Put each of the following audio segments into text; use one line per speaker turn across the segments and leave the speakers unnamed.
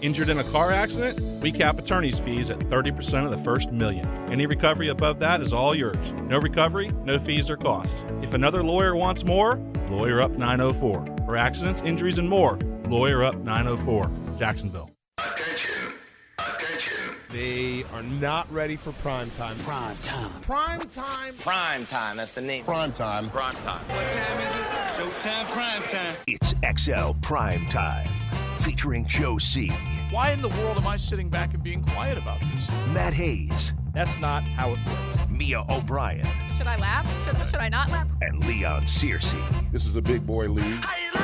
Injured in a car accident? We cap attorney's fees at 30% of the first million. Any recovery above that is all yours. No recovery, no fees or costs. If another lawyer wants more, Lawyer Up 904. For accidents, injuries, and more, Lawyer Up 904, Jacksonville.
Attention. Attention.
They are not ready for prime time.
Prime time.
Prime time.
Prime time. That's the name.
Prime time.
Prime time.
Showtime, prime time.
It's XL Prime Time, featuring Joe C,
Why in the world am I sitting back and being quiet about this?
Matt Hayes,
That's not how it works.
Mia O'Brien,
Should I laugh? Should, should I not laugh?
and Leon Searcy.
This is a big boy league.
The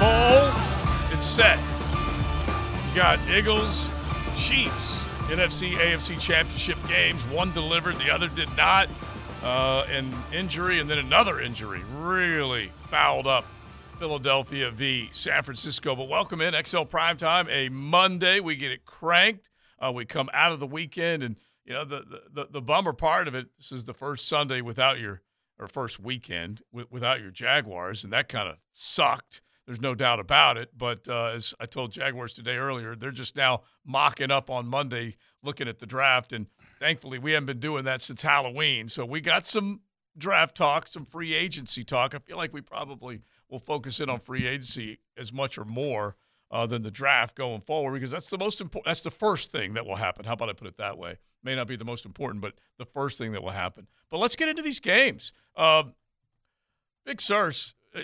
bowl, it's set. You got Eagles, Chiefs, NFC, AFC championship games. One delivered, the other did not. Uh, an injury and then another injury really fouled up Philadelphia v. San Francisco. But welcome in XL Primetime, a Monday. We get it cranked. Uh, we come out of the weekend, and you know the, the the bummer part of it. This is the first Sunday without your or first weekend wi- without your Jaguars, and that kind of sucked. There's no doubt about it. But uh, as I told Jaguars today earlier, they're just now mocking up on Monday, looking at the draft. And thankfully, we haven't been doing that since Halloween. So we got some draft talk, some free agency talk. I feel like we probably will focus in on free agency as much or more. Uh, than the draft going forward because that's the most important. That's the first thing that will happen. How about I put it that way? May not be the most important, but the first thing that will happen. But let's get into these games. Um, Big Surse, uh,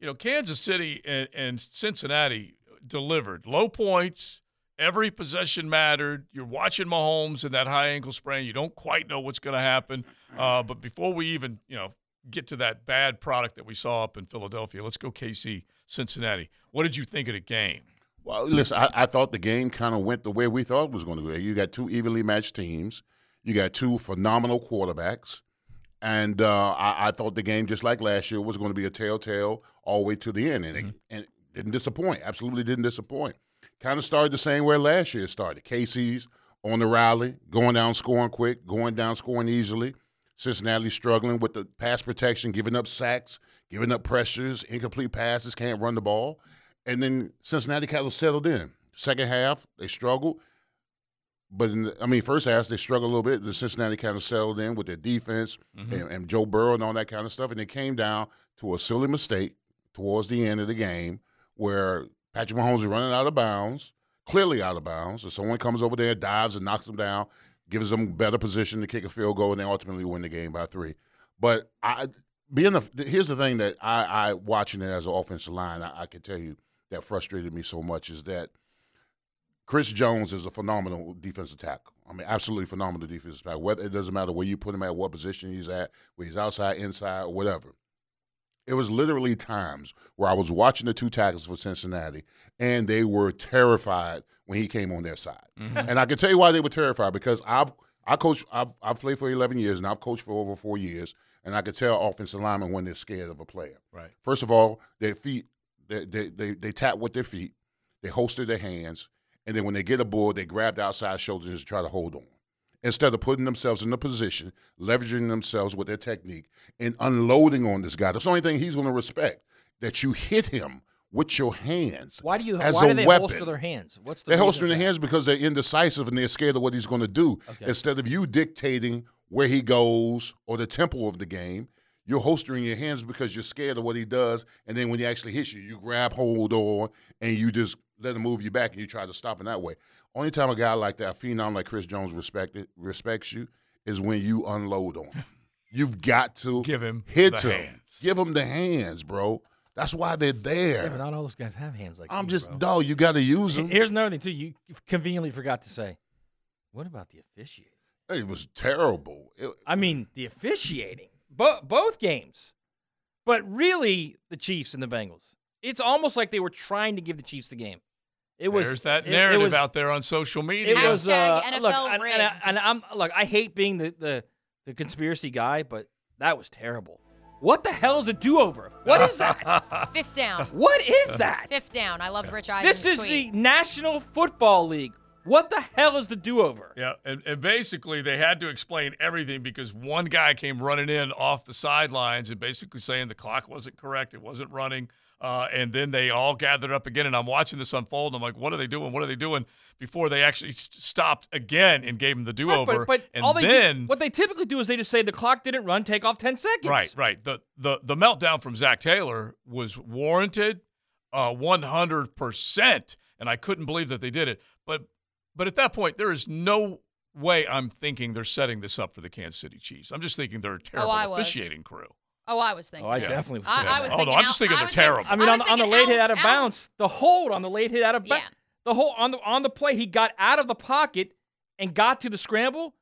you know, Kansas City and, and Cincinnati delivered low points. Every possession mattered. You're watching Mahomes in that high ankle sprain. You don't quite know what's going to happen. Uh, but before we even, you know, get to that bad product that we saw up in Philadelphia, let's go KC Cincinnati. What did you think of the game?
Well, listen, I, I thought the game kind of went the way we thought it was going to go. You got two evenly matched teams, you got two phenomenal quarterbacks, and uh, I, I thought the game, just like last year, was going to be a telltale all the way to the end, and, it, and it didn't disappoint. Absolutely didn't disappoint. Kind of started the same way last year it started. KC's on the rally, going down scoring quick, going down scoring easily. Cincinnati struggling with the pass protection, giving up sacks, giving up pressures, incomplete passes, can't run the ball. And then Cincinnati kind of settled in. Second half, they struggled. But in the, I mean, first half, they struggled a little bit. The Cincinnati kind of settled in with their defense and, and Joe Burrow and all that kind of stuff. And it came down to a silly mistake towards the end of the game where Patrick Mahomes is running out of bounds, clearly out of bounds. And someone comes over there, dives and knocks him down, gives them better position to kick a field goal, and they ultimately win the game by three. But I being the here's the thing that I, I watching it as an offensive line, I, I can tell you that frustrated me so much is that Chris Jones is a phenomenal defensive tackle. I mean, absolutely phenomenal defensive tackle. Whether it doesn't matter where you put him at, what position he's at, where he's outside, inside, or whatever. It was literally times where I was watching the two tackles for Cincinnati, and they were terrified when he came on their side. And I can tell you why they were terrified because I've I coach I've, I've played for eleven years and I've coached for over four years, and I could tell offensive linemen when they're scared of a player.
Right.
First of all, their feet they they they, they tap with their feet, they holster their hands, and then when they get a ball, they grab the outside shoulders and try to hold on. Instead of putting themselves in a position, leveraging themselves with their technique and unloading on this guy. That's the only thing he's going to respect that you hit him with your hands.
Why do you?
as
why
a
do they
weapon.
holster their hands? What's the
They're
reason for
holstering their
that?
hands because they're indecisive and they're scared of what he's going to do. Instead of you dictating where he goes or the tempo of the game, you're holstering your hands because you're scared of what he does. And then when he actually hits you, you grab hold on and you just let him move you back and you try to stop him that way. Only time a guy like that, a phenom like Chris Jones, respected respects you is when you unload on him. You've got to
Give him
hit
the
him,
hands.
give him the hands, bro. That's why they're there.
Yeah, but not all those guys have hands like
I'm
you,
just
bro.
dog. You got to use them.
Here's another thing too. You conveniently forgot to say. What about the officiating?
It was terrible. It-
I mean, the officiating. Bo- both games, but really the Chiefs and the Bengals. It's almost like they were trying to give the Chiefs the game. It was
There's that
it- it
narrative
was-
out there on social media.
It was uh,
Hashtag NFL
look, and, and, I,
rigged.
and I'm look. I hate being the, the the conspiracy guy, but that was terrible. What the hell is a do-over? What is that?
Fifth down.
what is that?
Fifth down. I loved Rich Eisen's
This is the
tweet.
National Football League. What the hell is the do-over?
Yeah, and, and basically they had to explain everything because one guy came running in off the sidelines and basically saying the clock wasn't correct, it wasn't running. Uh, and then they all gathered up again, and I'm watching this unfold. And I'm like, "What are they doing? What are they doing?" Before they actually s- stopped again and gave him the
Right,
do-over.
but, but
and
all they
then
do, what they typically do is they just say the clock didn't run, take off ten seconds.
Right, right. The the the meltdown from Zach Taylor was warranted, uh, one hundred percent, and I couldn't believe that they did it. But but at that point, there is no way I'm thinking they're setting this up for the Kansas City Chiefs. I'm just thinking they're a terrible
Oh, I was.
officiating crew.
Oh, I was thinking.
Oh, I
that.
definitely was
I,
thinking
I was
that. Hold
thinking.
on, I'm just
out-
thinking
I
they're
was thinking-
terrible.
I mean, on,
was
the- on the
thinking
late hit out of
out-
bounds, the hold on the late hit out of bounds,
Yeah.
the whole on the on the play he got out of the pocket and got to the scramble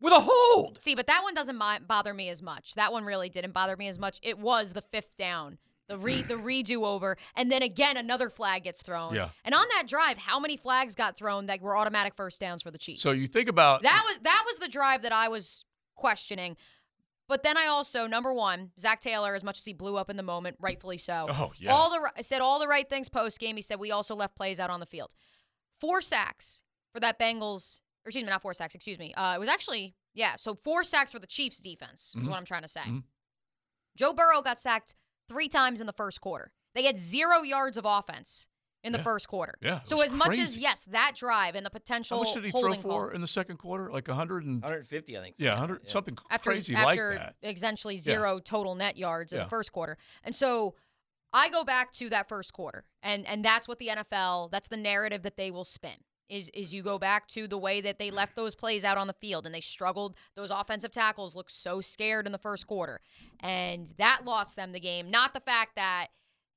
with a hold.
See, but that one doesn't mi- bother me as much. That one really didn't bother me as much. It was the fifth down, the re the redo over, and then again another flag gets thrown.
Yeah.
And on that drive, how many flags got thrown that were automatic first downs for the Chiefs?
So you think about
that was that was the drive that I was questioning. But then I also number one, Zach Taylor, as much as he blew up in the moment, rightfully so.
Oh, yeah.
All the ri- said all the right things post game. He said we also left plays out on the field. Four sacks for that Bengals, or excuse me, not four sacks. Excuse me. Uh, it was actually yeah. So four sacks for the Chiefs defense
Mm-hmm.
is what I'm trying to say. Joe Burrow got sacked three times in the first quarter. They had zero yards of offense in the
Yeah.
first quarter.
Yeah, it
So
was
as much as
crazy.
yes, that drive and the potential
how much did he throw
holding
for
call.
in the second quarter? Like hundred and
150, I think.
yeah, hundred something
after
crazy
after
like that.
essentially zero total net yards in
Yeah.
the first quarter. And so I go back to that first quarter, and and that's what the NFL, that's the narrative that they will spin. Is, is you go back to the way that they left those plays out on the field and they struggled. Those offensive tackles looked so scared in the first quarter. And that lost them the game, not the fact that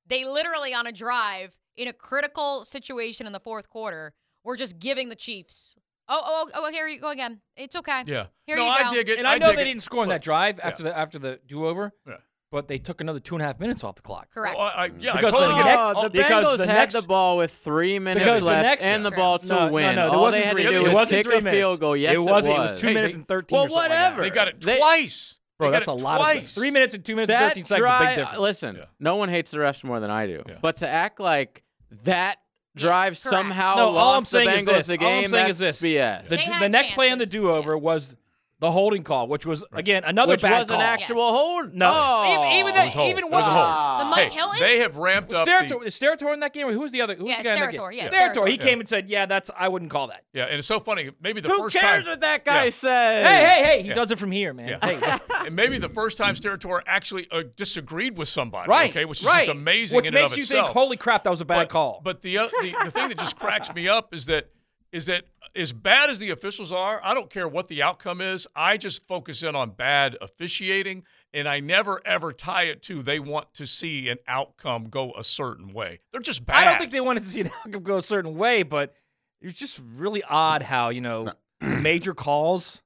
they literally on a drive in a critical situation in the fourth quarter were just giving the Chiefs, oh, oh, oh, here you go again. It's okay.
Yeah.
Here
no,
you
I
go.
dig it.
And I, know
dig
they
it.
didn't score on
Look,
that drive
yeah.
after the after the do over,
Yeah.
but they took another two and a half minutes off the clock.
Correct.
Well, I- yeah, I
Because
totally
the
get it.
next-
Oh, the
because
Bengals
the
had
next-
the ball with three minutes
Because the
left
next-
and the
Yeah.
ball to
No, no,
win.
no, it
All
wasn't
they had
three-
to
it
do was
wasn't
kick
three
a
minutes.
field goal. Yes,
It wasn't. It was
was.
two
Hey,
minutes
they-
and 13
Well,
or something like that.
whatever.
They got it
They-
twice.
Bro,
They got
that's a
it
lot of
twice.
things. Three minutes and two minutes and
That
13 seconds is a big
drive.
difference.
Listen,
Yeah.
no one hates the refs more than I do,
Yeah.
but to act like that drive
correct.
somehow
No, all I'm
lost the
saying is
Bengals
this.
the
All
game,
I'm saying
that's
is this.
BS.
The,
They had
the next play on the
chances.
do over
Yeah.
was the holding call, which was again another
Which
bad
was
call.
an actual
Yes.
hold.
No,
Oh.
even, even
It was
that,
hold.
even
It
worse.
was hold.
the Mike Hilton.
They have ramped up. the-
Sterator, is Sterator in that game, or who was the other? Who was
Yeah,
the guy in that game?
Sterator, yeah,
Sterator.
Sterator.
He came and said, "Yeah, that's I wouldn't call that."
yeah, and it's so funny. Maybe the
Who
first
cares
time.
what that guy
Yeah.
says?
Hey, hey, hey! He
Yeah.
does it from here, man.
Yeah.
Hey,
and maybe the first time Sterator actually uh, disagreed with somebody.
right?
Okay, which is
right.
just amazing.
Which
in and
makes
of
you
itself.
think, "Holy crap, that was a bad
but,
call."
But the, uh, the the thing that just cracks me up is that is that as bad as the officials are, I don't care what the outcome is. I just focus in on bad officiating, and I never ever tie it to they want to see an outcome go a certain way. They're just bad.
I don't think they wanted to see an outcome go a certain way, but it was just really odd how you know major calls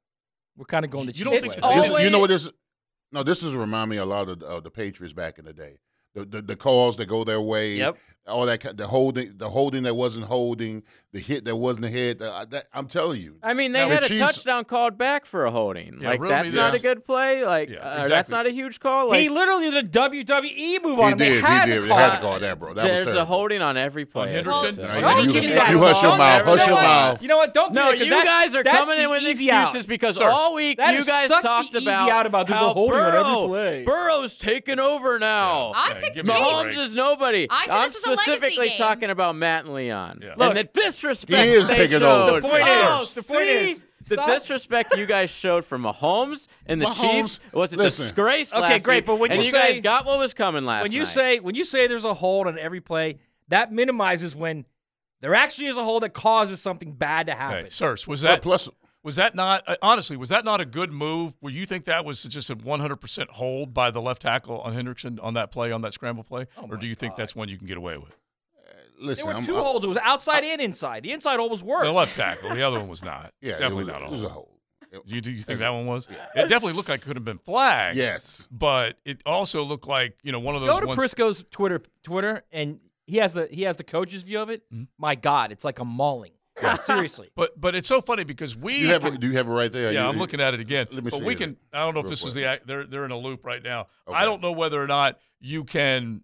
were kind of going the
You
Chiefs'
don't think
way.
that they-
This- you
always-
know what this? No, this is remind me a lot of uh, the Patriots back in the day. The, the the calls that go their way.
Yep.
All that ki- the holding the holding that wasn't holding the hit that wasn't a hit. uh, that, I'm telling you.
I mean, they
Now, the
had a
Chiefs-
touchdown called back for a holding.
Yeah,
like
riddle
that's
me
not
this.
a good play. Like
Yeah,
uh, that's
exactly.
not a huge call.
he
Like
literally did a WWE move on
he
him.
did.
They had
he
to
did.
call
They had to
it.
call that, bro. That
there's
was
a
terrible.
holding on every play.
Henderson?
so-
No,
Right.
you-
Don't
you,
do
you
that.
hush your
Don't
mouth.
ever-
Hush
you know
your
what?
mouth.
You know what? Don't do
No,
that, 'cause
you
that's-
guys are
that's
coming
the
in with
easy
excuses
out.
because
Sir,
all week
that
you
is
guys
such the
talked
easy
about
out about there's a
how
holding on every
Burrow,
play.
Burrow's taking over now.
Yeah,
I picked
give
the
me a
Chiefs.
break.
Mahomes is nobody.
I said
am
this was a legacy
specifically
game.
talking about Matt and Leon.
Yeah.
And the
Look,
disrespect
he is
they
taking
showed.
over.
The point is-
Oh,
the point
see?
is-
the
stop.
disrespect you guys showed for Mahomes and the
Mahomes,
Chiefs was a
listen.
disgrace.
Okay,
last
great,
week,
but when
and
you
you
say-
guys got what was coming last
when you
night.
say when you say there's a hold on every play, that minimizes when there actually is a hold that causes something bad to happen.
Hey, sirs, was
But
that
plus,
was that not uh, honestly was that not a good move? Where you think that was just a 100 percent hold by the left tackle on Hendrickson on that play on that scramble play, or do you think that's one you can get away with?
Uh, listen.
Oh, There were
I'm,
2
I'm-
holds. It was outside and inside. The inside hole was worse.
The left tackle, the other one was not.
Yeah, it
definitely
was-
not a
It was a
hold.
hold. It-
Do you, do you think that one was? It definitely looked like it could have been flagged.
Yes.
But it also looked like, you know, one of those
Go to
ones.
Prisco's Twitter Twitter and he has the he has the coach's view of it.
Mm-hmm.
My God, it's like a mauling. Seriously.
But but it's so funny because we
You have,
can-
it- do you have it right there?
yeah,
You-
I'm
you-
looking at it again.
Let me
but
see
we
it
can. I don't know if
real
this is
quick.
the. act- They're they're in a loop right now. I
Okay.
don't know whether or not you can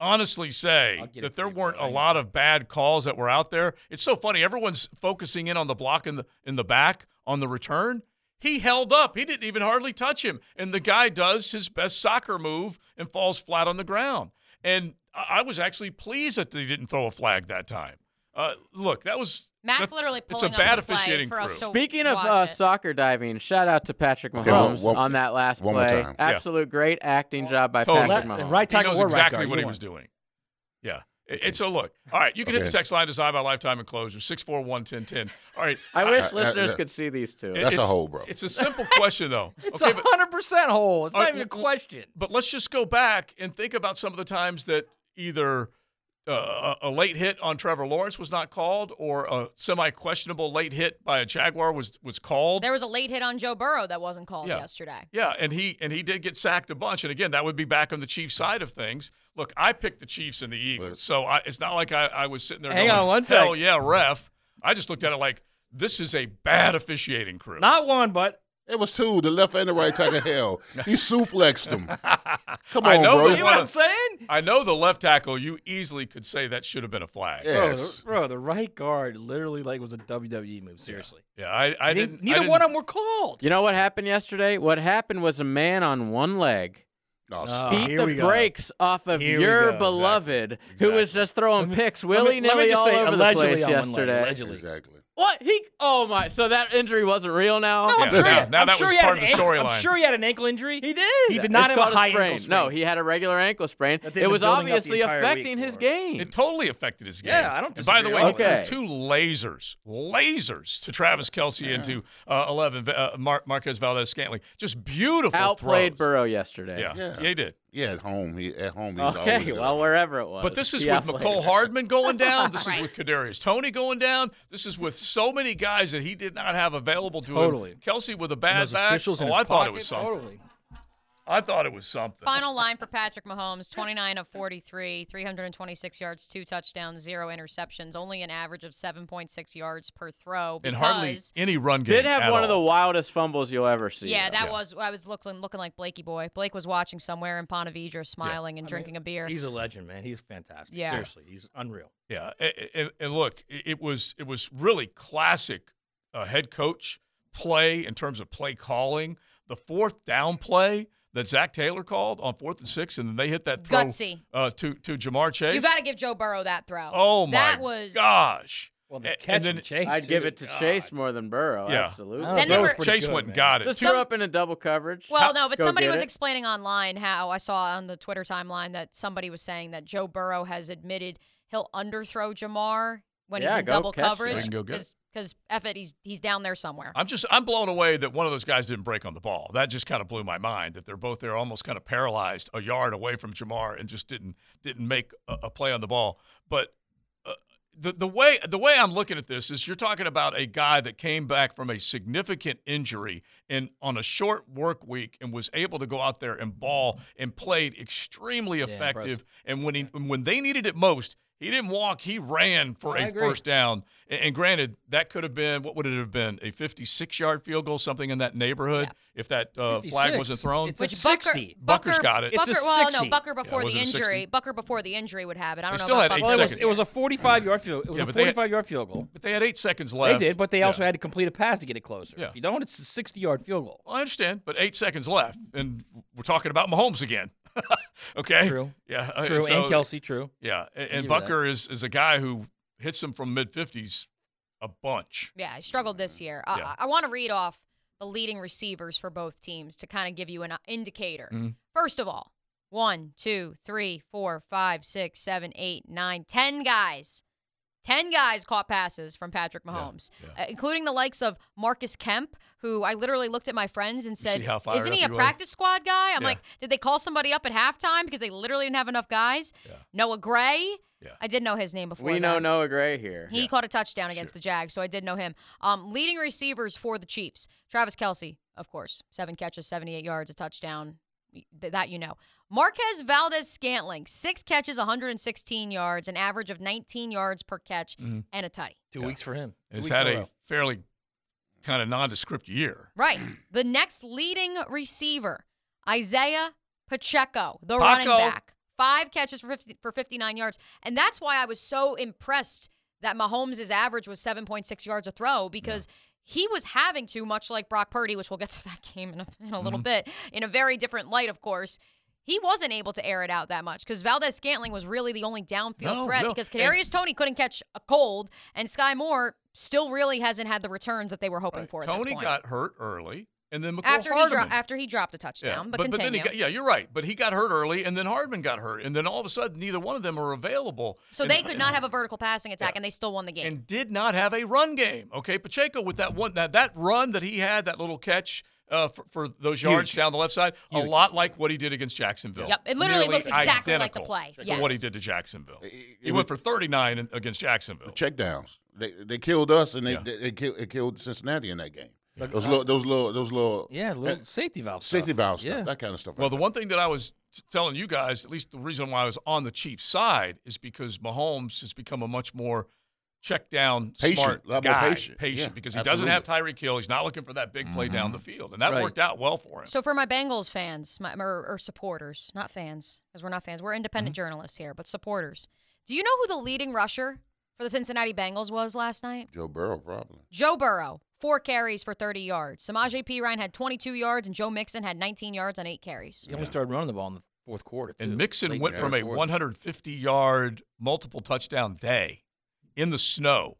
honestly say
get it
that
for
there
you,
weren't
bro.
a
Hang
lot of bad calls that were out there. It's so funny. Everyone's focusing in on the block in the in the back on the return. He held up. He didn't even hardly touch him, and the guy does his best soccer move and falls flat on the ground. And I I was actually pleased that they didn't throw a flag that time. Uh, look, that was
Matt's
that's-
literally
It's a
pulling up
bad
the play
officiating
for
crew.
us to-
Speaking of
Watch
uh,
it.
soccer diving, shout out to Patrick Mahomes
Okay, one- one-
on that last
one more
play.
time.
Yeah.
Absolute great acting job by
Totally.
Patrick
Left-
Mahomes.
right
he
tackle
knows
or right
exactly
guard,
what
either
he
one.
was doing. Yeah. It- And so look, all right, you can hit the
Okay.
text line design by lifetime enclosure six four one ten ten. All right,
I wish
that-
listeners
that-
could see these two.
it-
That's a
it's-
hole, bro.
It's a simple question though.
It's
okay,
a
but,
hundred percent hole. It's
All
not
right,
even a
well,
question.
but let's just go back and think about some of the times that either uh, a a late hit on Trevor Lawrence was not called, or a semi-questionable late hit by a Jaguar was was called.
There was a late hit on Joe Burrow that wasn't called
Yeah.
yesterday.
Yeah, and he and he did get sacked a bunch, and again, that would be back on the Chiefs' side of things. Look, I picked the Chiefs and the Eagles, so I, it's not like I, I was sitting there.
Hang
going,
on one sec.
Hell yeah, ref! I just looked at it like this is a bad officiating crew.
Not one, but
It was two, the left and the right tackle. Hell, he suplexed him. Come
I
on,
know
bro.
that
you know what
wanna-
I'm saying?
I know the left tackle. You easily could say that should have been a flag.
Yeah. Yes.
Bro, the, bro, the right guard literally like was a WWE move. Seriously,
Yeah, I, I
They-
didn't. I
neither
didn't-
one of them were called.
You know what happened yesterday? What happened was a man on one leg
No,
Uh,
beat
here
the
we go.
brakes off of
Here we
your
go.
beloved, who was just throwing picks
Let me-
willy
let me
nilly
just
all
say
over the
allegedly
place
on one leg,
yesterday.
Allegedly.
exactly.
What he? Oh my! So that injury wasn't real now.
No, I'm sure.
Yeah, now-
he-
now
I'm
that
sure
was
he had
part
an
of the
ankle-
storyline.
I'm sure he had an ankle injury.
He did.
He did not
It's
have a
called
high
sprain.
ankle sprain.
No, he had a regular ankle sprain.
That they've
It
been
was
building up the
obviously
entire week
affecting his
for.
game.
It totally affected his game.
Yeah, I don't
And by the
disagree
way,
with that.
he threw two lasers, lasers to Travis Kelsey and to uh, eleven uh, Mar- Marquez Valdez Scantling. Just beautiful
Outplayed
throws.
Burrow yesterday.
Yeah,
Yeah.
yeah, he did.
Yeah, at home. He at home. He's always
Okay,
good.
well, wherever it was.
But this is
Yeah,
with
like-
McCole Hardman going down. This is with Kadarius Tony going down. This is with so many guys that he did not have available to
Totally.
him. Kelsey with a
And
bad
those
back.
officials in
oh,
his
I thought
pocket,
it was something.
Totally.
I thought it was something.
Final line for Patrick Mahomes 29 of 43, 326 yards, two touchdowns, zero interceptions, only an average of 7.6 yards per throw.
and hardly
because-
any run game.
Did have
at
one of the
all.
wildest fumbles you'll ever see.
Yeah,
though.
that was. I was looking looking like Blakey boy. Blake was watching somewhere in Pontevedra, smiling and drinking a beer.
He's a legend, man. He's fantastic.
Yeah.
Seriously, he's unreal.
Yeah, a- a- and, and look, i- it was it was really classic uh, head coach play in terms of play calling. The fourth down play that Zach Taylor called on fourth and six, and then they hit that throw
Gutsy.
uh, to to Jamar Chase.
You got to give Joe Burrow that throw.
oh my
that was
gosh!
Well,
A-
the
and
catch
then-
and Chase.
I'd give
too.
it to
God.
Chase more than Burrow.
Yeah.
Absolutely.
I don't
Then
know,
they
that
were-
was pretty
Chase
good,
went and
man.
got it.
Just
Two-
threw up in a double coverage.
Well, no, but
Go
somebody
get
was
it.
explaining online how I saw on the Twitter timeline that somebody was saying that Joe Burrow has admitted he'll underthrow Jamar when he's
Yeah,
in
go
double
catch
coverage
that. Go get it.
because F it, he's he's down there somewhere.
I'm just I'm blown away that one of those guys didn't break on the ball. That just kind of blew my mind that they're both there almost kind of paralyzed a yard away from Jamar and just didn't didn't make a, a play on the ball. But uh, the the way the way I'm looking at this is you're talking about a guy that came back from a significant injury and on a short work week and was able to go out there and ball and played extremely effective and when he when they needed it most he didn't walk. He ran for
I
a
agree.
first down. A- And granted, that could have been what would it have been? A 56-yard field goal, something in that neighborhood, if that uh, flag
56.
wasn't thrown.
It's a
Which Bucker,
60.
Bucker's got it. It's
Bucker,
a
well, no,
60.
Bucker before
Yeah, was
the
it a 60?
injury. Bucker before the injury would have it. I don't know
still
about
had eight
Bucker.
Well, it was,
seconds.
it was a 45 yard field. It was
Yeah,
a
but they had-
45 yard field goal.
But they had eight seconds
They
left.
did, but they
Yeah.
also had to complete a pass to get it closer.
Yeah.
If you don't, it's a 60 yard field goal.
Well, I understand, but eight seconds left, and we're talking about Mahomes again. okay.
True.
Yeah. uh,
True. and
so-
Kelsey, true.
Yeah, a- and,
give you that.
Bucker is is a guy who hits him from mid fifties a bunch.
Yeah, I struggled this year. I-
Yeah.
I, I want to read off the leading receivers for both teams to kind of give you an uh, indicator.
Mm-hmm.
First of all, one, two, three, four, five, six, seven, eight, nine, ten guys. Ten guys caught passes from Patrick Mahomes, uh, including the likes of Marcus Kemp, who I literally looked at my friends and said,
see how fired
Isn't
up
he a
he was?
practice squad guy? I'm
Yeah.
like, Did they call somebody up at halftime because they literally didn't have enough guys? Noah Gray.
Yeah.
I did know his name before.
We know
that.
Noah Gray here.
He caught a touchdown against the Jags, so I did know him. Um, leading receivers for the Chiefs: Travis Kelsey, of course, seven catches, seventy-eight yards, a touchdown. Th- That you know. Marquez Valdez Scantling, six catches, 116 yards, an average of 19 yards per catch, and a tutty.
Two weeks for him. Two
And he's
weeks
had
in
a
row.
fairly kind of nondescript year.
Right. The next leading receiver, Isaiah Pacheco, the
Paco.
running back. Five catches for, 50, for 59 yards. And that's why I was so impressed that Mahomes' average was 7.6 yards a throw because he was having
Mm-hmm.
to, much like Brock Purdy, which we'll get to that game in a, in a little bit, in a very different light, of course. he wasn't able to air it out that much because Valdez Scantling was really the only downfield
No,
threat
no,
because
and-
Kadarius Tony couldn't catch a cold, and Sky Moore still really hasn't had the returns that they were hoping for. At this
Tony
point.
got hurt early, and then McCole
after he,
Hardman.
dro- after he dropped a touchdown, but,
but, then
continue.
he got, yeah, you're right. But he got hurt early, and then Hardman got hurt, and then all of a sudden, neither one of them are available.
so
And-
they could not have a vertical passing attack, and they still won the game.
and did not have a run game. Okay, Pacheco with that one that that run that he had, that little catch uh, for, for those yards down the left side, a lot like what he did against Jacksonville.
Yep, it literally
Nearly
looked exactly like the
identical
play.
to
Yes.
what he did to Jacksonville. He
it
went for
was-
39 in- against Jacksonville.
check downs. They they killed us and they
Yeah.
they, they killed, it killed Cincinnati in that game. Those little those little those little
Yeah, little
uh,
safety valve. stuff.
safety valve stuff,
Yeah.
that kind of stuff.
Well, the one thing that I was t- telling you guys, at least the reason why I was on the Chiefs side, is because Mahomes has become a much more check down,
Patient,
smart
a lot more
guy,
patient. Yeah, Mm-hmm.
because he doesn't have Tyreek Hill. He's not looking for that big play down the field, and that worked out well for him.
So for my Bengals fans, my, or, or supporters, not fans, because we're not fans, we're independent
Mm-hmm.
journalists here, but supporters. Do you know who the leading rusher for the Cincinnati Bengals was last night?
Joe Burrow probably.
Joe Burrow, four carries for 30 yards. Samaje P. Ryan had 22 yards, and Joe Mixon had 19 yards on eight carries.
He only started running the ball in the fourth quarter. Too.
And Mixon
Late
went from a
fourth.
150 yard multiple touchdown day in the snow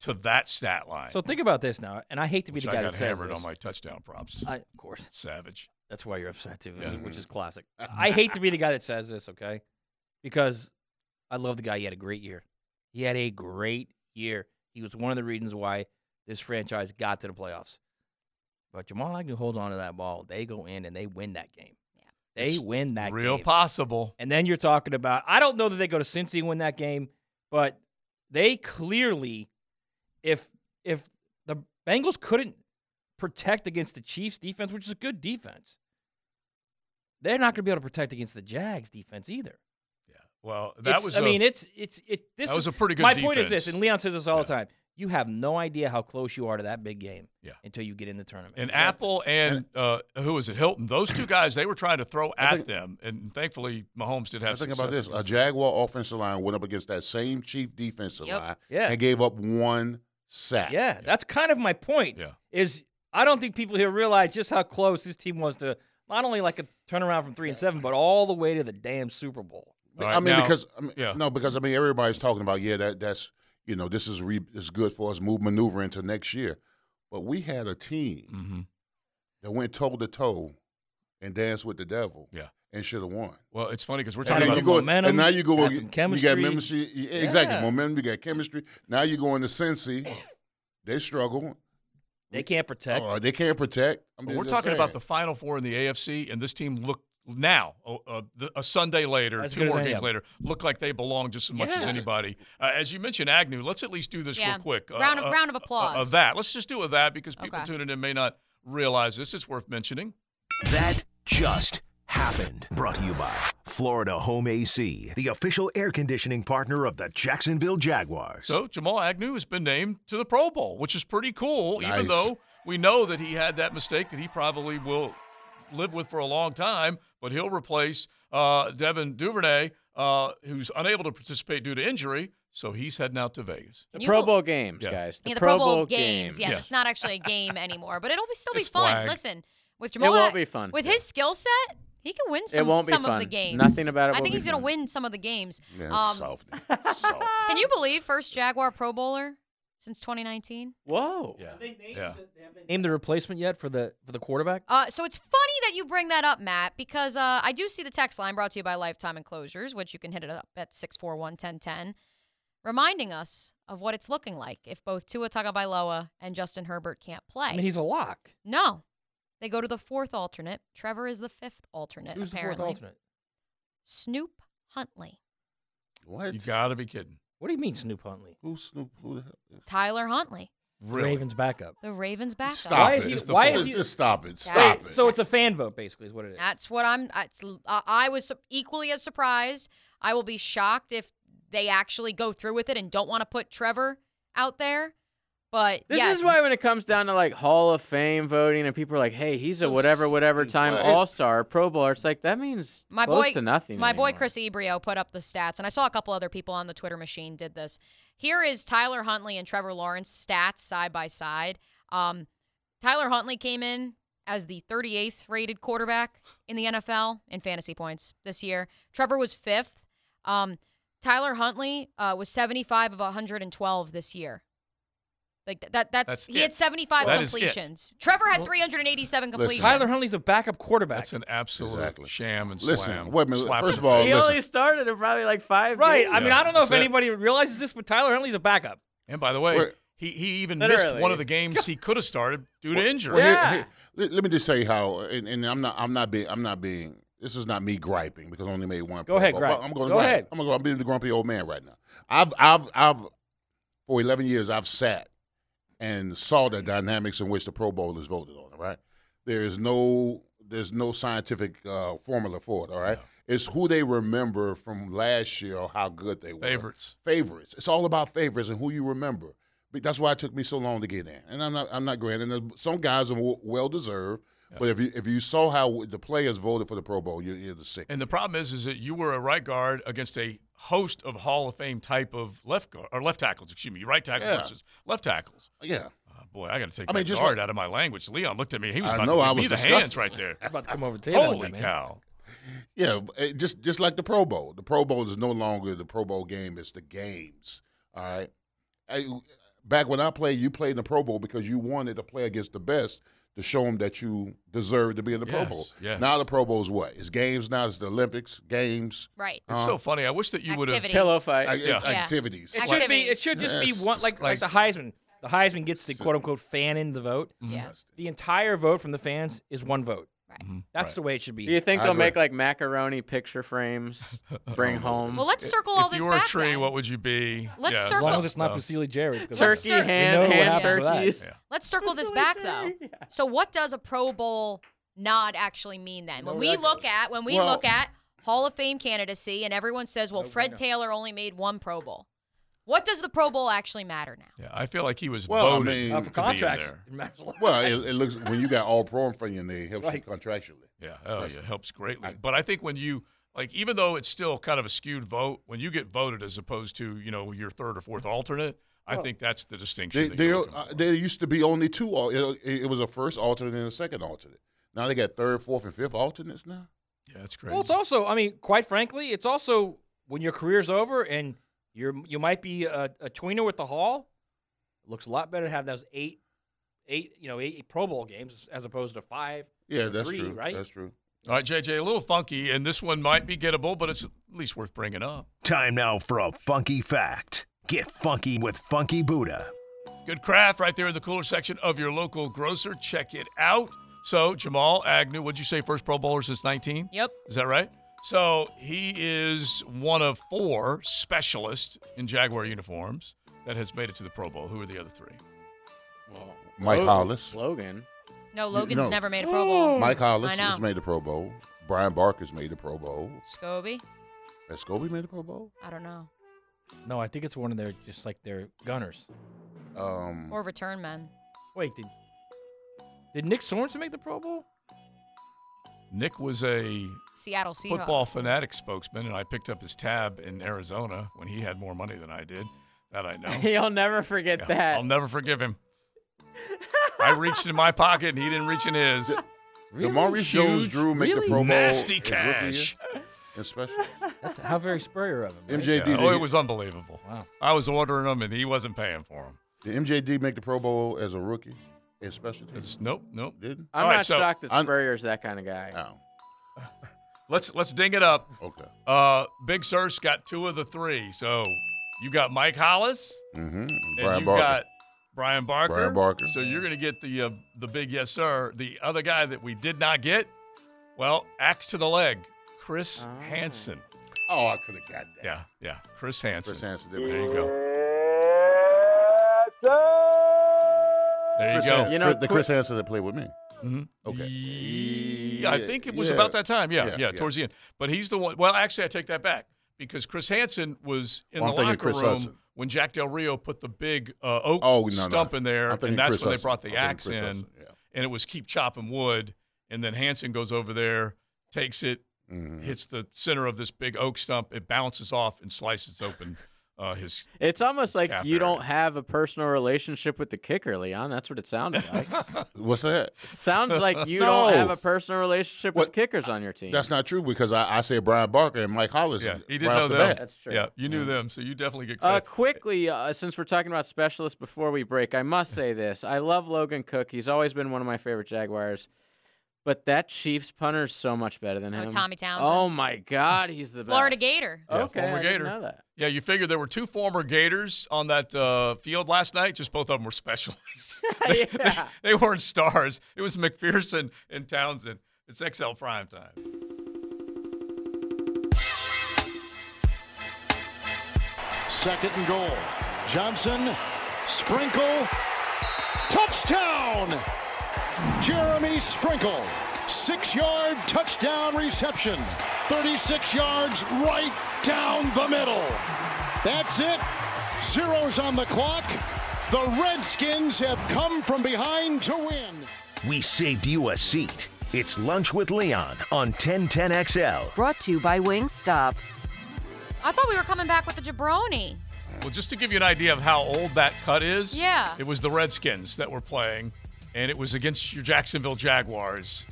to that stat line.
So think about this now, and I hate to be
which
the
I
guy
got
that says
hammered
this.
on my touchdown props.
I, of course,
Savage.
that's why you're upset too, which is classic. I hate to be the guy that says this, okay? Because I love the guy. He had a great year. He had a great year. He was one of the reasons why this franchise got to the playoffs. But Jamal Agnew holds on to that ball. They go in and they win that game. They
It's
win that
Real
game.
possible.
And then you're talking about I don't know that they go to Cincy and win that game, but they clearly if if the Bengals couldn't protect against the Chiefs defense, which is a good defense, they're not gonna be able to protect against the Jags defense either.
Well, that
It's-
was.
I
a-
mean, it's it's it this
that
is-
was a pretty good
My point is this,
defense.
and Leon says this all the time. You have no idea how close you are to that big game
Yeah.
until you get in the tournament.
and Apple and uh, who was it? Hilton. Those two guys, they were trying to throw at
think-
them, and thankfully Mahomes did
Now
have.
think about
success
this: a
against
Jaguar offensive line went up against that same Chief defensive
Yep.
line
Yeah.
and gave up one sack.
Yeah, that's kind of my point.
Yeah.
Is I don't think people here realize just how close this team was to not only like a turnaround from three and seven, but all the way to the damn Super Bowl. Um,
All right,
I mean,
now-
because I mean,
yeah.
no, because I mean, everybody's talking about yeah, that that's you know, this is re, this is good for us move maneuver into next year, but we had a team
them. Mhm.
that went toe to toe and danced with the devil,
Yeah.
and should have won.
Well, it's funny because we're
Had
And
talking
a lot
then
about
you
of
go,
momentum,
and now you go.
had some chemistry.
You got chemistry, yeah, exactly.
Yeah.
Momentum. You got chemistry. Now you're going to Cincy. They struggle.
They can't protect.
Oh, they can't protect. I'm
But
just
we're talking about the
saying.
Final Four in the AFC, and this team looked now, a, a, a Sunday later,
As
two
good as
more
any
games
of them.
later, look like they belong just as much as
Yeah.
anybody. Uh, as you mentioned, Agnew, let's at least do this
Yeah.
real quick.
Round of- round of
Uh,
applause.
of that. Let's just do with that because people
Okay.
tuning in may not realize this. It's worth mentioning.
That just happened. Brought to you by Florida Home AC, the official air conditioning partner of the Jacksonville Jaguars.
So Jamal Agnew has been named to the Pro Bowl, which is pretty cool, even
Nice.
though we know that he had that mistake that he probably will live with for a long time. But he'll replace uh, Devin Duvernay, uh, who's unable to participate due to injury, so he's heading out to Vegas.
The
You
Pro
will-
Bowl games,
Yeah.
guys. The,
yeah, the
Pro Bowl, games.
games. Yes,
Yeah.
it's not actually a game anymore, but it'll be still be
It's
fun.
flagged.
Listen, with Jamal,
won't be fun.
With his skill set, he can win some,
won't be
some of
fun.
the games.
Nothing about it
I
will
think
be
he's gonna
fun.
win some of the games.
Yeah,
Um,
soft. soft.
Can you believe first Jaguar Pro Bowler since 2019?
Whoa.
Yeah, yeah.
Name the replacement yet for the for the quarterback?
Uh, so it's funny that you bring that up, Matt, because uh, I do see the text line brought to you by Lifetime Enclosures, which you can hit it up at 641-1010, reminding us of what it's looking like if both Tua Tagovailoa and Justin Herbert can't play.
I mean, he's a lock.
no. They go to the fourth alternate. Trevor is the fifth alternate,
Who's
apparently.
the fourth alternate?
Snoop Huntley.
What?
You gotta be kidding.
What do you mean, Snoop Huntley?
Who Snoop? Who the hell?
Tyler Huntley,
Really?
Ravens backup.
the Ravens backup.
Stop
Why
it.
is he-
It's the
why
full-
is he-
just stop it. Stop
Wait,
it.
So it's a fan vote, basically, is what it is.
That's what I'm. That's, uh, I was su- equally as surprised. I will be shocked if they actually go through with it and don't want to put Trevor out there. But
This
yes.
is why when it comes down to like Hall of Fame voting and people are like, "Hey, he's a whatever, whatever time
Well, it-
All Star, Pro Bowler," it's like that means
my
close
boy
to nothing.
My boy
anymore.
Chris Ebrio put up the stats, and I saw a couple other people on the Twitter machine did this. Here is Tyler Huntley and Trevor Lawrence stats side by side. Um, Tyler Huntley came in as the 38th rated quarterback in the NFL in fantasy points this year. Trevor was fifth. Um, Tyler Huntley uh, was 75 of 112 this year. Like th- that, that's,
That's
he had
it.
75
That is it.
completions. Trevor had 387 completions.
Tyler Huntley's a backup quarterback.
That's an absolute
Exactly.
sham and
Listen,
slam.
wait a minute.
Slap in
First of
the
all,
face.
He
listen-
only started at probably like five.
right.
games.
I mean,
Yeah,
I don't know if
that's it.
anybody realizes this, but Tyler Huntley's a backup.
and by the way,
Wait.
he, he even missed
Literally.
one of the games he could have started due to injury.
Well, here-
Yeah.
here- let- let me just say how, and, and I'm not, I'm not being, I'm not being. This is not me griping because I only made one.
Go
point,
ahead,
but
gripe.
I'm going to
Go
gripe.
ahead.
I'm going. to I'm being the grumpy old man right now. I've, I've, I've, for 11 years, I've sat and saw the dynamics in which the Pro Bowl is voted on. All right, there is no, there's no scientific uh, formula for it. All right, it's who they remember from last year or how good they were
Favorites.
favorites. It's all about favorites and who you remember. But that's why it took me so long to get in. And I'm not I'm not granting that some guys are well deserved. But if you if you saw how the players voted for the Pro Bowl, you're, you're the sick.
And the problem is, is that you were a right guard against a host of Hall of Fame type of left guard or left tackles. Excuse me, right tackle
Yeah. Uh,
versus left tackles.
yeah,
Oh, boy, I got to take I
I mean,
mean,
just
guard
like-
out of my language. Leon looked at me. He was
I
about
know,
to give
I
me
was
the
disgusted.
hands right there.
I'm about to come over to you.
Holy
man.
cow!
yeah. it- just just like the Pro Bowl, the Pro Bowl is no longer the Pro Bowl game. It's the games. All right. I, back when I played, you played in the Pro Bowl because you wanted to play against the best to show them that you deserve to be in the Pro
Yes,
Bowl.
yes.
Now the Pro Bowl is what? It's games. Now it's the Olympics games. Uh-huh.
Right.
It's so funny. I wish that you would have.
Activities.
Pillow fight.
ac-
Yeah.
Activities.
It
Like-
should be. It should just be
Yes.
one, like like the Heisman. The Heisman gets the quote unquote fan in the vote.
Mm-hmm.
Yeah.
The entire vote from the fans is one vote.
Right.
That's the way it should be.
Do you think
Mm-hmm. I
they'll
agree.
make like macaroni picture frames? Bring home
Well, let's circle all
If
this
you were a
back.
tree,
then.
what would you be?
Let's
Yeah,
as
circle-
long as it's not
Oh.
Vasili Jerry. because
turkey
circle-
We know
hand
what
hand
happens with that.
turkeys.
Yeah.
Let's circle this back though. So what does a Pro Bowl nod actually mean then? When we look at when we
Well-
look at Hall of Fame candidacy and everyone says,
Oh,
"Well, Fred Taylor only made one Pro Bowl." What does the Pro Bowl actually matter now?
Yeah, I feel like he was
Well, I
voted
mean-
Uh, for
to be in
contracts.
there.
it matters a lot.
Well, it, it looks when you got all pro in front of you, and it helps you contractually.
Yeah, oh, yeah, it helps greatly. but I think when you like, even though it's still kind of a skewed vote, when you get voted as opposed to you know your third or fourth alternate, I think that's the distinction.
They,
that
they,
you're
uh,
looking for.
there used to be only two. al- It, it was a first alternate and a second alternate. Now they got third, fourth, and fifth alternates now.
yeah, that's crazy.
Well, it's also. I mean, quite frankly, it's also when your career's over and you're you might be a, a tweener with the Hall. It looks a lot better to have those eight, eight you know eight Pro Bowl games as opposed to five.
Yeah,
or
that's
three,
true.
Right.
That's true.
All right, JJ, a little funky, and this one might be gettable, but it's at least worth bringing up.
Time now for a funky fact. Get funky with Funky Buddha.
Good craft right there in the cooler section of your local grocer. Check it out. So, Jamal Agnew, what'd you say, first Pro Bowler since 19?
Yep.
Is that right? So, he is one of four specialists in Jaguar uniforms that has made it to the Pro Bowl. Who are the other three?
Mike
Lo-
Hollis.
Logan.
No, Logan's
no.
never made a Pro Bowl.
Mike
I
Hollis
know.
has made the Pro Bowl. Brian Barker's made the Pro Bowl.
Scobie?
Has Scobie made the Pro Bowl?
I don't know.
No, I think it's one of their just like their gunners.
Um,
Hmm.
Or return men.
Wait, did did Nick Sorensen make the Pro Bowl?
Nick was a
Seattle Seahawks.
football fanatic spokesman, and I picked up his tab in Arizona when he had more money than I did. That I know.
You'll never forget
Yeah,
that.
I'll never forgive him. I reached in my pocket, and he didn't reach in his.
Demaryius Jones Drew make the Pro Bowl.
Nasty
his rookie year
cash.
in special.
That's how very Spurrier of him. right?
MJD.
Yeah,
did
oh,
he-
it was unbelievable.
Wow.
I was ordering them, and he wasn't paying for them.
Did MJD make the Pro Bowl as a rookie in special? teams?
It's, nope, nope.
Didn't?
I'm
All right,
not
so
shocked that
I'm-
Spurrier's that kind of guy.
Oh,
Let's let's ding it up.
okay.
Uh, Big Sur's got two of the three. So you got Mike Hollis,
Mm-hmm.
and
Brian
you
Barker.
got Brian Barker.
Brian Barker.
So you're gonna get the uh, the big yes sir. The other guy that we did not get, well, axe to the leg, Chris
Oh.
Hansen.
Oh, I could have got that.
Yeah, yeah, Chris Hansen.
Chris Hansen did
There
make
you
it.
go. There you
Chris
go.
Han-
You know,
Chris- the
Chris-
Chris Hansen that played with me.
Mhm.
Okay.
Yeah, I think it was
Yeah.
about that time. Yeah,
Yeah,
yeah,
yeah.
towards the end. But he's the one. Well, actually, I take that back because Chris Hansen was in
Well, I'm
the
thinking
locker
Chris
room
Hudson.
when Jack Del Rio put the big uh, oak
Oh, no, no.
stump in there,
I'm thinking
and that's
Chris
when they
Hudson.
brought
I'm
the
thinking
axe
Chris
in,
Hudson, yeah.
and it was keep chopping wood. And then Hansen goes over there,
Mm-hmm.
takes it, hits the center of this big oak stump. It bounces off and slices open uh, his.
It's almost like
calf
you
area.
don't have a personal relationship with the kicker, Leon. That's what it sounded like.
What's that?
Sounds like you
No.
don't have a personal relationship with
What-
kickers on your team.
That's not true because I, I said Brian Barker and Mike Hollis.
Yeah, he did
right
know
off the
them.
bat.
That's true.
Yeah, you knew them, so you definitely get
Uh,
credit.
quickly, uh, since we're talking about specialists before we break, I must say this. I love Logan Cook. He's always been one of my favorite Jaguars. But that Chiefs punter is so much better than
Oh,
him.
Tommy Townsend.
Oh, my God, he's the best.
Florida Gator.
Yeah,
Okay,
former
I didn't
Gator.
know that.
yeah, you figured there were two former Gators on that uh, field last night. Just both of them were specialists. they, they-
Yeah.
they weren't stars. It was McPherson and Townsend. It's XL prime time.
Second and goal. Johnson, Sprinkle, touchdown! Jeremy Sprinkle, six yard touchdown reception, 36 yards right down the middle. That's it. Zero's on the clock. The Redskins have come from behind to win.
We saved you a seat. It's Lunch with Leon on 1010XL.
Brought to you by Wingstop.
I thought we were coming back with the jabroni.
Well, just to give you an idea of how old that cut is,
Yeah.
it was the Redskins that were playing, and it was against your Jacksonville Jaguars,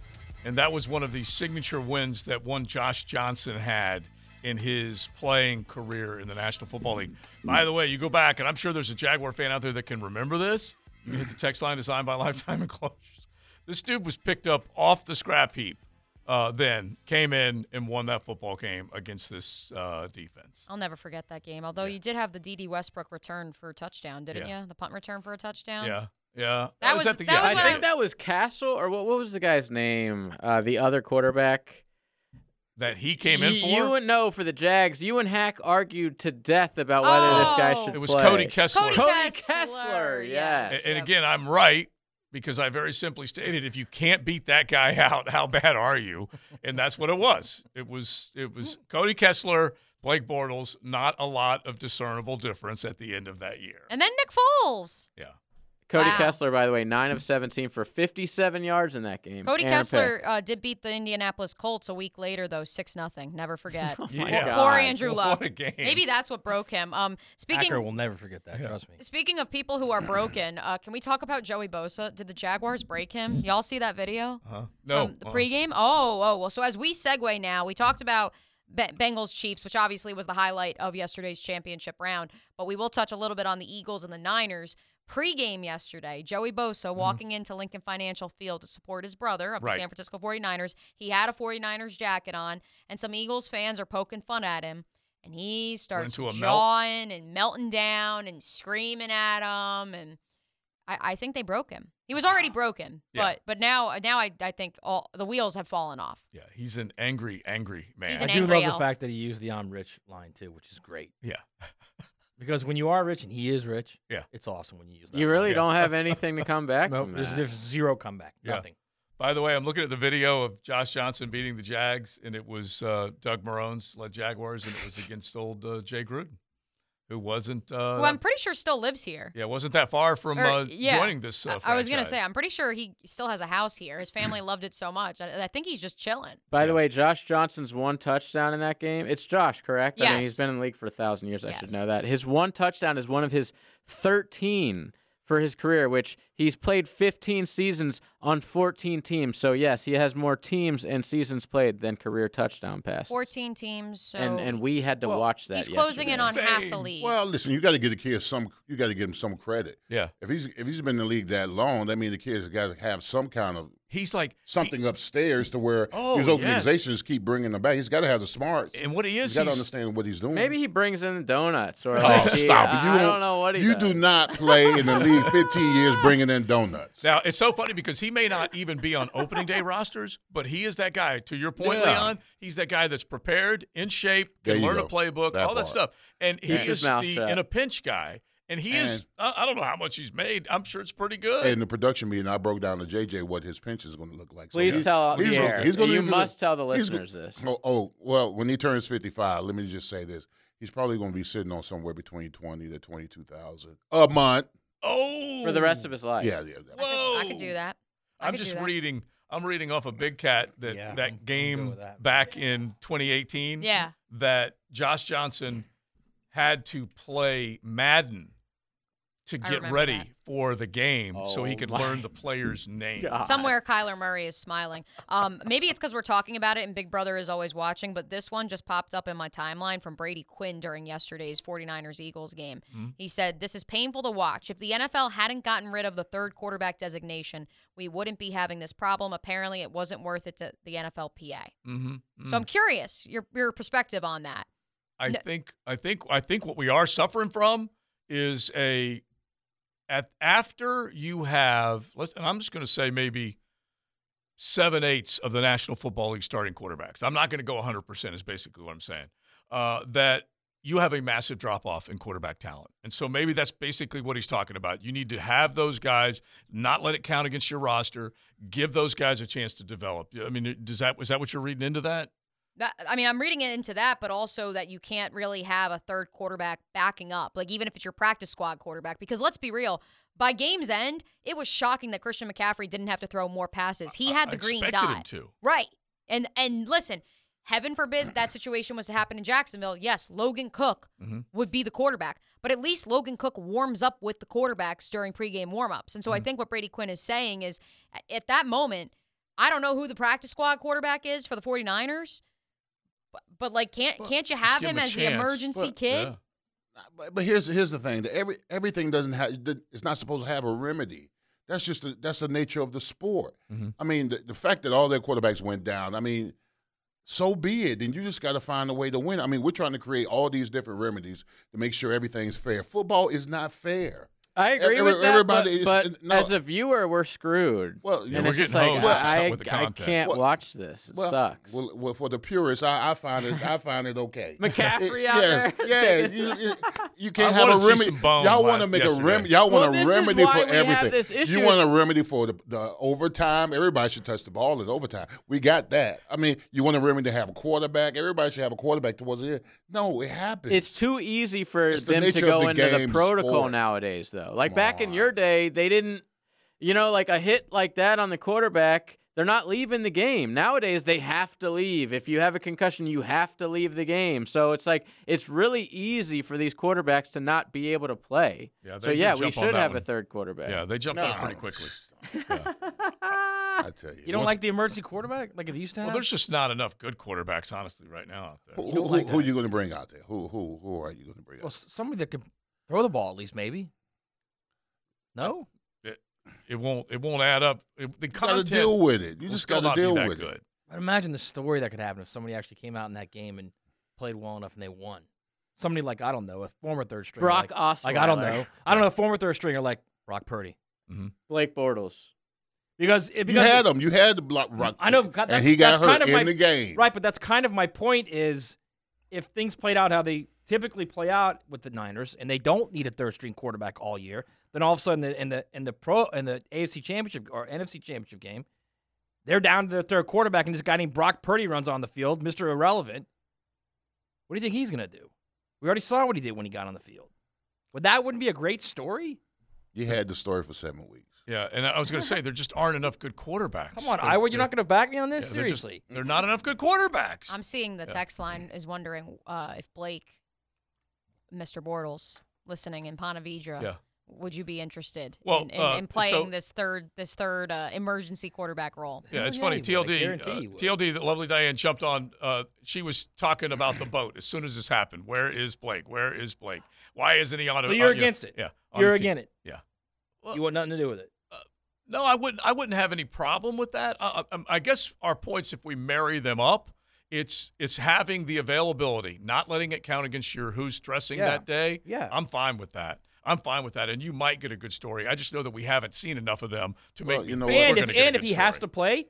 and that was one of the signature wins that one Josh Johnson had in his playing career in the National Football League. By the way, you go back, and I'm sure there's a Jaguar fan out there that can remember this. You can hit the text line designed by Lifetime Enclosures. This dude was picked up off the scrap heap. Uh, then came in and won that football game against this uh, defense.
I'll never forget that game. Although you did have the D.D. Westbrook return for a touchdown, didn't
Yeah.
you? The punt return for a touchdown.
Yeah, yeah.
That was-
at the-
that
yeah,
was
I
when
I
think
I-
think that was Castle, or what, what was the guy's name? Uh, the other quarterback.
that he came in
You-
for.
You and no for the Jags. You and Hack argued to death about whether this guy
Oh.
should.
it was
play.
Cody Kessler.
Cody,
Cody
Kessler.
Kessler, yes.
and, and again, I'm right because I very simply stated if you can't beat that guy out, how bad are you? And that's what it was. It was it was Cody Kessler, Blake Bortles, not a lot of discernible difference at the end of that year.
And then Nick Foles.
Yeah.
Cody
Wow.
Kessler, by the way, nine of seventeen for fifty-seven yards in that game.
Cody
and a
Kessler
pick.
uh, did beat the Indianapolis Colts a week later, though six nothing. Never forget.
my
Yeah.
God.
Oh, Poor Andrew
What
Luck.
a game.
Maybe that's what broke him. Um, speaking
Hacker will never forget that. Trust me.
speaking of people who are broken, uh, can we talk about Joey Bosa? Did the Jaguars break him? Y'all see that video?
Huh? No.
from the
uh,
pregame. Oh, oh, well. So as we segue now, we talked about Be- Bengals Chiefs, which obviously was the highlight of yesterday's championship round, but we will touch a little bit on the Eagles and the Niners. Pre-game yesterday, Joey Bosa walking into Lincoln Financial Field to support his brother of
Mm-hmm. Right.
the San Francisco 49ers. He had a 49ers jacket on, and some Eagles fans are poking fun at him. And he starts
into a melt.
jawing and melting down and screaming at him. And I, I think they broke him. He was already broken,
Yeah.
but but now now I, I think all the wheels have fallen off.
yeah, he's an angry, angry man.
He's
I
an
do
angry
love
elf.
the fact that he used the "I'm rich" line too, which is great.
yeah.
Because when you are rich, and he is rich,
Yeah.
it's awesome when you use that.
You really
Yeah.
don't have anything to come back
No,
from.
there's,
that.
there's zero comeback.
Yeah.
Nothing.
By the way, I'm looking at the video of Josh Johnson beating the Jags, and it was uh, Doug Marone's led Jaguars, and it was against old uh, Jay Gruden, who wasn't. Uh,
Who I'm pretty sure still lives here.
yeah, wasn't that far from
Or-
uh,
Er, yeah.
joining this. Uh,
I, I was gonna say
franchise.
I'm pretty sure he still has a house here. His family loved it so much. I, I think he's just chilling.
By the way, Josh Johnson's one touchdown in that game. It's Josh, correct? I mean, he's
Yes.
been in the league for a thousand years. I should
Yes.
know that. His one touchdown is one of his thirteen for his career, which he's played fifteen seasons on fourteen teams. So yes, he has more teams and seasons played than career touchdown passes.
14 teams, so
and and we had to watch that.
he's closing in
yesterday.
on half the
Insane.
league.
Well, listen, you got to give the kid some. You got to give him some credit.
Yeah.
If he's if he's been in the league that long, that means the kid's got to have some kind of
He's like
something upstairs to where
Oh,
these
yes.
organizations keep bringing him back. He's got to have the smarts.
And what he is,
he's got to
he's-
understand what he's doing.
Maybe he brings in donuts or
Oh,
like
stop!
he-
it. You
I, I don't
won't-
know what he
You
does.
do not play in the league 15 years bringing in donuts.
now. It's so funny because he may not even be on opening day rosters, but he is that guy. To your point,
Yeah.
Leon, he's that guy that's prepared, in shape,
There
can
you
learn a
go.
playbook,
That
all that
part.
stuff, and he
Keeps his
is
mouth
the
shut.
in a pinch guy. And he is.
And-
I I don't know how much he's made. I'm sure it's pretty good.
In the production meeting, I broke down to JJ what his pinch is going to look like. So
Please
he-
tell out the
gonna-
air.
gonna
You
even-
must tell the
he's go-
listeners this.
Oh, oh, well, when he turns 55, let me just say this: he's probably going to be sitting on somewhere between 20 to 22 thousand a month.
oh,
for the rest of his life.
Yeah, yeah. yeah.
Whoa.
I could do that. I
I'm
could do
just
that.
reading. I'm reading off a big cat that
Yeah, I'm- I'm
that
good
game
with that.
back in 2018.
Yeah.
That Josh Johnson had to play Madden to
I
get
remember
ready
that.
for the game so he
Oh
could
my
learn the player's name.
Somewhere Kyler Murray is smiling. Um, maybe it's because we're talking about it and Big Brother is always watching, but this one just popped up in my timeline from Brady Quinn during yesterday's 49ers Eagles game.
Mhm.
He said, This is painful to watch. If the NFL hadn't gotten rid of the third quarterback designation, we wouldn't be having this problem. Apparently, it wasn't worth it to the NFLPA.
Mm-hmm.
So I'm curious your, your perspective on that.
I
No-
think I think I think what we are suffering from is a at after you have let's and I'm just going to say maybe seven eighths of the National Football League starting quarterbacks. I'm not going to go 100 percent is basically what I'm saying. Uh, that you have a massive drop off in quarterback talent, and so maybe that's basically what he's talking about. You need to have those guys, not let it count against your roster. Give those guys a chance to develop. I mean, does that is that what you're reading into that?
That, I mean, I'm reading it into that, but also that you can't really have a third quarterback backing up, like even if it's your practice squad quarterback. Because let's be real, by game's end, it was shocking that Christian McCaffrey didn't have to throw more passes. He had
I
the green
expected him
dot,
to.
right? And and listen, heaven forbid that situation was to happen in Jacksonville. Yes, Logan Cook
Mhm.
would be the quarterback, but at least Logan Cook warms up with the quarterbacks during pregame warmups. And so
Mm.
I think what Brady Quinn is saying is, a- at that moment, I don't know who the practice squad quarterback is for the 49ers. But, but like, can't can't you have him, as the emergency kid?
But, but here's here's the thing: that every everything doesn't have it's not supposed to have a remedy. That's just the, that's the nature of the sport. I mean, the, the fact that all their quarterbacks went down. I mean, so be it. Then you just got to find a way to win. I mean, we're trying to create all these different remedies to make sure everything's fair. Football is not fair. E-,
I agree
Every-
with that,
everybody is-
but, but
no.
as a viewer, we're screwed.
Well,
and it's just like I, I, can't
Well,
watch this. It
well,
sucks.
Well, well, for the purists, I, I find it. I find it okay.
McCaffrey
It-
out
yes,
there
Yeah,
taking-
you, you- you can't
I
have
wanted
a
to see
remedy.
some bone
Y'all want to
last-
make
yesterday.
a remedy. Y'all
Well,
want
this
a
is
remedy
why
for
we have
everything.
this issue
You want
is-
a remedy for the, the overtime. Everybody should touch the ball in overtime. We got that. I mean, you want a remedy to have a quarterback. Everybody should have a quarterback towards the end. No, it happens.
It's too easy for
It's the
them to
nature
go
of the
into the
game,
protocol
sports.
nowadays, though. Like back in your day, they didn't, you know, like a hit like that on the quarterback, they're not leaving the game. Nowadays, they have to leave. If you have a concussion, you have to leave the game. So it's like, it's really easy for these quarterbacks to not be able to play.
Yeah,
so
they did
yeah, we
jump on
should
that
have a
one.
third quarterback.
Yeah, they jumped out pretty quickly.
I tell you.
You don't like the emergency quarterback like it used to
Well,
have?
there's just not enough good quarterbacks, honestly, right now out there.
Who, who, who are you going to bring out there? Who who who are you going to bring out?
well, s- somebody that can throw the ball at least, maybe. No,
It, it won't. It won't add up. It, the
gotta
content
deal with it. You
will
just
still
gotta
not be
deal
that
with it.
good.
I'd imagine the story that could happen if somebody actually came out in that game and played well enough and they won. Somebody like I don't know, a former third stringer,
Brock
like, like I don't
Osweiler.
know, I don't know, a former third stringer like Brock Purdy,
Mm-hmm.
Blake Bortles.
because it,
You
because
had him. You had the block. Rock,
I know,
and
that's,
he got
that's
hurt
kind of
in
my,
the game.
right? But that's kind of my point is if things played out how they typically play out with the Niners, and they don't need a third string quarterback all year, then all of a sudden in the in the pro in the AFC Championship or NFC Championship game, they're down to their third quarterback, and this guy named Brock Purdy runs on the field, Mister Irrelevant. What do you think he's gonna do? We already saw what he did when he got on the field. But that wouldn't be a great story.
You had the story for seven weeks.
Yeah, and I was going to say there just aren't enough good quarterbacks.
Come on,
They're-
Iowa, you're not gonna back me on
yeah,
this
they're just-
seriously.
they're not enough good quarterbacks.
I'm seeing the
Yeah.
text line is wondering uh, if Blake, Mr. Bortles, listening in Pontevedra,
Yeah.
would you be interested
Well,
in, in,
uh,
in playing
so-
this third this third uh, emergency quarterback role?
Oh, Yeah, it's
yeah,
funny.
he would. I
TLD,
guarantee
uh,
he would.
TLD, the lovely Diane jumped on. Uh, she was talking about the boat as soon as this happened. Where is Blake? Where is Blake? Why isn't he on? a-
So you're
on- yeah,
against it.
Yeah, on
You're
the team.
against it.
Yeah.
you want nothing to do with it.
No, I wouldn't. I wouldn't have any problem with that. I, um, I, I guess our points, if we marry them up, it's it's having the availability, not letting it count against your who's dressing
Yeah.
that day.
Yeah.
I'm fine with that. I'm fine with that, and you might get a good story. I just know that we haven't seen enough of them to
Well,
make
you
me
know
think
and
we're
if
gonna get a
and if
good
he has to
story.
play,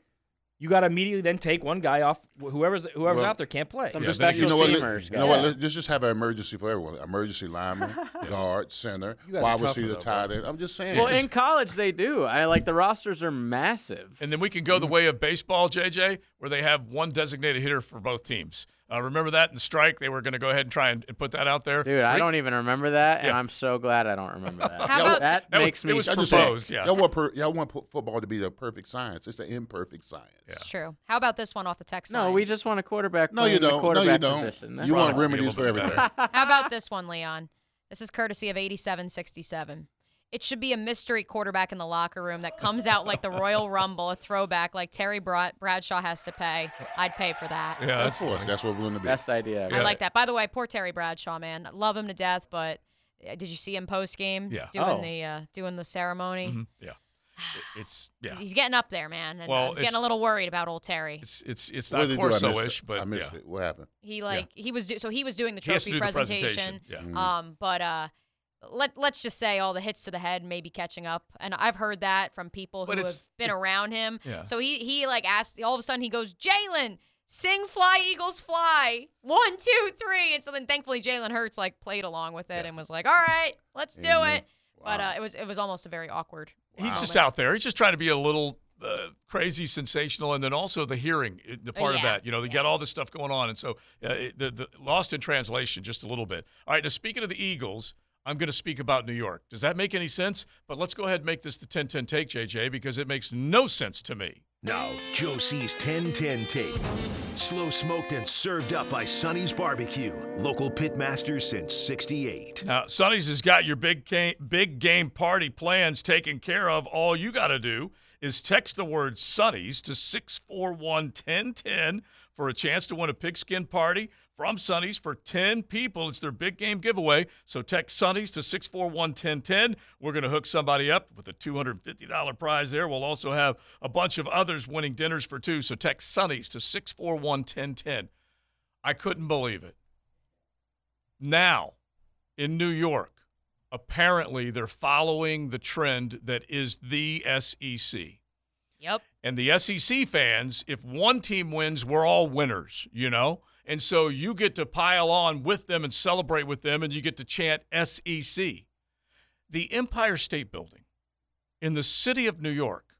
you got to immediately then take one guy off. wh- Whoever's whoever's
Well,
out there can't play.
Some
Just-
special
you know what?
teamers,
you know what?
guys.
Let's just, just have an emergency for everyone. Emergency lineman, guard, center,
You guys are
wide
tougher,
receiver,
though,
tight end. I'm just saying.
Well, in college, they do. I like the rosters are massive.
Mm-hmm.
And then we can go the way of baseball, JJ, where they have one designated hitter for both teams. Uh, remember that in the strike? They were going to go ahead and try and, and put that out there.
Dude, I
e
don't even remember that, and I'm so glad I don't remember that.
How about-
that
That was-
makes
it
me
was
sick.
proposed, yeah.
Y'all want, per, y'all want po- football to be the perfect science. It's an imperfect science.
It's true. How about this one off the text
No,
line?
we just want a quarterback.
No, you
playing the
don't. No, you
quarterback
don't.
Position.
You want remedies for everything.
How about this one, Leon? This is courtesy of 8767. It should be a mystery quarterback in the locker room that comes out like the Royal Rumble, a throwback like Terry Bra- Bradshaw has to pay. I'd pay for that.
Yeah, of course. That's what we're going to be. Best
idea.
I like that. By the way, poor Terry Bradshaw, man. Love him to death, but uh, did you see him post game?
Yeah.
Doing
Oh.
the uh, doing the ceremony.
Mhm. Yeah. It- It's yeah.
He's- He's getting up there, man. And
Well,
I was getting a
it's-
little worried about old Terry.
It's it's it's
What
not
did they do? I missed
Corso-ish,
it.
but
I missed
yeah.
it. What happened?
He like he was do- so he was doing the
He has to
trophy
do the
presentation.
presentation, yeah.
Mm-hmm.
Mhm.
Um, but uh, let let's just say all the hits to the head, maybe catching up, and I've heard that from people
But
who have
it's-
been around him.
Yeah.
So he he like asked all of a sudden he goes Jalen. Sing fly Eagles fly. One, two, three. And so then thankfully Jalen Hurts like played along with it and was like, All right, let's do
Mm-hmm.
Amen.
it. But uh, it was it was almost a very awkward
He's just out there. He's just trying to be a little uh, crazy, sensational, and then also the hearing, uh, the
Uh,
part of
yeah.
that. You know, they got all this stuff going on, and so uh, it- the, the lost in translation just a little bit. All right. Now speaking of the Eagles, I'm going to speak about New York. Does that make any sense? But let's go ahead and make this the 10-10 take, JJ, because it makes no sense to me.
Now, Josie's 1010 take. Slow smoked and served up by Sonny's Barbecue, local pitmaster since 68.
Now, Sonny's has got your big game, big game party plans taken care of. All you got to do is text the word Sonny's to 641 1010 for a chance to win a pigskin party from Sonny's for 10 people. It's their big game giveaway. So text Sonny's to 641 1010. We're going to hook somebody up with a $250 prize there. We'll also have a bunch of others winning dinners for two. So text Sonny's to 641 1010. I couldn't believe it. Now, in New York, apparently they're following the trend that is the SEC.
Yep.
And the SEC fans, if one team wins, we're all winners, you know? And so you get to pile on with them and celebrate with them, and you get to chant SEC. The Empire State Building in the city of New York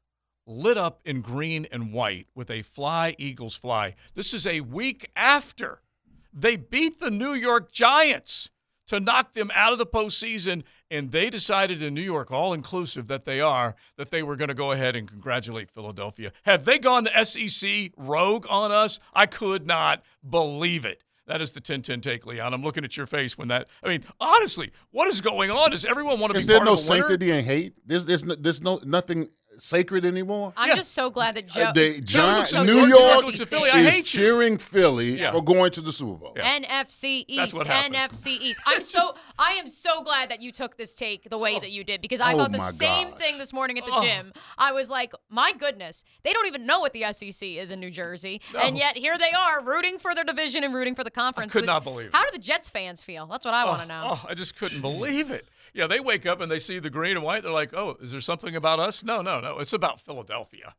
lit up in green and white with a fly, Eagles fly. This is a week after they beat the New York Giants to knock them out of the postseason, and they decided in New York, all inclusive that they are, that they were going to go ahead and congratulate Philadelphia. Have they gone the SEC rogue on us? I could not believe it. That is the 10-10 take, Leon. I'm looking at your face when that. I mean, honestly, what is going on? Does everyone want to
Is
be
there
part
no
of a winner?
sanctity in hate? There's, there's, no, there's no nothing sacred anymore.
I'm just so glad that Joe
Uh, they,
Joe
John,
looks like
New
Joe's
York
SEC.
is cheering Philly for going to the Super Bowl.
NFC
That's
East,
what happened.
NFC East. I'm so I am so glad that you took this take the way that you did because I
Oh
thought the
my
same
gosh.
thing this morning at the
Oh.
gym. I was like, my goodness, they don't even know what the SEC is in New Jersey, and
No.
yet here they are rooting for their division and rooting for the conference.
could
The-
not believe it.
How do the Jets fans feel? That's what I want to know.
Oh, I just couldn't believe it. Yeah, they wake up and they see the green and white. They're like, oh, is there something about us? No, no, no. It's about Philadelphia.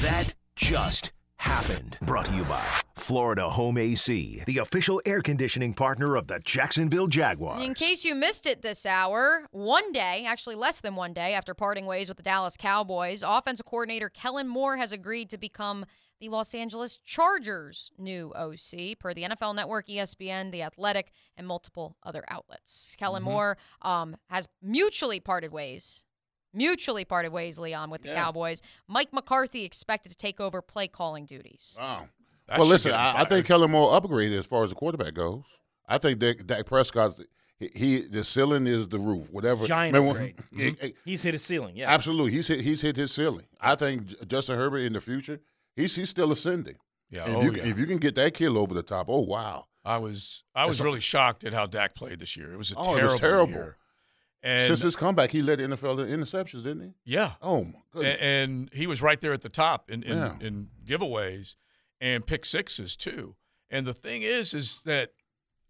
That just happened. Brought to you by Florida Home AC, the official air conditioning partner of the Jacksonville Jaguars.
In case you missed it this hour, one day, actually less than one day after parting ways with the Dallas Cowboys, offensive coordinator Kellen Moore has agreed to become the Los Angeles Chargers' new OC, per the NFL Network, E ESPN, The Athletic, and multiple other outlets. Kellen
Mm-hmm.
Mhm.
Moore um, has mutually parted ways. Mutually parted ways, Leon, with the
Yeah.
Cowboys. Mike McCarthy expected to take over play calling duties.
Wow.
That
well,
should
listen,
get him
I, I think Kellen Moore upgraded as far as the quarterback goes. I think Dak, Dak Prescott's he, he the ceiling is the roof. Whatever.
Giant
Remember
upgrade.
when-
Mm-hmm.
it- it-
Mm-hmm.
He's hit his ceiling. Yeah.
Absolutely, he's hit, he's hit his ceiling. I think J- Justin Herbert in the future, he's he's still ascending.
Yeah,
If,
oh,
you, can-
yeah.
if you can get that kid over the top, oh wow.
I was I was
That's a-
really shocked at how Dak played this year. It was a
Oh,
terrible,
it was terrible.
year. And
Since his comeback, he led the NFL in interceptions, didn't he?
yeah,
Oh my
A-
goodness.
and he was right there at the top in in,
Yeah.
in giveaways and pick sixes too. And the thing is, is that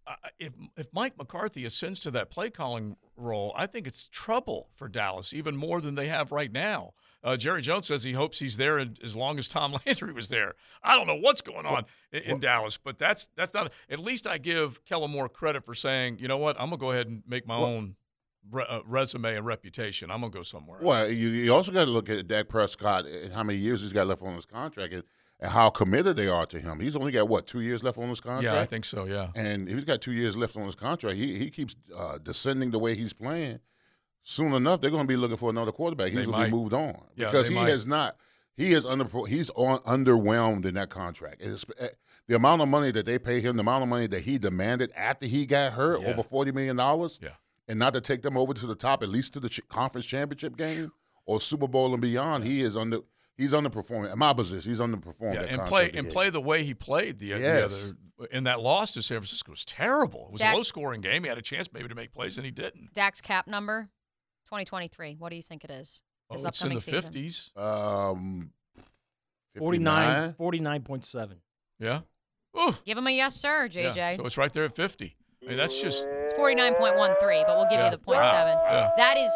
uh, if if Mike McCarthy ascends to that play calling role, I think it's trouble for Dallas even more than they have right now. Uh, Jerry Jones says he hopes he's there and- as long as Tom Landry was there. I don't know what's going on in, in Dallas, but that's that's not. At least I give Kellen Moore credit for saying, you know what, I'm gonna go ahead and make my
Well-
own re- uh, resume and reputation. I'm gonna go somewhere.
Well, you, you also got to look at Dak Prescott and how many years he's got left on his contract, and, and how committed they are to him. He's only got what two years left on his contract.
Yeah, I think so. Yeah.
And if he's got two years left on his contract, he he keeps uh, descending the way he's playing. Soon enough, they're going to be looking for another quarterback. He's
They
going to
might.
be moved on
Yeah,
because
they
he
might.
has not. He is under. He's on underwhelmed in that contract. It's- eh, the amount of money that they pay him, the amount of money that he demanded after he got hurt,
Yeah.
over forty million dollars.
Yeah.
And not to take them over to the top, at least to the ch- conference championship game or Super Bowl and beyond. He is under. He's underperforming. In my position, he's underperforming.
Yeah,
that
and
contract
play
he
and
gave.
play the way he played the, the
Yes.
other in that loss to San Francisco was terrible. It was
That-
a low scoring game. He had a chance maybe to make plays and he didn't.
Dax cap number 2023. What do you think it is?
Oh, it's
This
in
upcoming
the
season.
fifties.
Um,
49, 49.7.
Yeah,
Give him a yes, sir,
yeah.
JJ.
So it's right there at fifty. I mean, that's just
It's 49.13, but we'll give
Yeah.
you the point
Wow.
seven.
Yeah.
That is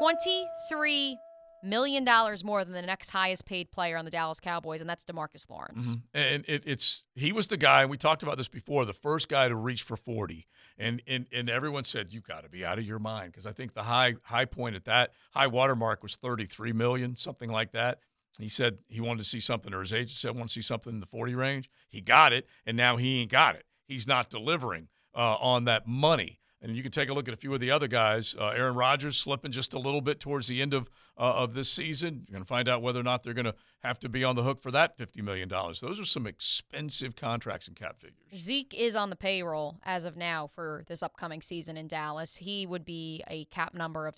$23 million more than the next highest paid player on the Dallas Cowboys, and that's Demarcus Lawrence.
Mhm. And it, it's he was the guy. We talked about this before. The first guy to reach for forty, and and, and everyone said you got to be out of your mind because I think the high high point at that high watermark was thirty three million, something like that. He said he wanted to see something, or his agent said want to see something in the forty range. He got it, and now he ain't got it. He's not delivering uh, on that money. And you can take a look at a few of the other guys. Uh, Aaron Rodgers slipping just a little bit towards the end of uh, of this season. You're going to find out whether or not they're going to have to be on the hook for that fifty million dollars. Those are some expensive contracts and cap figures.
Zeke is on the payroll as of now for this upcoming season in Dallas. He would be a cap number of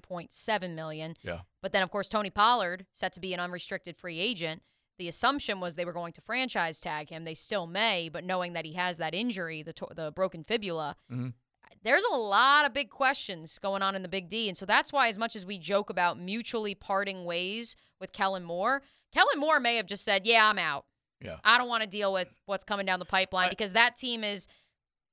16.7 million.
Yeah.
But then, of course, Tony Pollard, set to be an unrestricted free agent. The assumption was they were going to franchise tag him. They still may, but knowing that he has that injury, the, to- the broken fibula,
Mhm.
there's a lot of big questions going on in the Big D. And so that's why, as much as we joke about mutually parting ways with Kellen Moore, Kellen Moore may have just said, Yeah, I'm out.
Yeah.
I don't want to deal with what's coming down the pipeline because that team is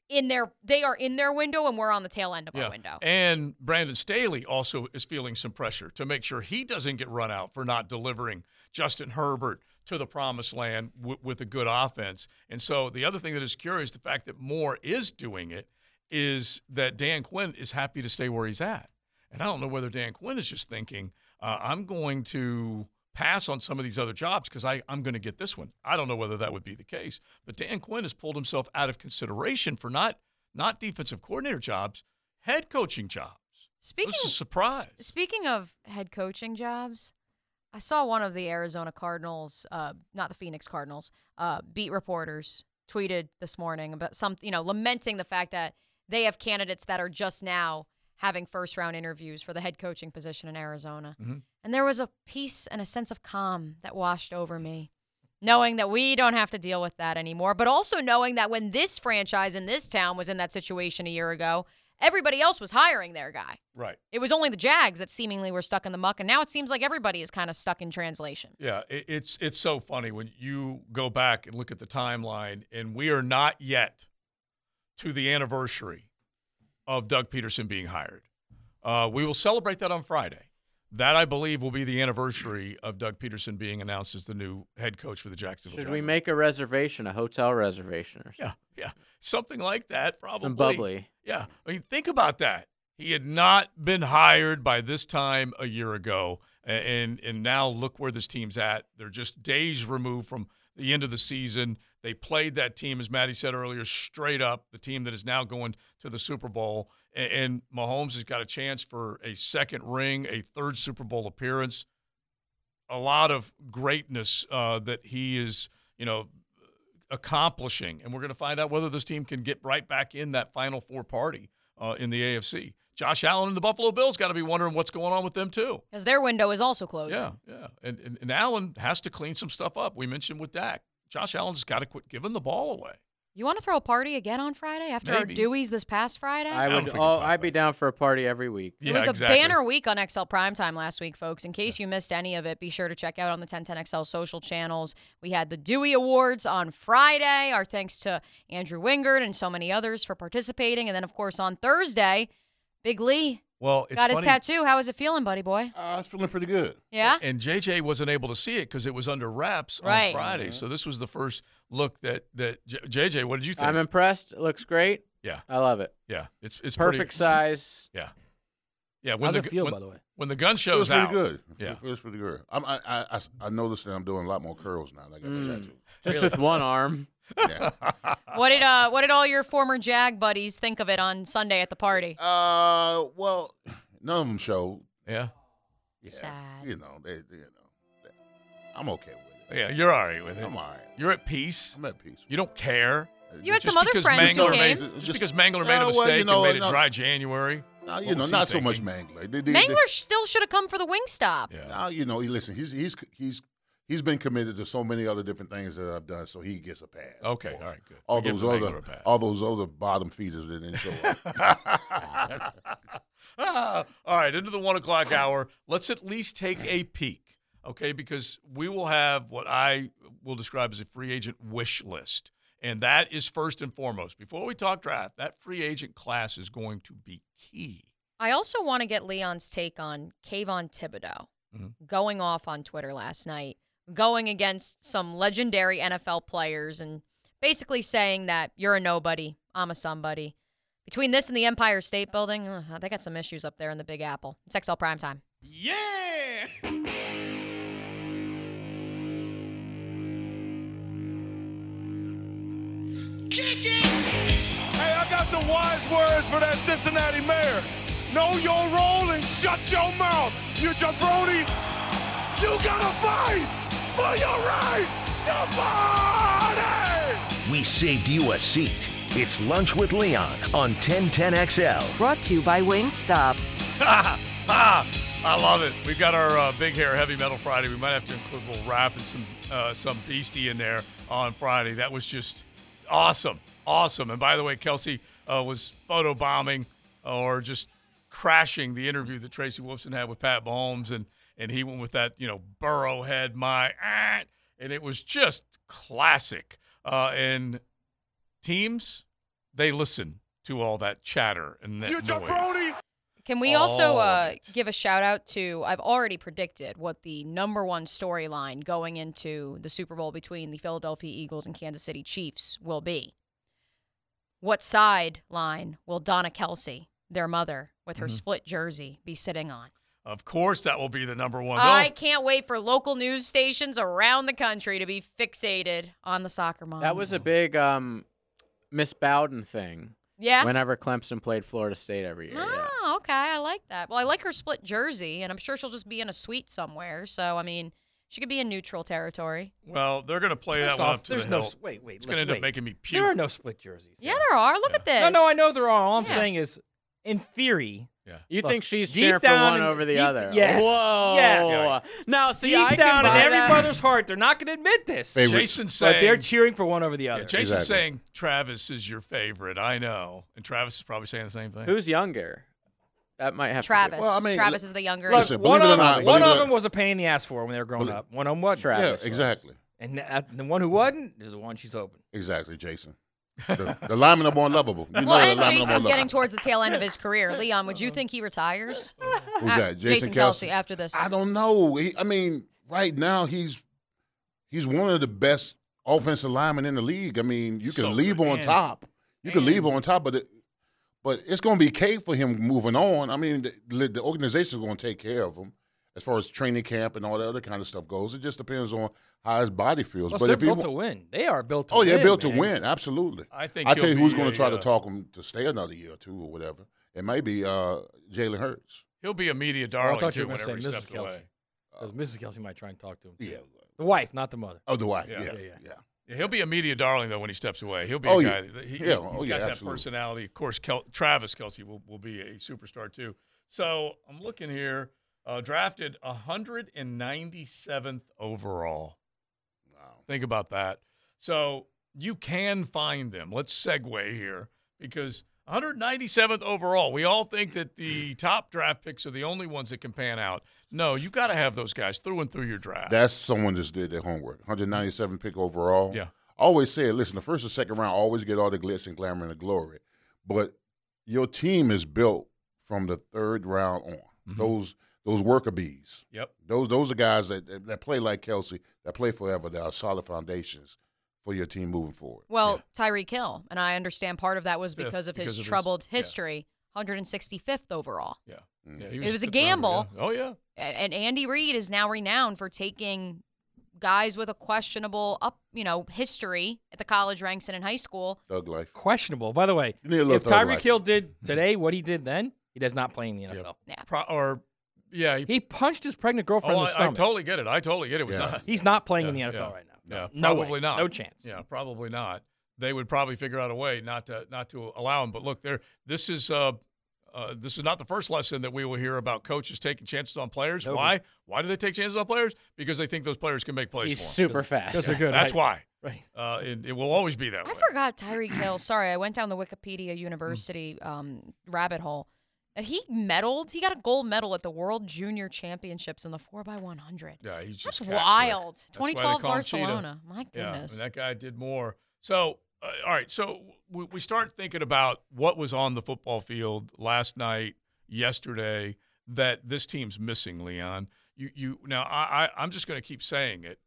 in their they are in their window and we're on the tail end of our window.
And Brandon Staley also is feeling some pressure to make sure he doesn't get run out for not delivering Justin Herbert to the promised land w- with a good offense. And so the other thing that is curious, the fact that Moore is doing it, is that Dan Quinn is happy to stay where he's at. And I don't know whether Dan Quinn is just thinking, uh, I'm going to pass on some of these other jobs because I'm going to get this one. I don't know whether that would be the case. But Dan Quinn has pulled himself out of consideration for not not defensive coordinator jobs, head coaching jobs.
Speaking
This is a surprise.
Speaking of head coaching jobs, I saw one of the Arizona Cardinals, uh, not the Phoenix Cardinals, uh, beat reporters tweeted this morning about some, you know, lamenting the fact that they have candidates that are just now having first round interviews for the head coaching position in Arizona.
Mm-hmm.
And there was a peace and a sense of calm that washed over me, knowing that we don't have to deal with that anymore, but also knowing that when this franchise in this town was in that situation a year ago, everybody else was hiring their guy.
Right.
It was only the Jags that seemingly were stuck in the muck, and now it seems like everybody is kind of stuck in translation.
Yeah, it, it's it's so funny when you go back and look at the timeline, and we are not yet to the anniversary of Doug Peterson being hired. Uh, we will celebrate that on Friday. That I believe will be the anniversary of Doug Peterson being announced as the new head coach for the Jacksonville.
Should we
Jaguars.
make a reservation, a hotel reservation or something?
Yeah, yeah, something like that. Probably
Some bubbly.
Yeah, I mean, think about that. He had not been hired by this time a year ago, a- and and now look where this team's at. They're just days removed from the end of the season. They played that team, as Maddie said earlier, straight up the team that is now going to the Super Bowl. A- And Mahomes has got a chance for a second ring, a third Super Bowl appearance a lot of greatness uh, that he is, you know, accomplishing. And we're going to find out whether this team can get right back in that final four party uh, in the AFC. Josh Allen and the Buffalo Bills got to be wondering what's going on with them, too.
Because their window is also closing.
Yeah, yeah. And, and, and Allen has to clean some stuff up. We mentioned with Dak. Josh Allen's got to quit giving the ball away.
You want to throw a party again on Friday after our
Maybe.
Dewey's this past Friday?
I would. Oh, I'd be down for a party every week.
it was a banner week on XL Primetime last week, folks. In case you missed any of it, be sure to check out on the 1010XL social channels. We had the Dewey Awards on Friday. Our thanks to Andrew Wingard and so many others for participating. And then, of course, on Thursday, Big Lee
Well, it's
got his
funny-
tattoo. How is it feeling, buddy boy?
Uh,
I was feeling pretty good.
Yeah?
And JJ wasn't able to see it because it was under wraps
Ah. Right.
on Friday. So this was the first look that that J- JJ. What did you think?
I'm impressed. It looks great.
Yeah.
I love it.
Yeah, it's it's pretty-
perfect size.
Yeah, Yeah, when
How's
the
it
gu-
feel
when-
by the way?
When the gun
Feels
shows
pretty
out.
good.
Yeah.
feels pretty good. I'm, I, I- I s- I noticed that I'm doing a lot more curls now. that I got the tattoo.
Hmm. Just with one arm.
Yeah.
What did uh what did all your former Jag buddies think of it on Sunday at the party?
Uh well None of them showed.
Yeah.
Yeah.
Sad.
You know, they, they- you know, they- I'm okay with it.
Yeah, you're all right with it.
I'm all right.
You're at peace.
I'm at peace. Uh,
You don't care.
You had
Just
some other
because
friends who
Mangler made-
came.
just,
Just-
because Mangler made
Yeah,
a
well,
mistake
you know,
and made
no-
it dry January.
Now, you
What
know,
was he
not so
thinking?
much Mangler. They, they,
Mangler still should have come for the Wingstop.
Yeah.
Now you know. He listen. He's he's he's he's been committed to so many other different things that I've done, so he gets a pass. of
Okay,
course.
all right, good.
All
We give
those
the Mangler
other
a pass.
all those other bottom feeders that didn't show up.
Ah, all right, into the one o'clock hour. Let's at least take a peek, okay? Because we will have what I will describe as a free agent wish list. And that is first and foremost. Before we talk draft, that free agent class is going to be key.
I also want to get Leon's take on Kayvon Thibodeau going off on Twitter last night, going against some legendary NFL players and basically saying that you're a nobody, I'm a somebody. Between this and the Empire State Building, ugh, they got some issues up there in the Big Apple. It's XL Prime Time.
Hey, I got some wise words for that Cincinnati mayor. Know your role and shut your mouth, you jabroni. You gotta fight for your right to party.
We saved you a seat. It's Lunch with Leon on 1010XL.
Brought to you by Wingstop.
Ah, ah, I love it. We've got our uh, big hair heavy metal Friday. We might have to include a little rap and some uh, some beastie in there on Friday. That was just awesome, awesome. And by the way, Kelsey uh, was photo bombing or just crashing the interview that Tracy Wolfson had with Pat Mahomes, and and he went with that you know burrow head my ah, and it was just classic. Uh, and teams, they listen to all that chatter and that
You
noise.
jabroni.
Can we
All
also
of
uh, give a shout out to? I've already predicted what the number one storyline going into the Super Bowl between the Philadelphia Eagles and Kansas City Chiefs will be. What sideline will Donna Kelsey, their mother, with her
Mhm.
split jersey, be sitting on?
Of course, that will be the number one.
I can't wait for local news stations around the country to be fixated on the soccer moms.
That was a big um, Miss Bowden thing.
Yeah?
Whenever Clemson played Florida State every year. yeah.
Oh, okay. I like that. Well, I like her split jersey, and I'm sure she'll just be in a suite somewhere. So, I mean, she could be in neutral territory.
Well, they're going to play
First
that one
off,
up to
there's
the
no
hilt.
s- wait, wait,
It's going
let's
to end up
wait.
making me puke.
There are no split jerseys.
Yeah, there are. Look at
No,
this.
no, I know there are. All I'm
Yeah.
saying is, in theory,
Yeah.
You
Look,
think she's
deep
cheering for
down
one
in-
over the
deep-
other?
yes,
Whoa.
yes.
Now, see,
deep
I can
down in
buy
every
that.
mother's heart, they're not going to admit this.
Favorite.
Jason
but they're
saying,
cheering for one over the other.
yeah, Jason's
Exactly.
saying Travis is your favorite. I know, and Travis is probably saying the same thing.
Who's younger? That might have
Travis.
Well, I mean,
Travis
li-
is the younger.
Look,
Listen,
one
believe it
of
or not,
them, one of
believe it-
them was a pain in the ass for her when they were growing
Believe-
up. One of them was
Travis.
yeah,
was.
exactly,
and the, uh, the one who wasn't is the one she's hoping.
exactly, Jason. The, the linemen are more lovable. You
well,
know
and
the linemen are
Jason's
more
getting
lovable.
towards the tail end of his career. Leon, would you think he retires?
Who's
Ah,
that? Jason,
Kelsey. After this,
I don't know. He, I mean, right now he's he's one of the best offensive linemen in the league. I mean, you can
So
leave
good.
on
And-
top. You can
and-
leave on top, but it, but it's going to be cake for him moving on. I mean, the, the organization's going to take care of him as far as training camp and all that other kind of stuff goes. It just depends on how his body feels.
Plus,
but
they're
if he
built
wa-
to win. They are built to
oh
win.
yeah, built
man.
to win, absolutely.
I think
I tell
he'll
you who's
be
going
a,
to try
uh,
to talk him to stay another year or two or whatever. It may be uh, Jalen Hurts.
He'll be a media
Oh, I
darling
thought you
too
were going to say
whenever he
Mrs.
steps
Kelsey.
away.
Because Mrs. Kelsey might try and talk to him.
Yeah.
The wife, not the mother.
Oh, Dwight.
Yeah.
Yeah. Yeah.
Yeah, yeah.
Yeah, he'll be a media darling though when he steps away. He'll be
Oh,
a
yeah.
guy. that- He,
Yeah,
has
oh,
got
yeah,
that
absolutely.
personality. Of course, Kel- Travis Kelsey will, will be a superstar too. So I'm looking here. Uh, drafted 197th overall.
Wow.
Think about that. So you can find them. Let's segue here because 197th overall. We all think that the top draft picks are the only ones that can pan out. No, you got to have those guys through and through your draft.
That's someone just did their homework. 197 pick overall.
Yeah.
I always said, listen, the first and second round always get all the glitz and glamour and the glory, but your team is built from the third round on. Those those worker bees.
Mm-hmm. yep.
Those those are guys that, that that play like Kelsey, that play forever. That are solid foundations for your team moving forward.
well, Tyreek Hill, and I understand part of that was
Fifth,
because of
because
his
of his-
troubled
yeah.
history. 165th overall.
Yeah.
Yeah,
he
it was
fifth
a
rounder,
gamble.
yeah. Oh yeah.
A- And Andy Reid is now renowned for taking guys with a questionable up, you know, history at the college ranks and in high school.
Thug life.
Questionable. By the way,
You need a little
if
thug
Tyreek
life.
Hill did
Mm-hmm.
today what he did then, he does not play in the NFL.
or yeah, he,
punched his pregnant girlfriend
oh,
in the
I-
stomach.
I totally get it. I totally get it. With
Yeah.
that.
He's not playing in the NFL right now.
Yeah,
No
probably
way.
not.
No chance.
Yeah, probably not. They would probably figure out a way not to not to allow him. But look, there. This is uh, uh, this is not the first lesson that we will hear about coaches taking chances on players.
No.
Why? Why do they take chances on players? Because they think those players can make plays.
He's
for 'em.
super 'Cause- fast. 'cause they're good,
That's
right.
why. Right. Uh, it, it will always be that way.
I forgot Tyreek Hill. Sorry, I went down the Wikipedia University um, rabbit hole. And he medaled. He got a gold medal at the World Junior Championships in the 4x100.
Yeah, he's
That's
just cat quick.
wild.
That's why they
2012
call him Cheetah.
Barcelona. My
Yeah, and
goodness.
that guy did more. So, uh, all right. So we, we start thinking about what was on the football field last night, yesterday, that this team's missing, Leon. You, you. Now, I, I I'm just going to keep saying it,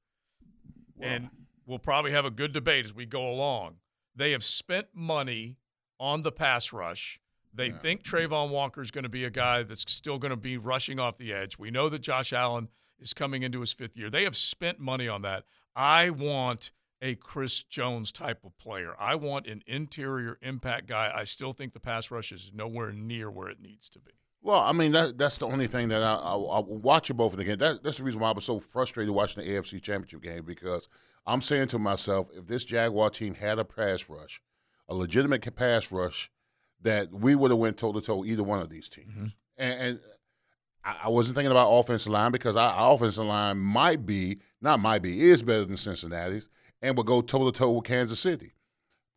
and we'll probably have a good debate as we go along. They have spent money on the pass rush. They think Trayvon Walker is going to be a guy that's still going to be rushing off the edge. We know that Josh Allen is coming into his fifth year. They have spent money on that. I want a Chris Jones type of player. I want an interior impact guy. I still think the pass rush is nowhere near where it needs to be.
Well, I mean that that's the only thing that I, I, I watch both of the games. That, that's the reason why I was so frustrated watching the AFC Championship game because I'm saying to myself, if this Jaguar team had a pass rush, a legitimate ca- pass rush, that we would have went toe to toe either one of these teams. And, and I, I wasn't thinking about offensive line because our, our offensive line might be not might be is better than Cincinnati's and would go toe to toe with Kansas City.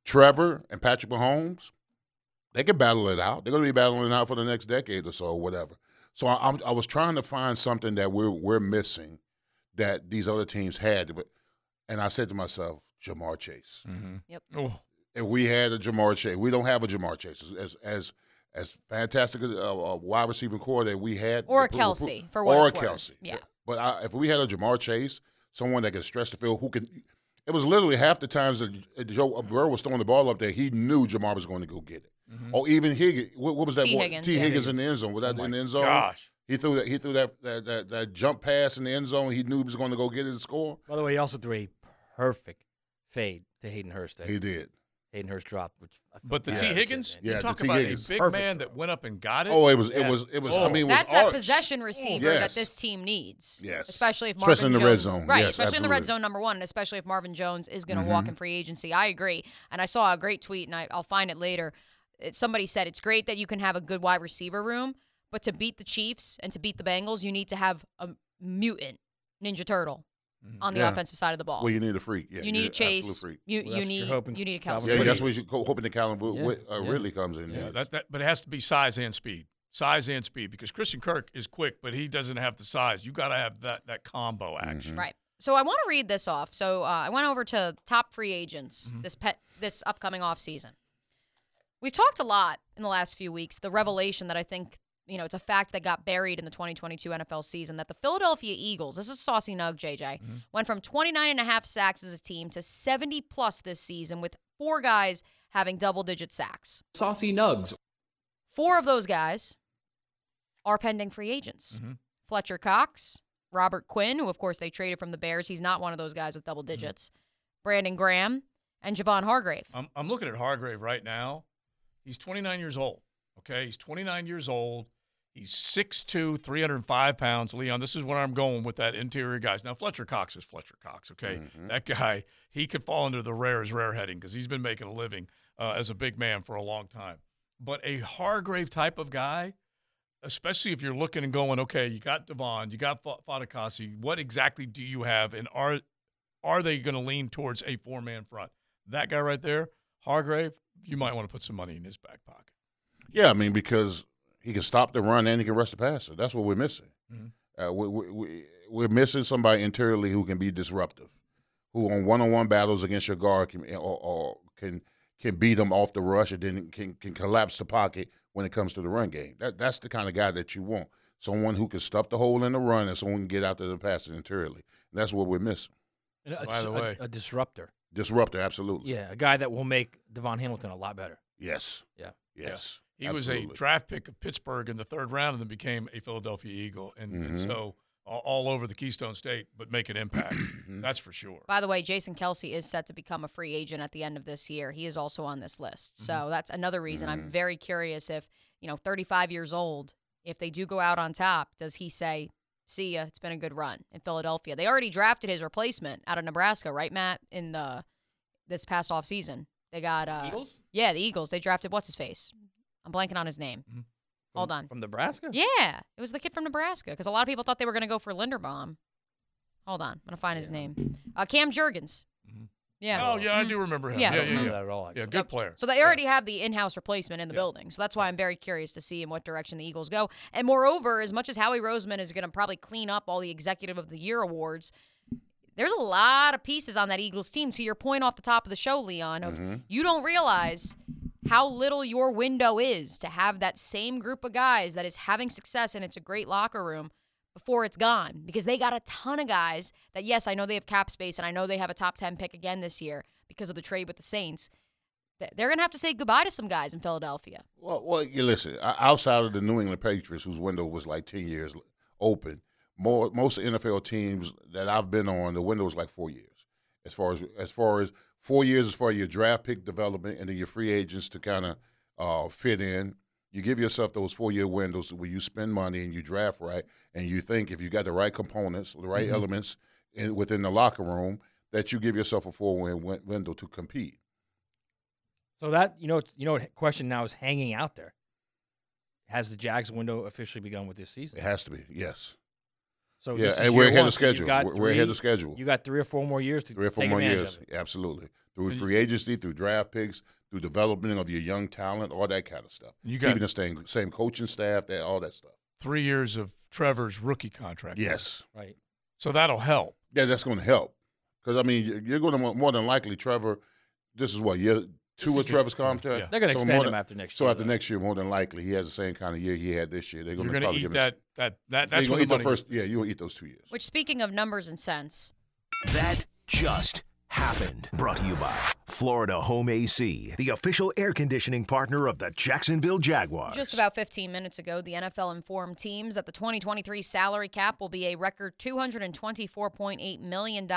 Trevor and Patrick Mahomes, they can battle it out. They're going to be battling it out for the next decade or so, or whatever. So I, I'm, I was trying to find something that we're we're missing that these other teams had, but and I said to myself, Jamar Chase.
Yep.
Oh.
If we had a Jamar Chase, we don't have a Jamar Chase as as as, as fantastic a, a wide receiving core that we had,
Or a
the pro- the pro-
Kelsey, for what
or
it's
a
worth.
Kelsey,
Yeah.
But I, if we had a Jamar Chase, someone that could stretch the field, who could. It was literally half the times that Joe Burrow was throwing the ball up there, he knew Jamar was going to go get it. Or even Higgins. What, what was that?
T.
one?
Higgins,
T.
yeah.
Higgins in the end zone. Was that in the end zone?
gosh.
He threw that. He threw that that, that that jump pass in the end zone. He knew he was going to go get it and score.
By the way, he also threw a perfect fade to Hayden Hurst. there.
He did.
Hayden Hurst dropped. Which I felt
But the
bad
T.
for
Higgins,
Sid, man.
you talk about a big
Perfect.
man that went up and got it.
Oh, it was- it was- it was- I
Oh.
mean, it was
That's that possession receiver
Yes.
that this team needs.
Yes.
Especially if Marvin
Especially in the red
Jones,
zone.
Right.
Yes,
especially in the red
absolutely.
zone, number one, and especially if Marvin Jones is going to walk
Mhm.
in free agency. I agree. And I saw a great tweet, and I, I'll find it later. It, somebody said it's great that you can have a good wide receiver room, but to beat the Chiefs and to beat the Bengals, you need to have a mutant Ninja Turtle on the
Mm-hmm. Yeah.
offensive side of the ball.
Well, you need a freak. Yeah,
you need
you're
a
an absolute
Chase.
freak.
You, you need you need a Kelsey.
Yeah, that's what you're co- hoping that Calvin Wi-
Yeah,
Wi- uh,
yeah.
Ridley comes in.
Yeah,
here.
that, that, but it has to be size and speed. Size and speed because Christian Kirk is quick, but he doesn't have the size. You got to have that that combo
Mm-hmm.
action.
Right. So I want to read this off. So uh, I went over to top free agents this pet this upcoming offseason. We've talked a lot in the last few weeks. The revelation that I think you know it's a fact that got buried in the 2022 NFL season that the Philadelphia Eagles, this is saucy nug JJ, went from 29 and a half sacks as a team to 70 plus this season with four guys having double digit sacks.
Saucy Nugs.
Four of those guys are pending free agents.
Mm-hmm.
Fletcher Cox, Robert Quinn, who of course they traded from the Bears. He's not one of those guys with double digits. Brandon Graham and Javon Hargrave.
I'm, I'm looking at Hargrave right now. He's 29 years old. Okay. He's 29 years old. He's 6'2, 305 pounds. Leon, this is where I'm going with that interior guys. Now, Fletcher Cox is Fletcher Cox. Okay.
Mm-hmm.
That guy, he could fall under the rare as rare heading because he's been making a living uh, as a big man for a long time. But a Hargrave type of guy, especially if you're looking and going, okay, you got Devon, you got F- Fadakasi. What exactly do you have, and are are they going to lean towards a four man front? That guy right there, Hargrave, you might want to put some money in his back pocket.
Yeah, I mean because he can stop the run and he can rush the passer. That's what we're missing.
Mhm.
Uh, we, we, we, we're missing somebody interiorly who can be disruptive, who on one-on-one battles against your guard can or, or can can beat them off the rush and then can can collapse the pocket when it comes to the run game. That that's the kind of guy that you want. Someone who can stuff the hole in the run and someone who can get out to the passer interiorly. That's what we're missing.
And a-
By the
a-
way.
a disruptor.
Disruptor, absolutely.
Yeah, a guy that will make Devon Hamilton a lot better.
Yes.
Yeah.
Yes.
He was
Absolutely.
a draft pick of Pittsburgh in the third round and then became a Philadelphia Eagle. And, and
Mhm.
so all, all over the Keystone State, but make an impact. That's for sure.
By the way, Jason Kelsey is set to become a free agent at the end of this year. He is also on this list. So that's another reason I'm very curious if, you know, 35 years old, if they do go out on top, does he say, see ya, it's been a good run in Philadelphia? They already drafted his replacement out of Nebraska, right, Matt, in the this past offseason. They got uh
Eagles?
Yeah, the Eagles. They drafted what's his face? I'm blanking on his name. Hold on.
From Nebraska?
Yeah, it was the kid from Nebraska because a lot of people thought they were going to go for Linderbaum. Hold on, I'm going to find his name. Uh, Cam Jurgens. Yeah.
Oh, yeah, I
Mhm.
do remember him.
Yeah.
Yeah, yeah,
I don't
yeah.
remember that
at all,
Yeah,
actually.
good player.
So they already have the in-house replacement in the building. So that's why I'm very curious to see in what direction the Eagles go. And moreover, as much as Howie Roseman is going to probably clean up all the Executive of the Year awards, there's a lot of pieces on that Eagles team. To your point off the top of the show, Leon, of
Mhm.
you don't realize how little your window is to have that same group of guys that is having success and it's a great locker room before it's gone because they got a ton of guys that yes i know they have cap space and i know they have a top 10 pick again this year because of the trade with the saints Th- they're gonna have to say goodbye to some guys in philadelphia
Well, well, you listen. o- Outside of the New England Patriots, whose window was like ten years l- open, more, most NFL teams that I've been on, the window is like four years. As far as as far as four years, as far as your draft pick development and then your free agents to kind of uh, fit in, you give yourself those four year windows where you spend money and you draft right, and you think if you got the right components, the right
Mhm.
elements in, within the locker room, that you give yourself a four win window to compete.
So that you know you know what question now is hanging out there. Has the Jags window officially begun with this season?
It has to be, yes.
So
yeah,
this is
and we're
year
ahead
one,
of
so you've
schedule.
got
We're, we're ahead
three-
of schedule.
You got three or four more years to
three or four
take
more
advantage
years,
of it.
absolutely. Through free agency, through draft picks, through development of your young talent, all that kind of stuff.
You got-
keeping the same, same coaching staff, that all that stuff.
Three years of Trevor's rookie contract.
Yes.
Right.
So that'll help.
Yeah, that's going to help because I mean you- you're going to more than likely Trevor. This is what year two
is
of
your-
Trevor's contract.
yeah. They're gonna extend
more
him
than-
after next
So
year,
after
though.
next year, more than likely, he has the same kind of year he had this year. They're going
You're gonna
to probably
eat
give him
that- that- that- that's
You're
when
gonna
the
eat the
money-
first. Yeah, you'll eat those two years.
which speaking of numbers and cents
That just happened. Brought to you by Florida Home AC, the official air conditioning partner of the Jacksonville Jaguars.
Just about 15 minutes ago, the NFL informed teams that the 2023 salary cap will be a record $224.8 million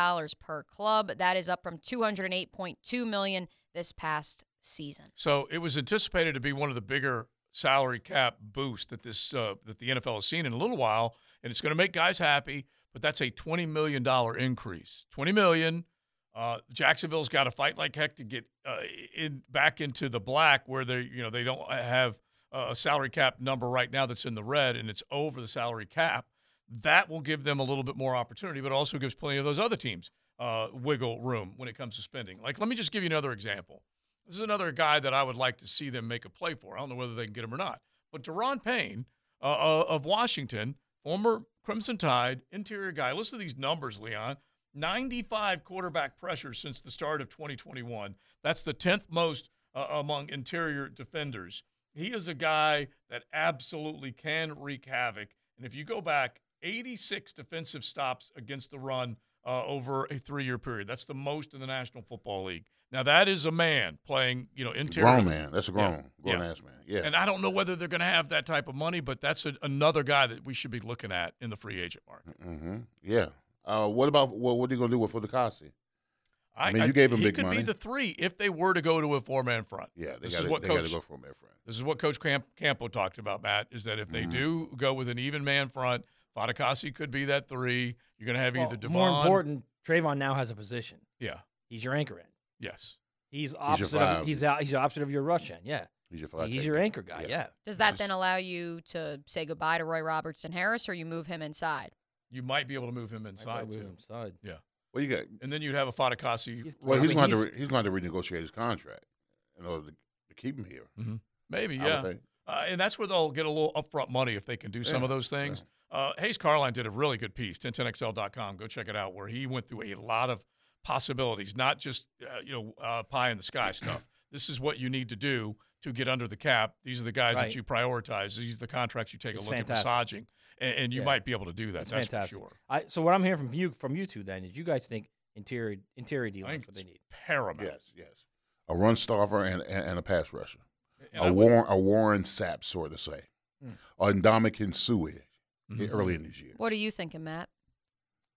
per club. That is up from $208.2 million this past season.
So it was anticipated to be one of the bigger salary cap boosts that this uh, that the NFL has seen in a little while, and it's going to make guys happy. But that's a twenty million dollar increase. Twenty million. Uh, Jacksonville's got to fight like heck to get uh, in back into the black, where they you know they don't uh, have a salary cap number right now that's in the red, and it's over the salary cap. That will give them a little bit more opportunity, but it also gives plenty of those other teams uh, wiggle room when it comes to spending. Like, let me just give you another example. This is another guy that I would like to see them make a play for. I don't know whether they can get him or not. But Deron Payne uh, uh, of Washington, former Crimson Tide interior guy. Listen to these numbers, Leon. 95 quarterback pressures since the start of 2021. That's the 10th most uh, among interior defenders. He is a guy that absolutely can wreak havoc. And if you go back, 86 defensive stops against the run uh, over a three-year period. That's the most in the National Football League. Now that is a man playing, you know, interior.
Grown man. That's a grown- grown-ass man. Yeah.
And I don't know whether they're going to have that type of money, but that's a, another guy that we should be looking at in the free agent market.
hmm Yeah. Uh, what about what? What are you going to do with Fudikasi? I, mean, you gave him
he
big
could
money.
be the three if they were to go to a four-man front.
Yeah, they
this
gotta-
is what
they gotta
coach.
go four-man front.
This is what Coach Camp, Campo talked about, Matt. Is that if they
Mhm.
do go with an even man front, Fadakasi could be that three. You're going to have
Well,
either Devon.
more important, Trayvon now has a position.
Yeah.
He's your anchor end.
Yes.
He's
your
opposite.
vibe.
of, he's out. He's opposite of your rush end. Yeah.
He's your
five
He's
tech
your
guy.
anchor guy.
Yeah.
Yeah.
Does that then allow you to say goodbye to Roy Robertson Harris or you move him inside?
You might be able to move him inside.
move
too.
him inside.
Yeah.
Well, you got.
And then you'd have a Fadakasi.
Well, he's going to re- he's going to renegotiate his contract in order to, to keep him here.
Mhm. Maybe,
I would
yeah.
think.
Uh, and that's where they'll get a little upfront money if they can do some
Yeah,
of those things. Uh, Hayes Carline did a really good piece, 1010xl.com. Go check it out, where he went through a lot of possibilities, not just uh, you know uh, pie in the sky stuff. This is what you need to do to get under the cap. These are the guys that
Right.
you prioritize. These are the contracts you take
It's
a look
fantastic.
at massaging, and, and you
Yeah.
might be able to do that.
It's
that's
fantastic.
for sure.
I, so what I'm hearing from you from you two then is you guys think interior interior D
I
line is
think
what
it's
they need.
paramount.
Yes, yes. A run stopper and, and, and a pass rusher.
And I
a
would-
Warren, a Warren Sapp sort of say,
Mm.
or Ndamukong Suey
Mhm.
Mm-hmm.
early in this year.
What are you thinking, Matt?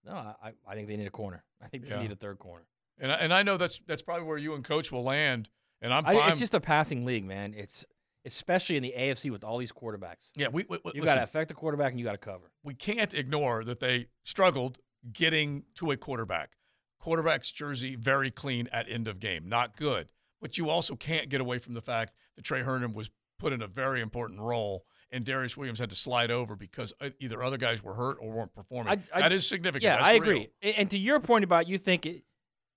No, I, I- I think they need a corner. I think they
Yeah.
need a third corner.
And I, and I know that's that's probably where you and Coach will land. And I'm
I-
fine.
it's just a passing league, man. It's especially in the AFC with all these quarterbacks.
Yeah, we- we-
you
listen.
got to affect the quarterback and you got to cover.
we can't ignore that they struggled getting to a quarterback. Quarterback's jersey very clean at end of game, not good. But you also can't get away from the fact that Trey Herndon was put in a very important role, and Darius Williams had to slide over because uh, either other guys were hurt or weren't performing. that is significant.
Yeah,
That's
I
real.
agree. A- And to your point about you think it,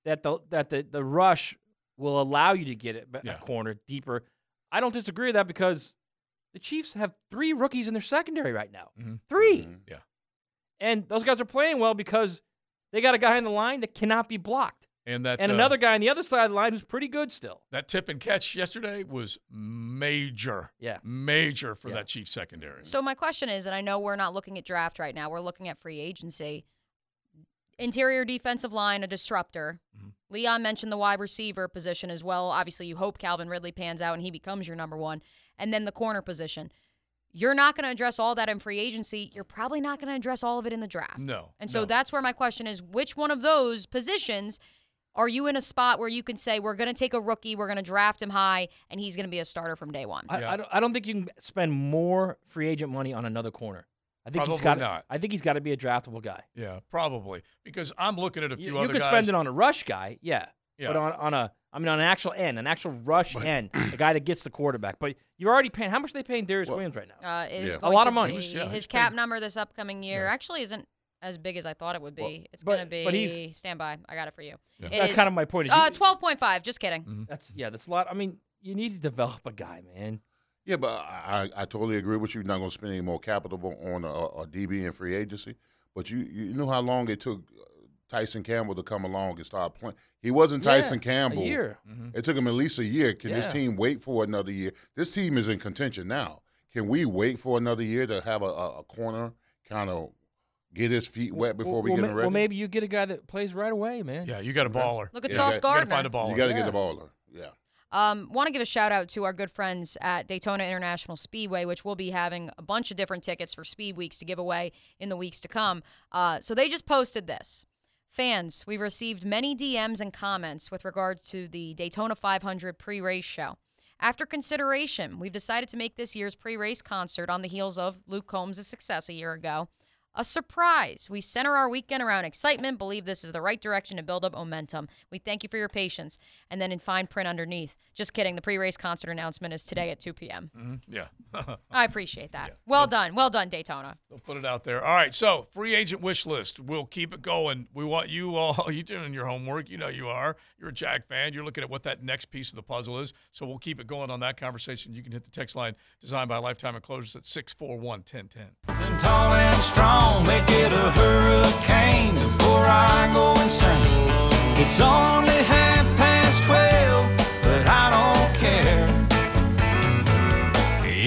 that the that the, the rush will allow you to get it b- a corner deeper. I don't disagree with that because the Chiefs have three rookies in their secondary right now. 3
Mm-hmm. Yeah.
And those guys are playing well because they got a guy in the line that cannot be blocked.
And that
and
uh,
another guy on the other side of the line who's pretty good still.
that tip and catch yesterday was major.
Yeah,
major for that Chiefs secondary.
So my question is, and I know we're not looking at draft right now, we're looking at free agency. Interior defensive line, a disruptor.
Mm-hmm.
Leon mentioned the wide receiver position as well. Obviously, you hope Calvin Ridley pans out and he becomes your number one. And then the corner position. You're not going to address all that in free agency. You're probably not going to address all of it in the draft.
No,
And so
no.
that's where my question is which one of those positions are you in a spot where you can say, we're going to take a rookie, we're going to draft him high, and he's going to be a starter from day one?
I, I, don't, I don't think you can spend more free agent money on another corner. I think he's
Probably
got.
not.
I think he's got to be a draftable guy.
yeah, probably because I'm looking at a few
You, you
other
could
guys.
spend it on a rush guy, yeah.
Yeah.
But on, on a, I mean, on an actual end, an actual rush end, a guy that gets the quarterback. But you're already paying. How much are they paying Darius Williams right now?
Uh, it is
a
going
lot
to
of money.
be- his cap number this upcoming year actually isn't as big as I thought it would be. it's
but-
going to be.
but he's-
stand by. I got it for you.
Yeah.
It
That's
is-
kind of my point, is
Uh,
you-
twelve point five. Just kidding.
That's Mm-hmm. yeah. That's a lot. I mean, you need to develop a guy, man.
Yeah, but I, I I totally agree with you. Not going to spend any more capital on a, a DB in free agency. But you you know how long it took uh, Tyson Campbell to come along and start playing. He wasn't
Yeah,
Tyson
a
Campbell.
year.
Mm-hmm.
Mhm.
It took him at least a year. Can this
Yeah.
team wait for another year? This team is in contention now. Can we wait for another year to have a, a, a corner kind of get his feet wet before we
well,
get
ma-
him ready?
well, maybe you get a guy that plays right away, man.
Yeah, you got a baller.
Look at Sauce Gardner.
find a baller.
You got to get
Yeah.
the baller. Yeah.
Um, want to give a shout out to our good friends at Daytona International Speedway, which will be having a bunch of different tickets for Speed Weeks to give away in the weeks to come. Uh, so they just posted this. Fans, we've received many DMs and comments with regard to the Daytona 500 pre race show. After consideration, we've decided to make this year's pre race concert on the heels of Luke Combs' success a year ago a surprise. We center our weekend around excitement, believe this is the right direction to build up momentum. We thank you for your patience. And then in fine print underneath, just kidding, the pre race concert announcement is today at 2 p.m.
Mhm, Yeah.
I appreciate that. Well done. Well done, Daytona.
They'll put it out there. All right, so free agent wish list. We'll keep it going. We want you all. You're doing your homework. You know you are. You're a Jag fan. You're looking at what that next piece of the puzzle is. So we'll keep it going on that conversation. You can hit the text line designed by Lifetime Enclosures at 641 1010.
Tall and strong, make it a hurricane before I go insane. It's only half past twelve, but I don't care.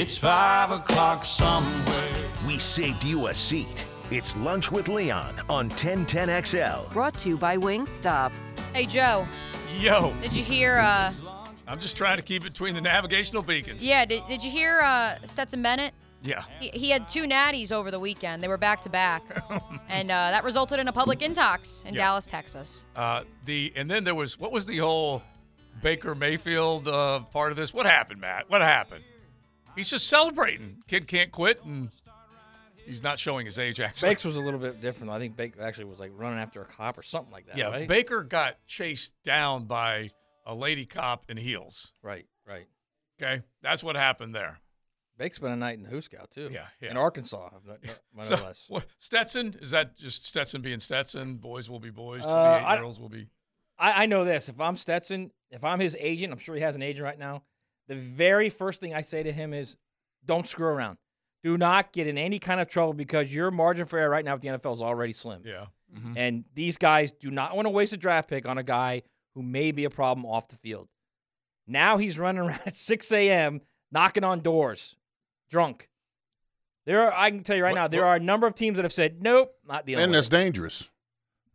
It's five o'clock somewhere.
We saved you a seat. It's Lunch with Leon on 1010XL.
Brought to you by Wingstop.
Hey, Joe,
Yo,
did you hear? Uh,
I'm just trying to keep it between the navigational beacons.
yeah, did, did you hear uh, Stetson Bennett?
Yeah.
He, he had two natties over the weekend. They were back to back. And uh, that resulted in a public intox in
Yeah.
Dallas, Texas.
Uh, the and then there was what was the whole Baker Mayfield uh, part of this? What happened, Matt? What happened? He's just celebrating. Kid can't quit, and he's not showing his age. Actually,
Bakes was a little bit different. though. I think Bakes actually was like running after a cop or something like that.
Yeah,
right?
Baker got chased down by a lady cop in heels.
Right, right.
Okay, that's what happened there.
Bakes spent a night in the Hooskow too.
Yeah, yeah.
in Arkansas, if not- not- none
So,
less.
what- Stetson is that just Stetson being Stetson? Boys will be boys.
Uh,
Twenty-eight
I-
girls will be.
I, I know this. If I'm Stetson, if I'm his agent, I'm sure he has an agent right now. The very first thing I say to him is, "Don't screw around. Do not get in any kind of trouble because your margin for error right now with the NFL is already slim.
Yeah,
and these guys do not want to waste a draft pick on a guy who may be a problem off the field. Now he's running around at 6 a.m. knocking on doors, drunk. There, are, I can tell you right now, there are a number of teams that have said, "Nope, not dealing."
And
with
that's dangerous.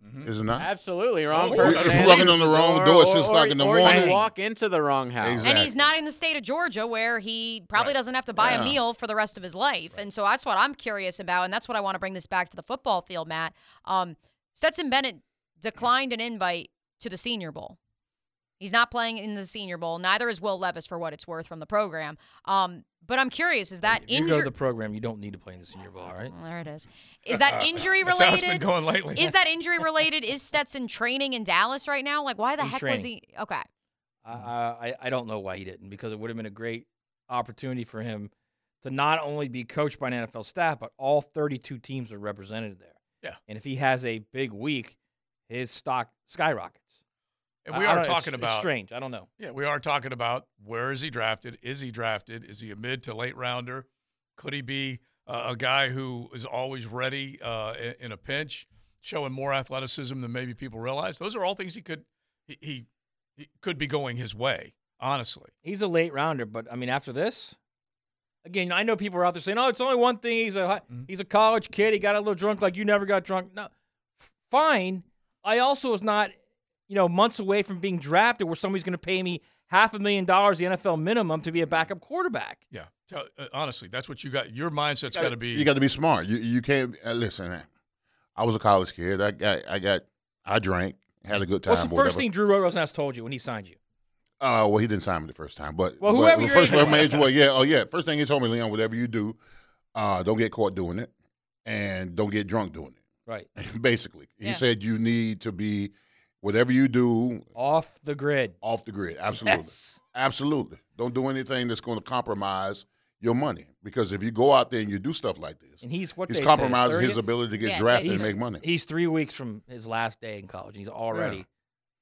Mm-hmm.
Is it not?
Absolutely wrong
We-
person.
we're
and-
walking on the wrong door at
or-
six o'clock
or-
in the
or you
morning.
walk into the wrong house.
And he's not in the state of Georgia where he probably doesn't have to buy
Yeah.
a meal for the rest of his life. And so that's what I'm curious about. And that's what I want to bring this back to the football field, Matt. Um, Stetson Bennett declined an invite to the Senior Bowl. He's not playing in the Senior Bowl. Neither is Will Levis, for what it's worth, from the program. Um, but I'm curious: is that
You go to
injury?
the program, you don't need to play in the Senior Bowl, all right?
There it is. Is that injury
That's
related?
how it's been going lately.
Is that injury related? is Stetson training in Dallas right now? Like, why the
He's
heck was he?
training.
Okay.
I, I I don't know why he didn't because it would have been a great opportunity for him to not only be coached by an NFL staff, but all 32 teams are represented there.
Yeah.
And if he has a big week, his stock skyrockets.
And
I-
we
I
are
don't know, it's-
talking
it's
about
strange. I don't know.
Yeah, we are talking about where is he drafted? Is he drafted? Is he a mid to late rounder? Could he be uh, a guy who is always ready uh, in, in a pinch, showing more athleticism than maybe people realize? Those are all things he could he, he, he could be going his way. Honestly,
he's a late rounder, but I mean after this, again, I know people are out there saying, "Oh, it's only one thing. He's a hi-
Mm-hmm.
he's a college kid. He got a little drunk, like you never got drunk." No, F- fine. I also was not, you know, months away from being drafted, where somebody's going to pay me half a million dollars, the NFL minimum, to be a backup quarterback.
Yeah, Tell, uh, honestly, that's what you got. Your mindset's got to be.
You got to be smart. You you can't uh, listen. man, I was a college kid. I got I got I drank, had a good time.
What's the
or
first
whatever.
thing Drew Rosenhaus told you when he signed you?
Uh, well, he didn't sign me the first time, but
Well,
but
whoever
the
your
first
agent
my
was.
agent was, yeah, oh yeah. First thing he told me, Leon, whatever you do, uh, don't get caught doing it, and don't get drunk doing
Right,
it. Basically,
Yeah.
he said you need to be whatever you do
off the grid.
Off the grid, absolutely, absolutely. Don't do anything that's going to compromise your money because if you go out there and you do stuff like this,
and he's what
he's
they say,
compromising
30th?
his ability to get drafted and make money.
He's three weeks from his last day in college. and He's already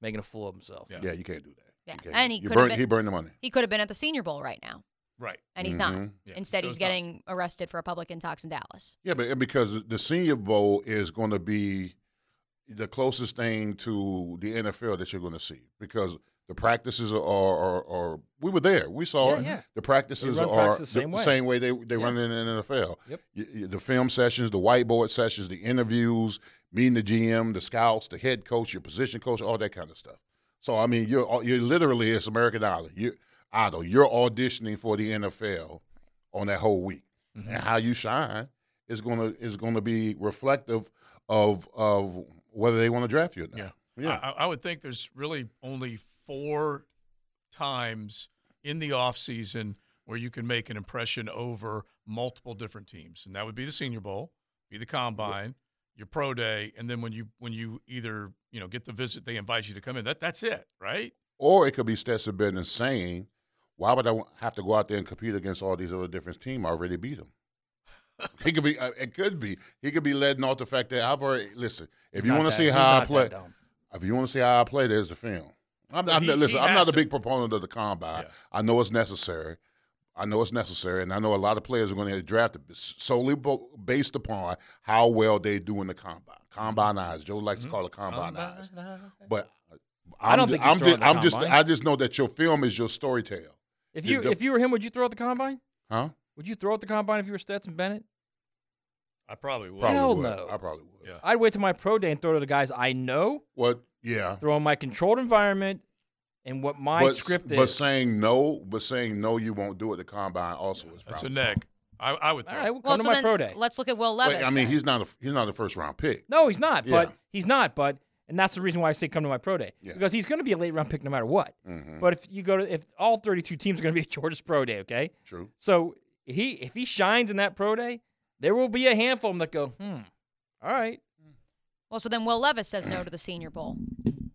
making a fool of himself.
Yeah, you can't do that.
Yeah.
Okay.
And he
You
could have
burned- he burned the money.
He could have been at the Senior Bowl right now.
Right.
And he's not.
Mhm. Yeah,
Instead,
so
he's
it's not.
getting arrested for a public intox in Dallas.
Yeah, but because the Senior Bowl is going to be the closest thing to the NFL that you're going to see because the practices are, are, are we were there, we saw
Yeah,
it.
yeah.
The practices
They run
are
practices the same way.
they they run in the NFL.
Yep.
Y- y- the film sessions, the whiteboard sessions, the interviews, meeting the GM, the scouts, the head coach, your position coach, all that kind of stuff. So I mean, you're you're literally it's American Idol. You Idol, you're auditioning for the NFL on that whole week, and how you shine is gonna is gonna be reflective of of whether they want to draft you or not.
Yeah. I, I- I would think there's really only four times in the offseason where you can make an impression over multiple different teams, and that would be the Senior Bowl, be the Combine, your Pro Day, and then when you when you either you know get the visit, they invite you to come in. That that's it, right?
Or it could be Stetson Bennett saying, "Why would I wa- have to go out there and compete against all these other different teams? I already beat them." he could be. uh, It could be. He could be letting off the fact that I've already. Listen, if
He's
you
not
want
that-
to see
he's
how
not
I
that
play,
dumb.
if you want to see how I play, there's the film. I'm,
But
I'm
he-
not, listen,
he
I'm
has
not a
to-
big proponent of the combine. I know it's necessary. I know it's necessary, and I know a lot of players are going to get drafted solely bo- based upon how well they do in the combine. Combine eyes, Joe likes to call it combine eyes. But I'm,
I don't think he's
I'm,
throwing
just,
the
I'm just,
combine.
I just know that your film is your story tale.
If
The
you
diff-
if you were him, would you throw at the combine?
huh?
Would you throw at the combine if you were Stetson Bennett?
I probably would.
Hell no.
I probably would.
Yeah.
I'd wait till my pro day and throw to the guys I know.
What? Yeah.
Throw in my controlled environment and what my
but,
script
but
is.
saying no, but saying no, you won't do it. The combine also is
That's a
probably-
neg. I, I would. Throw.
All right, well,
Well,
come
so
to my
then
pro day.
let's look at Will
Wait,
Levis.
I mean,
then.
he's not a he's not a first round pick.
No, he's not.
Yeah.
But he's not. But and that's the reason why I say come to my pro day because he's going to be a late round pick no matter what.
Mhm.
But if you go to if all 32 teams are going to be at Georgia's pro day, okay?
True.
So he if he shines in that pro day, there will be a handful of them that go, hmm. All right.
Well, so then Will Levis says no to the Senior Bowl.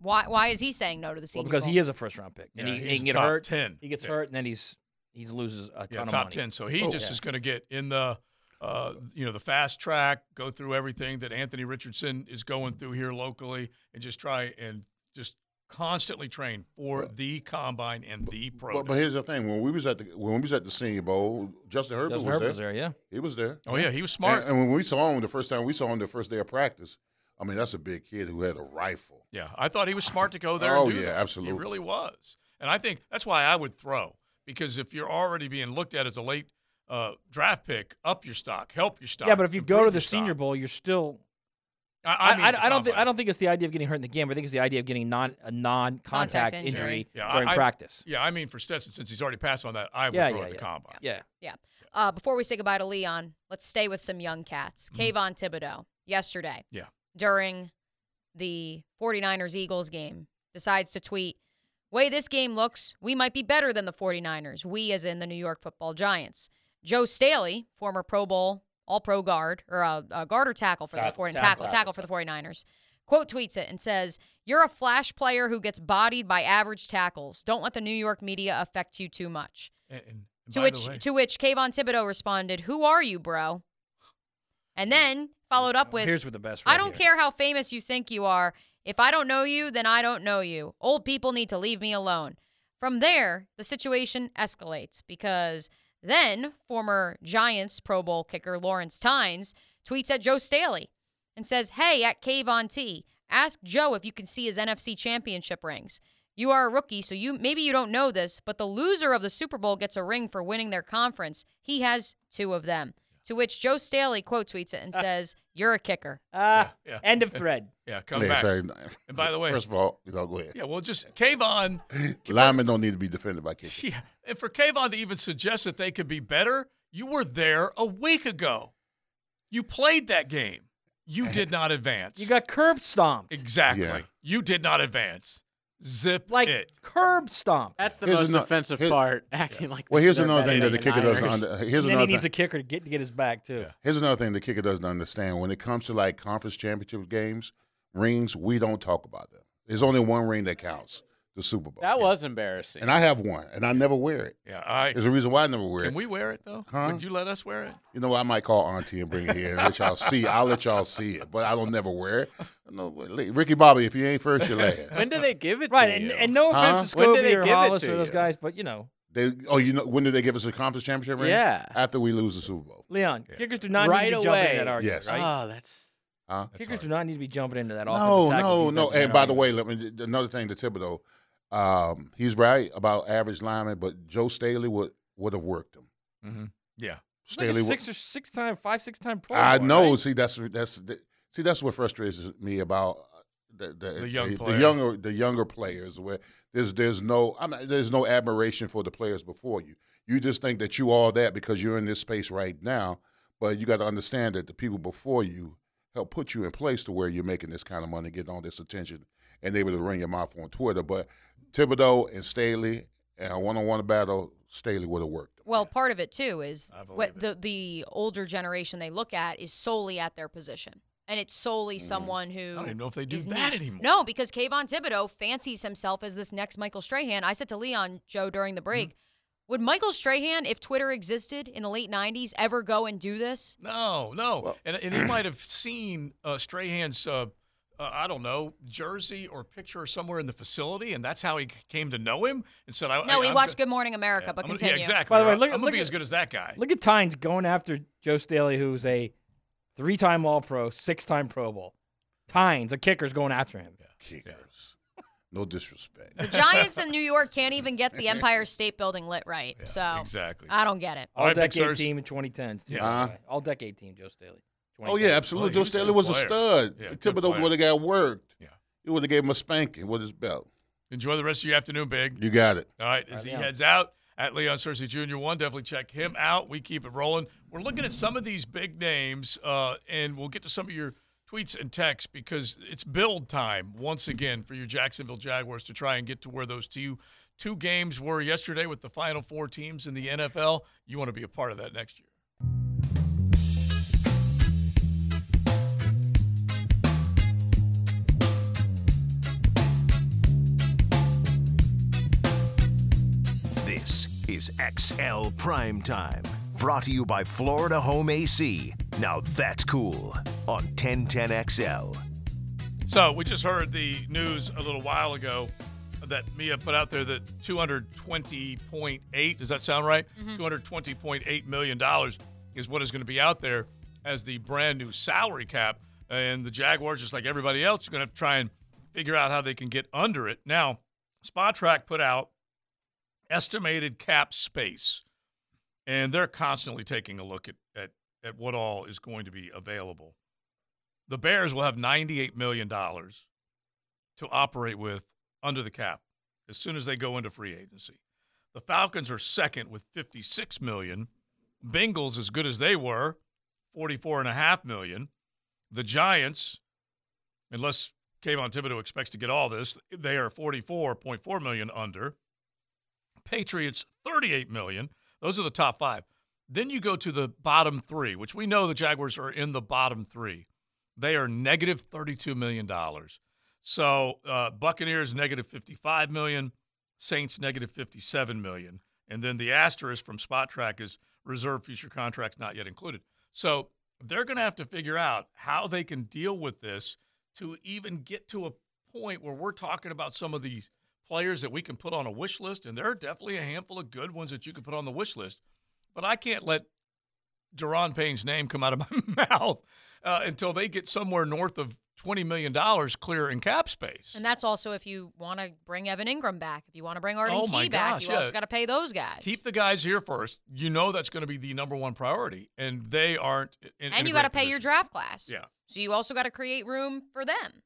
Why? Why is he saying no to the Senior
Well, because
Bowl?
he is a first round pick, and
Yeah,
he, he
he's
can get
top
hurt.
10.
He gets
Yeah.
hurt, and then he's he loses a ton
Yeah,
of
top
money.
ten. So he
Oh,
just
yeah.
is going to get in the, uh, you know, the fast track, go through everything that Anthony Richardson is going through here locally, and just try and just constantly train for the combine and the pro.
But, but here's the thing: when we was at the when we was at the Senior Bowl, Justin Herbert,
Justin
was,
Herbert
there.
was there, yeah.
he was there.
Oh, yeah, he was smart.
And, and when we saw him the first time, we saw him the first day of practice. I mean, that's a big kid who had a rifle.
Yeah, I thought he was smart to go there.
Oh,
and do
yeah,
that.
absolutely.
He really was, and I think that's why I would throw because if you're already being looked at as a late uh, draft pick, up your stock, help your stock.
Yeah, but if you go
improve
to the
your stock.
Senior Bowl, you're still
I,
I,
mean,
I don't think I don't think it's the idea of getting hurt in the game. I think it's the idea of getting non a non contact injury,
Yeah,
during
I- I-
practice.
Yeah, I mean for Stetson, since he's already passed on that, I would
Yeah,
throw
yeah,
it at
yeah.
the combine.
Yeah.
Yeah. Uh, before we say goodbye to Leon, let's stay with some young cats.
Mm-hmm.
Kayvon Thibodeau yesterday
Yeah.
during the 49ers Eagles game decides to tweet, way this game looks, we might be better than the 49ers. We as in the New York football giants. Joe Staley, former Pro Bowl, all pro guard, or uh, uh, guard or tackle for the
Tackle,
49
tackle,
tackle, tackle for the 49ers, quote tweets it and says, You're a flash player who gets bodied by average tackles. Don't let the New York media affect you too much.
And, and
To
by
which
the way,
to which Kayvon Thibodeau responded, "Who are you, bro?" And then followed up with,
Oh, Here's where the best
I
right
don't
here.
care how famous you think you are. If I don't know you, then I don't know you. Old people need to leave me alone." From there, the situation escalates because then former Giants Pro Bowl kicker Lawrence Tynes tweets at Joe Staley and says, "Hey, at Kayvon T, ask Joe if you can see his NFC Championship rings. You are a rookie, so you maybe you don't know this, but the loser of the Super Bowl gets a ring for winning their conference. He has two of them." To which Joe Staley quote tweets it and says, "You're a kicker."
Ah,
yeah.
end of thread.
yeah, come
Yeah,
back.
sorry.
And by the way,
First of all, you know, go ahead.
yeah, well, just Kayvon,
Linemen don't need to be defended by kickers.
yeah, and for Kayvon to even suggest that they could be better, you were there a week ago. You played that game. You did not advance.
You got curb stomped.
Exactly.
Yeah.
You did not advance. Zip
Like
it.
curb stomped.
That's the
Here's
most
ano-
offensive
here-
part. Acting like
Well, here's
they're
another
better
thing
than
that the
the
kicker doesn't
Niners.
under- here's
and then
another
he
thing.
needs a kicker to get to get his back too.
Here's another thing the kicker doesn't understand. When it comes to like conference championship games, rings, we don't talk about them. There's only one ring that counts, the Super Bowl.
That was embarrassing.
And I have one, and I never wear it.
Yeah, I.
There's a reason why I never wear
Can
it.
we wear it though?
Huh?
Would you let us wear it?
You know, I might call Auntie and bring it here and let y'all see. I'll let y'all see it, but I don't never wear it. No, Ricky Bobby, if you ain't first, you're last.
when do they give it
Right,
to
and,
you?
and no
Huh?
offense to
When do they
Scobie or
give it
Hollis
to
or those
you?
guys, but you know,
They, oh, you know, when did they give us a conference championship ring?
Yeah.
After we lose the Super Bowl.
Leon, kickers do not
Right
need to be jumping
away. Ah,
into that argument.
Yes.
Right? Oh, that's
Huh?
kickers do not need to be jumping into that
No,
offensive tackle.
no, no.
defensive
And
end
by the
argument.
way, let me another thing to Thibodeau. Um, he's right about average lineman, but Joe Staley would would have worked him.
Mm-hmm. Yeah.
He's like a
Staley. would-
six or six time, five six time pro.
I
Bowl,
know.
right?
See, that's that's the- see, that's what frustrates me about uh, the the,
The young
the
player.
younger the younger players. Where there's there's no I'm not, there's no admiration for the players before you. You just think that you all that because you're in this space right now. But you got to understand that the people before you helped put you in place to where you're making this kind of money, getting all this attention, and able to ring your mouth on Twitter. But Thibodeau and Staley and a one-on-one battle, Staley would have worked.
Well, part of it too is what the the older generation they look at is solely at their position. And it's solely someone who I
Mm. don't even know if they do that anymore.
No, because Kayvon Thibodeau fancies himself as this next Michael Strahan. I said to Leon Joe during the break,
Mm-hmm.
would Michael Strahan, if Twitter existed in the late '90s, ever go and do this?
No, no. and, and he might have seen uh, Strahan's, uh, uh, I don't know, jersey or picture somewhere in the facility, and that's how he c- came to know him and said, I,
No,
I,
he
I'm
watched
go-
Good Morning America, but
I'm gonna-
continue.
Yeah, exactly.
By the way, look-
I'm gonna
look
be
at-
as good as that guy.
Look at Tynes going after Joe Staley, who's a three time All Pro, six time Pro Bowl. Tynes, a kicker's going after him.
Kickers, no disrespect.
The Giants in New York can't even get the Empire State Building lit right. so
exactly.
I don't get it.
All,
All right, big
decade
sirs.
team in 2010s. Too,
Yeah.
by the
Uh-huh.
way. All decade team, Joe Staley.
Oh yeah,
2010s.
absolutely.
Well,
Joe Staley was a
player.
stud.
Yeah, good
Thibodeau
player.
would have got worked. Yeah, he would have gave him a spanking with his belt.
Enjoy the rest of your afternoon, Big.
You got it.
All right, as he
Leon.
heads out at Leon Cersei Jr. 1, definitely check him out. We keep it rolling. We're looking at some of these big names, uh, and we'll get to some of your tweets and texts because it's build time once again for your Jacksonville Jaguars to try and get to where those two two games were yesterday with the final four teams in the NFL. You want to be a part of that next year.
This is XL Prime Time, brought to you by Florida Home AC. Now that's cool on 1010XL.
So we just heard the news a little while ago that Mia put out there that 220.8 does that sound right?
Mhm.
220.8 million dollars is what is going to be out there as the brand new salary cap, and the Jaguars, just like everybody else, are going to have to try and figure out how they can get under it. Now, Spotrac put out estimated cap space, and they're constantly taking a look at at, at what all is going to be available. the Bears will have $98 million to operate with under the cap as soon as they go into free agency. The Falcons are second with 56 million. Bengals as good as they were, 44 and a half million. The Giants, unless Kayvon Thibodeau expects to get all this, they are 44.4 million under. Patriots 38 million. Those are the top 5. Then you go to the bottom 3, which we know the Jaguars are in the bottom 3. They are negative 32 million dollars. So uh, Buccaneers negative 55 million, Saints negative 57 million, and then the asterisk from Spot Track is reserve future contracts not yet included. So they're going to have to figure out how they can deal with this to even get to a point where we're talking about some of these players that we can put on a wish list, and there are definitely a handful of good ones that you can put on the wish list. But I can't let Jerron Payne's name come out of my mouth uh, until they get somewhere north of $20 million clear in cap space.
And that's also if you want to bring Evan Ingram back, if you want to bring Arden
Oh, my
Key back,
gosh,
you
yeah.
also got to pay those guys.
Keep the guys here first. You know that's going to be the number one priority, and they aren't. In,
and you
got to
pay your draft class.
Yeah.
So you also got to create room for them.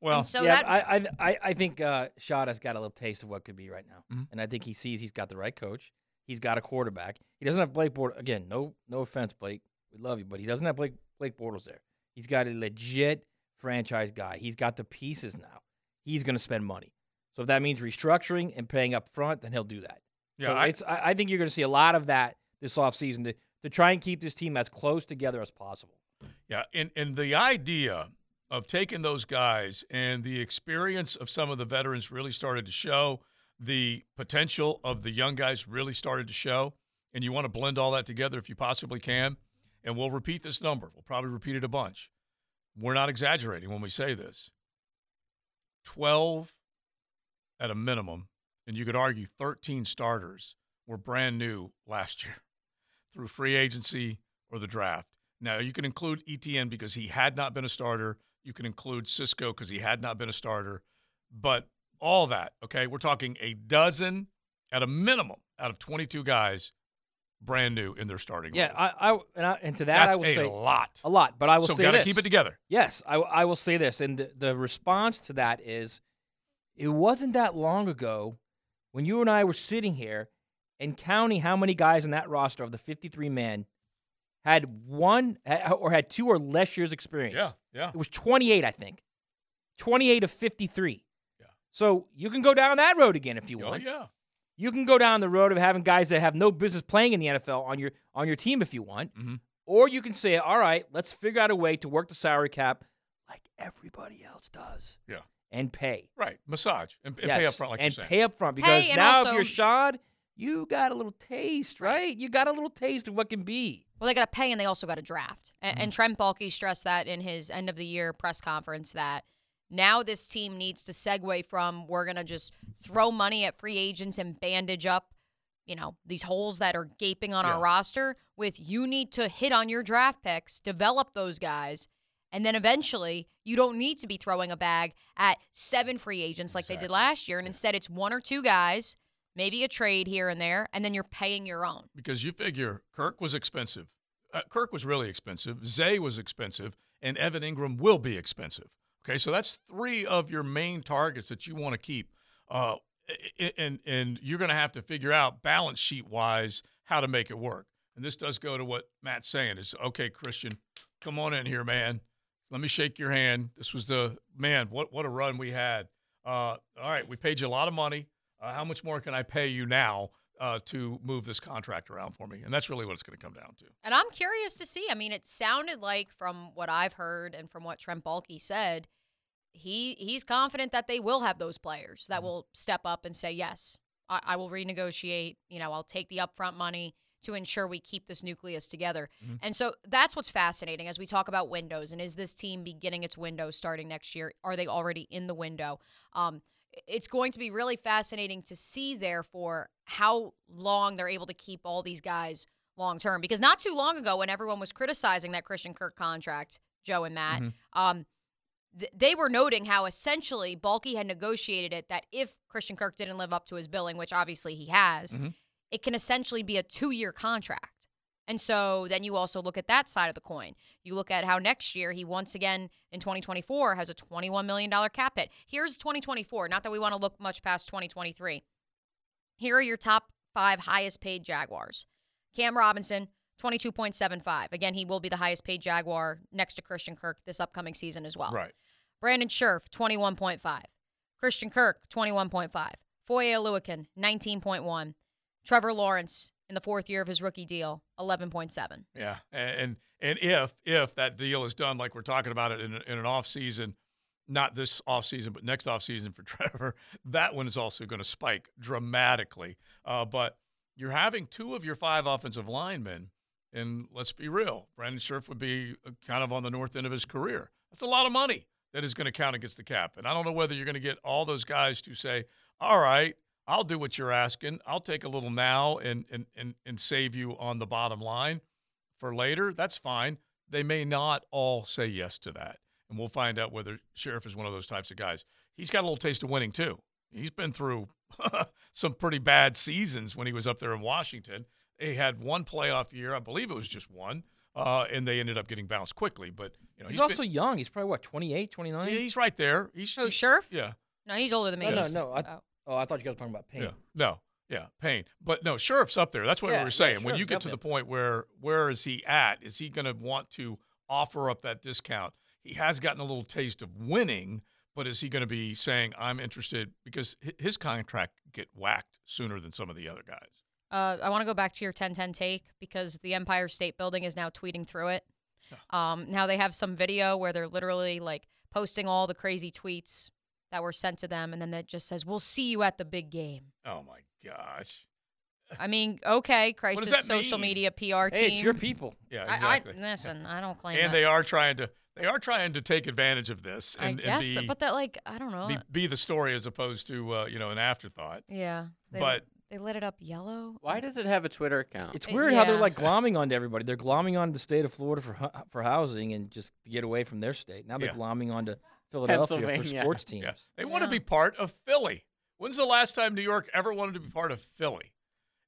Well,
And so
yeah,
that-
I, I I- I think uh, Shad has got a little taste of what could be right now,
Mhm.
and I think he sees he's got the right coach. He's got a quarterback. He doesn't have Blake Bortles. Again, no no offense, Blake, we love you, but he doesn't have Blake Blake Bortles there. He's got a legit franchise guy. He's got the pieces now. He's going to spend money. So if that means restructuring and paying up front, then he'll do that.
Yeah,
so
I-
it's I, I think you're going to see a lot of that this offseason to to try and keep this team as close together as possible.
Yeah, and and the idea of taking those guys and the experience of some of the veterans really started to show, the potential of the young guys really started to show, and you want to blend all that together if you possibly can. And we'll repeat this number. We'll probably repeat it a bunch. We're not exaggerating when we say this. 12 at a minimum, and you could argue 13 starters were brand new last year through free agency or the draft. Now, you can include ETN because he had not been a starter. You can include Cisco because he had not been a starter. But all that, okay, we're talking a dozen at a minimum out of 22 guys brand new in their starting.
Yeah,
roles.
I, I and, I, and to that
That's
I will
a
say
lot.
a lot. But I will
So
say
gotta
this.
keep it together.
Yes, I, I will say this, and the, the response to that is, it wasn't that long ago when you and I were sitting here and counting how many guys in that roster of the fifty-three men had one ha- or had two or less years experience.
Yeah, yeah.
It was twenty-eight, I think. Twenty-eight of fifty-three. Yeah. So you can go down that road again if you
Oh,
want.
yeah.
You can go down the road of having guys that have no business playing in the NFL on your on your team if you want,
Mm-hmm.
or you can say, all right, let's figure out a way to work the salary cap like everybody else does
Yeah.
and pay.
Right. Massage and, and pay up
Yes,
front, like
and
you're saying.
pay up front because now if you're
also-
shod, you got a little taste, right? You got a little taste of what can be.
Well, they got to pay and they also got to draft. A- And,
Mm.
Trent Baalke stressed that in his end of the year press conference that now this team needs to segue from we're going to just throw money at free agents and bandage up, you know, these holes that are gaping on our
Yeah.
roster with you need to hit on your draft picks, develop those guys. And then eventually, you don't need to be throwing a bag at seven free agents like they did last year. And instead, it's one or two guys, maybe a trade here and there, and then you're paying your own.
because you figure Kirk was expensive. Uh, Kirk was really expensive. Zay was expensive, and Evan Ingram will be expensive. Okay, so that's three of your main targets that you want to keep, uh, i- i- and and you're going to have to figure out balance sheet wise how to make it work. And this does go to what Matt's saying is okay, Christian, come on in here, man. Let me shake your hand. This was the man. What what a run we had. Uh, all right, we paid you a lot of money. Uh, how much more can I pay you now uh, to move this contract around for me? And that's really what it's going to come down to.
And I'm curious to see. I mean, it sounded like from what I've heard and from what Trent Baalke said, he he's confident that they will have those players that will step up and say, "Yes, I, I will renegotiate. You know, I'll take the upfront money to ensure we keep this nucleus together."
Mm-hmm.
Mhm.
Mm-hmm.
And so that's what's fascinating as we talk about windows and is this team beginning its window starting next year? Are they already in the window? Um, it's going to be really fascinating to see, therefore, how long they're able to keep all these guys long term. Because not too long ago, when everyone was criticizing that Christian Kirk contract, Joe and Matt,
Mhm.
um, th- they were noting how essentially Balky had negotiated it that if Christian Kirk
Mm-hmm.
Mm-hmm.
didn't live up to his billing, which obviously he has,
Mhm.
it can essentially be a two year contract. And so then you also look at that side of the coin. You look at how next year he once again in 2024 has a $21 million cap hit. Here's 2024. Not that we want to look much past 2023. Here are your top five highest paid Jaguars Cam Robinson, 22.75. Again, he will be the highest paid Jaguar next to Christian Kirk this upcoming season as well.
Right.
Brandon Scherf, 21.5. Christian Kirk, 21.5. Foye Lewican, 19.1. Trevor Lawrence, in the fourth year of his rookie deal, 11.7.
Yeah, and and if if that deal is done like we're talking about it in, in an off season, not this off season, but next off season for Trevor, that one is also going to spike dramatically. Uh, but you're having two of your five offensive linemen, and let's be real, Brandon Scherf would be uh, kind of on the north end of his career. That's a lot of money that is going to count against the cap, and I don't know whether you're going to get all those guys to say, "All right, I'll do what you're asking. I'll take a little now and and and, and save you on the bottom line for later. That's fine. They may not all say yes to that. And we'll find out whether Sheriff is one of those types of guys. He's got a little taste of winning too. He's been through some pretty bad seasons when he was up there in Washington. He had one playoff year, I believe it was just one, uh, and they ended up getting bounced quickly. But you know,
he's,
been-
also young. He's probably what 28, 29?
Yeah, he's right there. He's,
Who, Oh, Scherf?
yeah.
No, he's older than me.
No, no,
He's-
no. I,
oh.
Oh, I thought you guys were talking about Payne.
Yeah. No. Yeah. Pain. But no, sheriff's up there. That's what
Yeah,
we
yeah,
were saying. when you
sheriff's
get
up
to
there.
the point where where is he at? Is he going to want to offer up that discount? He has gotten a little taste of winning, but is he going to be saying I'm interested because hi- his contract get whacked sooner than some of the other guys?
Uh, I want to go back to your 1010 take because the Empire State Building is now tweeting through it. Um, now they have some video where they're literally like posting all the crazy tweets that were sent to them, and then that just says, "We'll see you at the big game."
Oh my gosh.
I mean, okay, crisis
that
social
mean?
media PR team.
Hey, it's your people.
Yeah,
I-
exactly.
I, listen, I don't claim
and
that.
they are trying to they are trying to take advantage of this
I
and, and
guess,
be,
but that like I don't know.
be be the story as opposed to uh, you know an afterthought.
yeah, they,
but-
they lit it up yellow.
Why does it have a Twitter account?
It's
Uh,
weird how they're
yeah.
like glomming onto everybody. They're glomming onto the state of Florida for hu- for housing and just to get away from their state. Now they're
Yeah.
glomming onto Philadelphia for
Pennsylvania.
sports teams.
Yeah. They want to be part of Philly. When's the last time New York ever wanted to be part of Philly?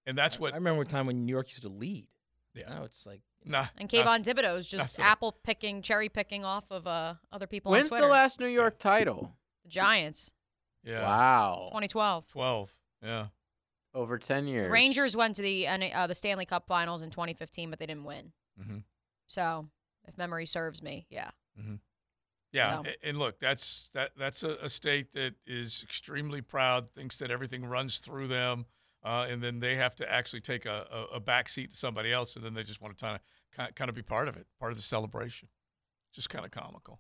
And that's what
I remember a time when New York used to lead.
Yeah.
Now it's like
nah,
And
that's-
Kayvon Thibodeau is just
that's a-
apple picking, cherry picking off of uh, other people
When's
on
the
Twitter.
last New York title?
the Giants,
Yeah.
Wow.
2012.
12. Yeah.
Over 10 years.
Rangers went to the N- uh, the Stanley Cup Finals in 2015, but they didn't win.
Mhm.
So, if memory serves me, yeah.
Yeah.
So-
a- And look, that's that that's a, a state that is extremely proud, thinks that everything runs through them. Uh, and then they have to actually take a, a, a back seat to somebody else, and then they just want to kind of, kind of be part of it, part of the celebration. Just kind of comical.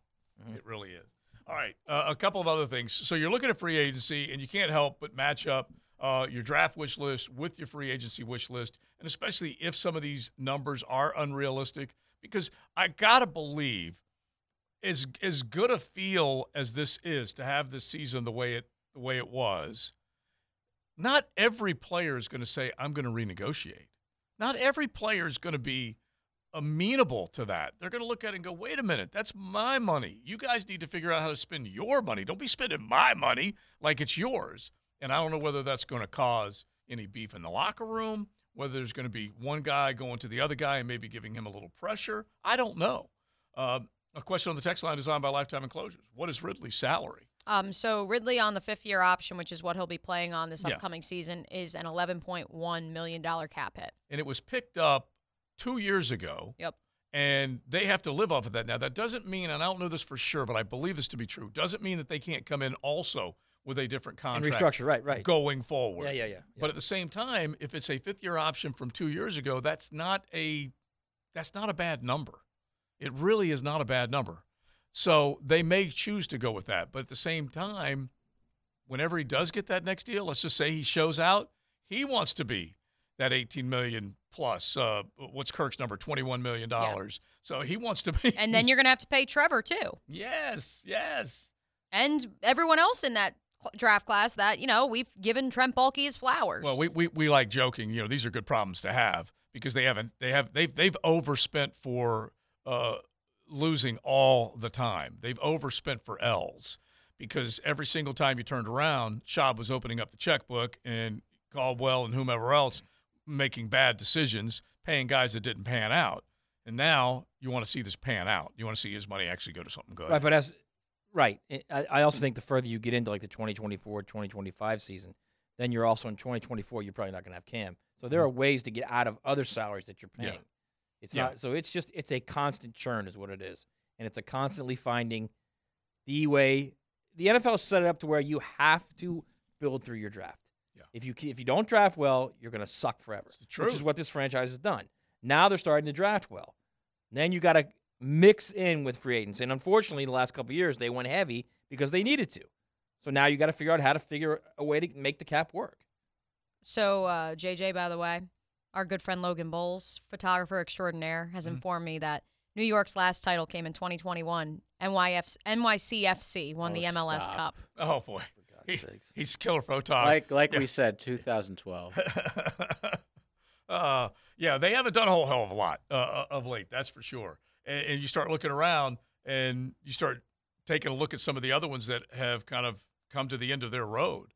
It really is. All right, uh, a couple of other things. So you're looking at free agency, and you can't help but match up uh, your draft wish list with your free agency wish list, and especially if some of these numbers are unrealistic, because I gotta believe as as good a feel as this is to have this season the way it the way it was. Not every player is going to say I'm going to renegotiate. Not every player is going to be amenable to that. They're going to look at it and go, wait a minute, that's my money. You guys need to figure out how to spend your money. Don't be spending my money like it's yours. And I don't know whether that's going to cause any beef in the locker room, whether there's going to be one guy going to the other guy and maybe giving him a little pressure. I don't know. Um, a question on the text line designed by Lifetime Enclosures. What is Ridley's salary?
Um, so Ridley on the fifth year option, which is what he'll be playing on this
Yeah.
upcoming season, is an 11.1 million dollar cap hit.
And it was picked up two years ago.
Yep.
and they have to live off of that. Now, that doesn't mean, and I don't know this for sure, but I believe this to be true, doesn't mean that they can't come in also with a different
and
contract
restructure. Right, right.
going forward.
Yeah, yeah, yeah.
But at the same time, if it's a fifth year option from two years ago, that's not a that's not a bad number. It really is not a bad number. So they may choose to go with that. But at the same time, whenever he does get that next deal, let's just say he shows out, he wants to be that 18 million plus uh, what's Kirk's number 21 million dollars. So he wants to be
And then you're gonna have to pay Trevor too,
Yes, yes.
and everyone else in that cl- draft class. That you know we've given Trent Baalke his flowers.
Well, we, we, we like joking. You know, these are good problems to have because they haven't they have they've they've overspent for uh, losing all the time. They've overspent for L's because every single time you turned around, Schaub was opening up the checkbook and Caldwell and whomever else making bad decisions, paying guys that didn't pan out. And now you want to see this pan out. You want to see his money actually go to something good.
Right, but as right, I- I, I also think the further you get into like the 2024, 2025 season, then you're also in 2024. You're probably not going to have Cam. So there are ways to get out of other salaries that you're
Mm-hmm. Yeah.
paying. It's
Yeah.
not so. It's just it's a constant churn, is what it is, and it's a constantly finding the way. The NFL set it up to where you have to build through your draft. Yeah. If you if you don't draft well, you're going to suck forever. Which
truth.
is what this franchise has done. Now they're starting to draft well. Then you got to mix in with free agents, and unfortunately, the last couple of years they went heavy because they needed to. So now you got to figure out how to figure a way to make the cap work.
So, uh, JJ, by the way, our good friend Logan Bowles, photographer extraordinaire, has
Mhm.
Mm-hmm.
informed me that New York's last title came in 2021. NYF NYCFC won the MLS Cup.
Oh boy, He- he's killer photon.
Like like
yeah.
we said, 2012.
Uh, yeah, they haven't done a whole hell of a lot uh, of late, that's for sure. And, and you start looking around and you start taking a look at some of the other ones that have kind of come to the end of their road.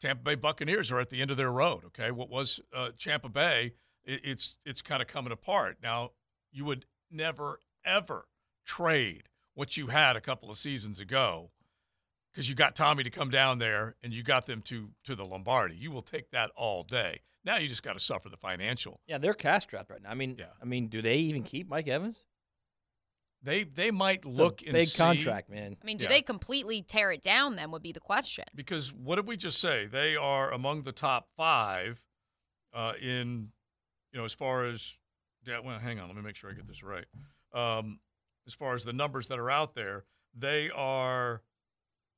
Tampa Bay Buccaneers are at the end of their road. Okay, what was uh, Tampa Bay? It, it's it's kind of coming apart now. You would never ever trade what you had a couple of seasons ago because you got Tommy to come down there and you got them to to the Lombardi. You will take that all day. Now you just got to suffer the financial.
Yeah, they're cash strapped right now. I mean, I mean, do they even keep Mike Evans?
They they might
It's a
look and
big
see-
contract, man.
I mean, do
Yeah.
they completely tear it down? Then would be the question.
Because what did we just say? They are among the top five uh, in, you know, as far as. Yeah, well, hang on. Let me make sure I get this right. Um, as far as the numbers that are out there, they are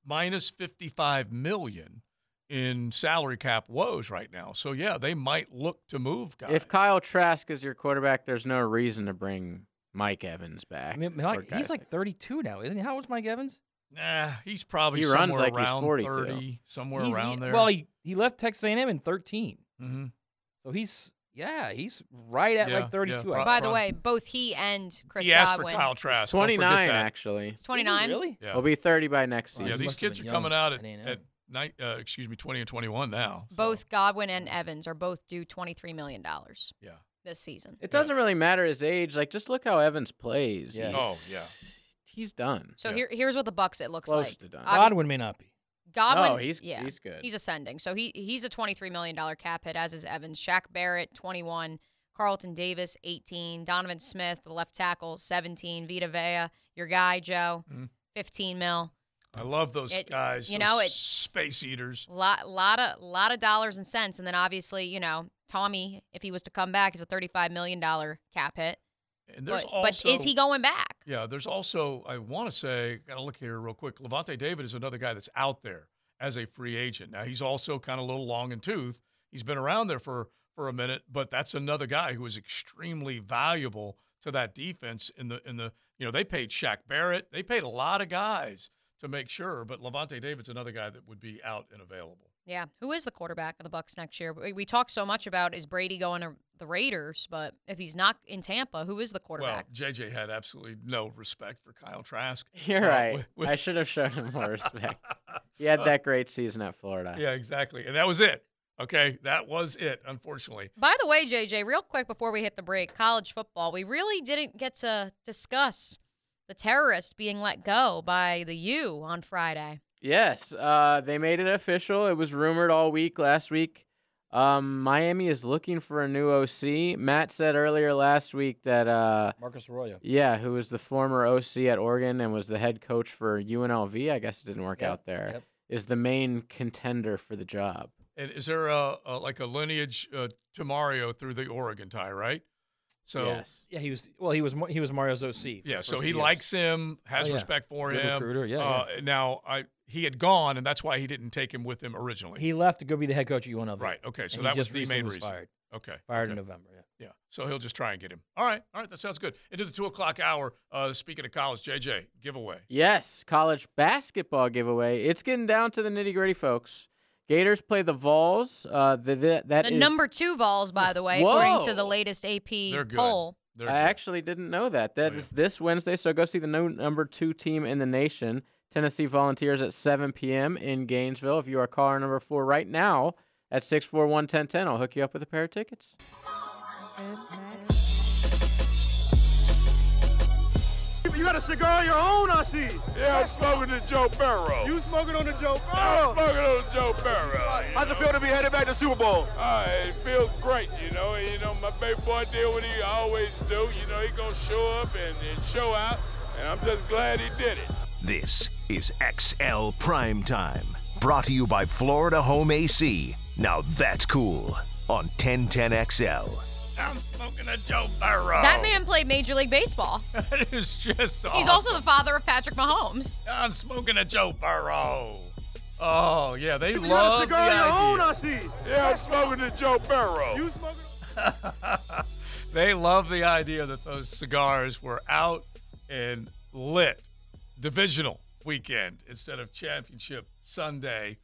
minus 55 million in salary cap woes right now. So yeah, they might look to move guys.
If Kyle Trask is your quarterback, there's no reason to bring Mike Evans back.
I mean,
or
Mike,
guys
he's like 32 now, isn't he? How old's Mike Evans?
Nah, he's probably
He
somewhere
runs like he's
around
42.
30, somewhere
He's-
around
he-
there.
Well, he, he left Texas A&M in 13.
Mhm.
So he's yeah, he's right at
Yeah, yeah,
like 32. I
pro-
think.
By the way, both he and Chris
He asked for
Godwin.
Kyle Trask. Don't forget
29
that.
actually. He's
29?
Really?
Yeah.
He'll be 30 by next season.
yeah, these kids are coming out at, at night. Uh, excuse me, twenty and twenty-one now.
Both Godwin and Evans are both due 23 million dollars.
Yeah.
This season.
It doesn't really matter his age. Like, just look how Evans plays.
Yeah.
He's-
Oh, yeah.
He's done.
So here, here's what the Bucks it looks
Close
like.
to done.
Obvious-
Godwin may not be.
Godwin,
No, he's-
yeah,
he's good.
He's ascending. So he he's a twenty three million dollar cap hit, as is Evans. Shaq Barrett, twenty one. Carlton Davis, eighteen. Donovan Smith, the left tackle, seventeen. Vita Vea, your guy Joe,
Mhm.
fifteen mil.
I love those
It-
guys.
you
those
know, it's-
space eaters.
Lot lot of lot of dollars and cents, and then obviously you know Tommy, if he was to come back, is a thirty five million dollar cap hit.
And there's
but,
also,
but is he going back?
Yeah, there's also I want to say, gotta look here real quick. Levante David is another guy that's out there as a free agent. Now he's also kind of a little long in tooth. He's been around there for for a minute, but that's another guy who is extremely valuable to that defense. In the in the you know they paid Shaq Barrett, they paid a lot of guys to make sure, but Levante David's another guy that would be out and available.
Yeah. Who is the quarterback of the Bucks next year? We, we talk so much about is Brady going to the Raiders, but if he's not in Tampa, who is the quarterback?
Well, JJ had absolutely no respect for Kyle Trask.
You're
Uh,
right.
with- with-
I should have shown him more respect. he had that great season at Florida.
Yeah, exactly. And that was it. Okay, that was it. Unfortunately,
By the way, JJ, real quick before we hit the break, college football, we really didn't get to discuss the terrorist being let go by the U on Friday.
Yes, uh, they made it official. It was rumored all week last week. Um, Miami is looking for a new OC. Matt said earlier last week that uh,
Marcus Arroyo.
yeah, who was the former OC at Oregon and was the head coach for UNLV. I guess it didn't work
Yep,
out there. Is
yep.
the main contender for the job.
and is there a, a like a lineage uh, to Mario through the Oregon tie, right? So
yeah, he was well, he was Mar- he was Mario's OC.
yeah, so he likes him, has
Oh, yeah.
respect for
Good
him.
recruiter, yeah,
Uh, Now I he had gone, and that's why he didn't take him with him originally.
He left to go be the head coach at UNLV.
right. Okay.
and
So
he
that was
just
the
recently
main
was
reason.
Fired.
Okay.
Fired in
okay.
November. Yeah.
Yeah. So he'll just try and get him. All right. All right. That sounds good. Into the two o'clock hour. Uh, speaking of college, JJ giveaway.
Yes, college basketball giveaway. It's getting down to the nitty gritty, folks. Gators play the Vols. Uh, the, the, that
the
is-
number two Vols, by the way, according to the latest AP poll.
I actually didn't know that. That is this Wednesday, so go see the no, number two team in the nation, Tennessee Volunteers, at 7 p.m. in Gainesville. If you are caller number four right now, at 641 1010. I'll hook you up with a pair of tickets.
You got a cigar of your own, I see. Yeah, I'm smoking the Joe Burrow.
You smoking on the Joe
I'm smoking on the Joe Burrow. you
How's it
know?
feel to be headed back to Super Bowl?
Uh, it feels great, you know. and, You know, my big boy did what he always do. You know, he gonna show up and, and show out, and I'm just glad he did it.
This is XL Prime Time, brought to you by Florida Home AC. Now that's cool on 1010XL.
I'm smoking a Joe Burrow.
That man played Major League Baseball.
That is just
He's also the father of Patrick Mahomes.
I'm smoking a Joe Burrow. Oh, yeah, they
You got a
love the
cigar of your own,
idea.
I see. Yeah, I'm smoking the Joe Burrow. You smoking?
They love the idea that those cigars were out and lit. Divisional weekend instead of championship Sunday.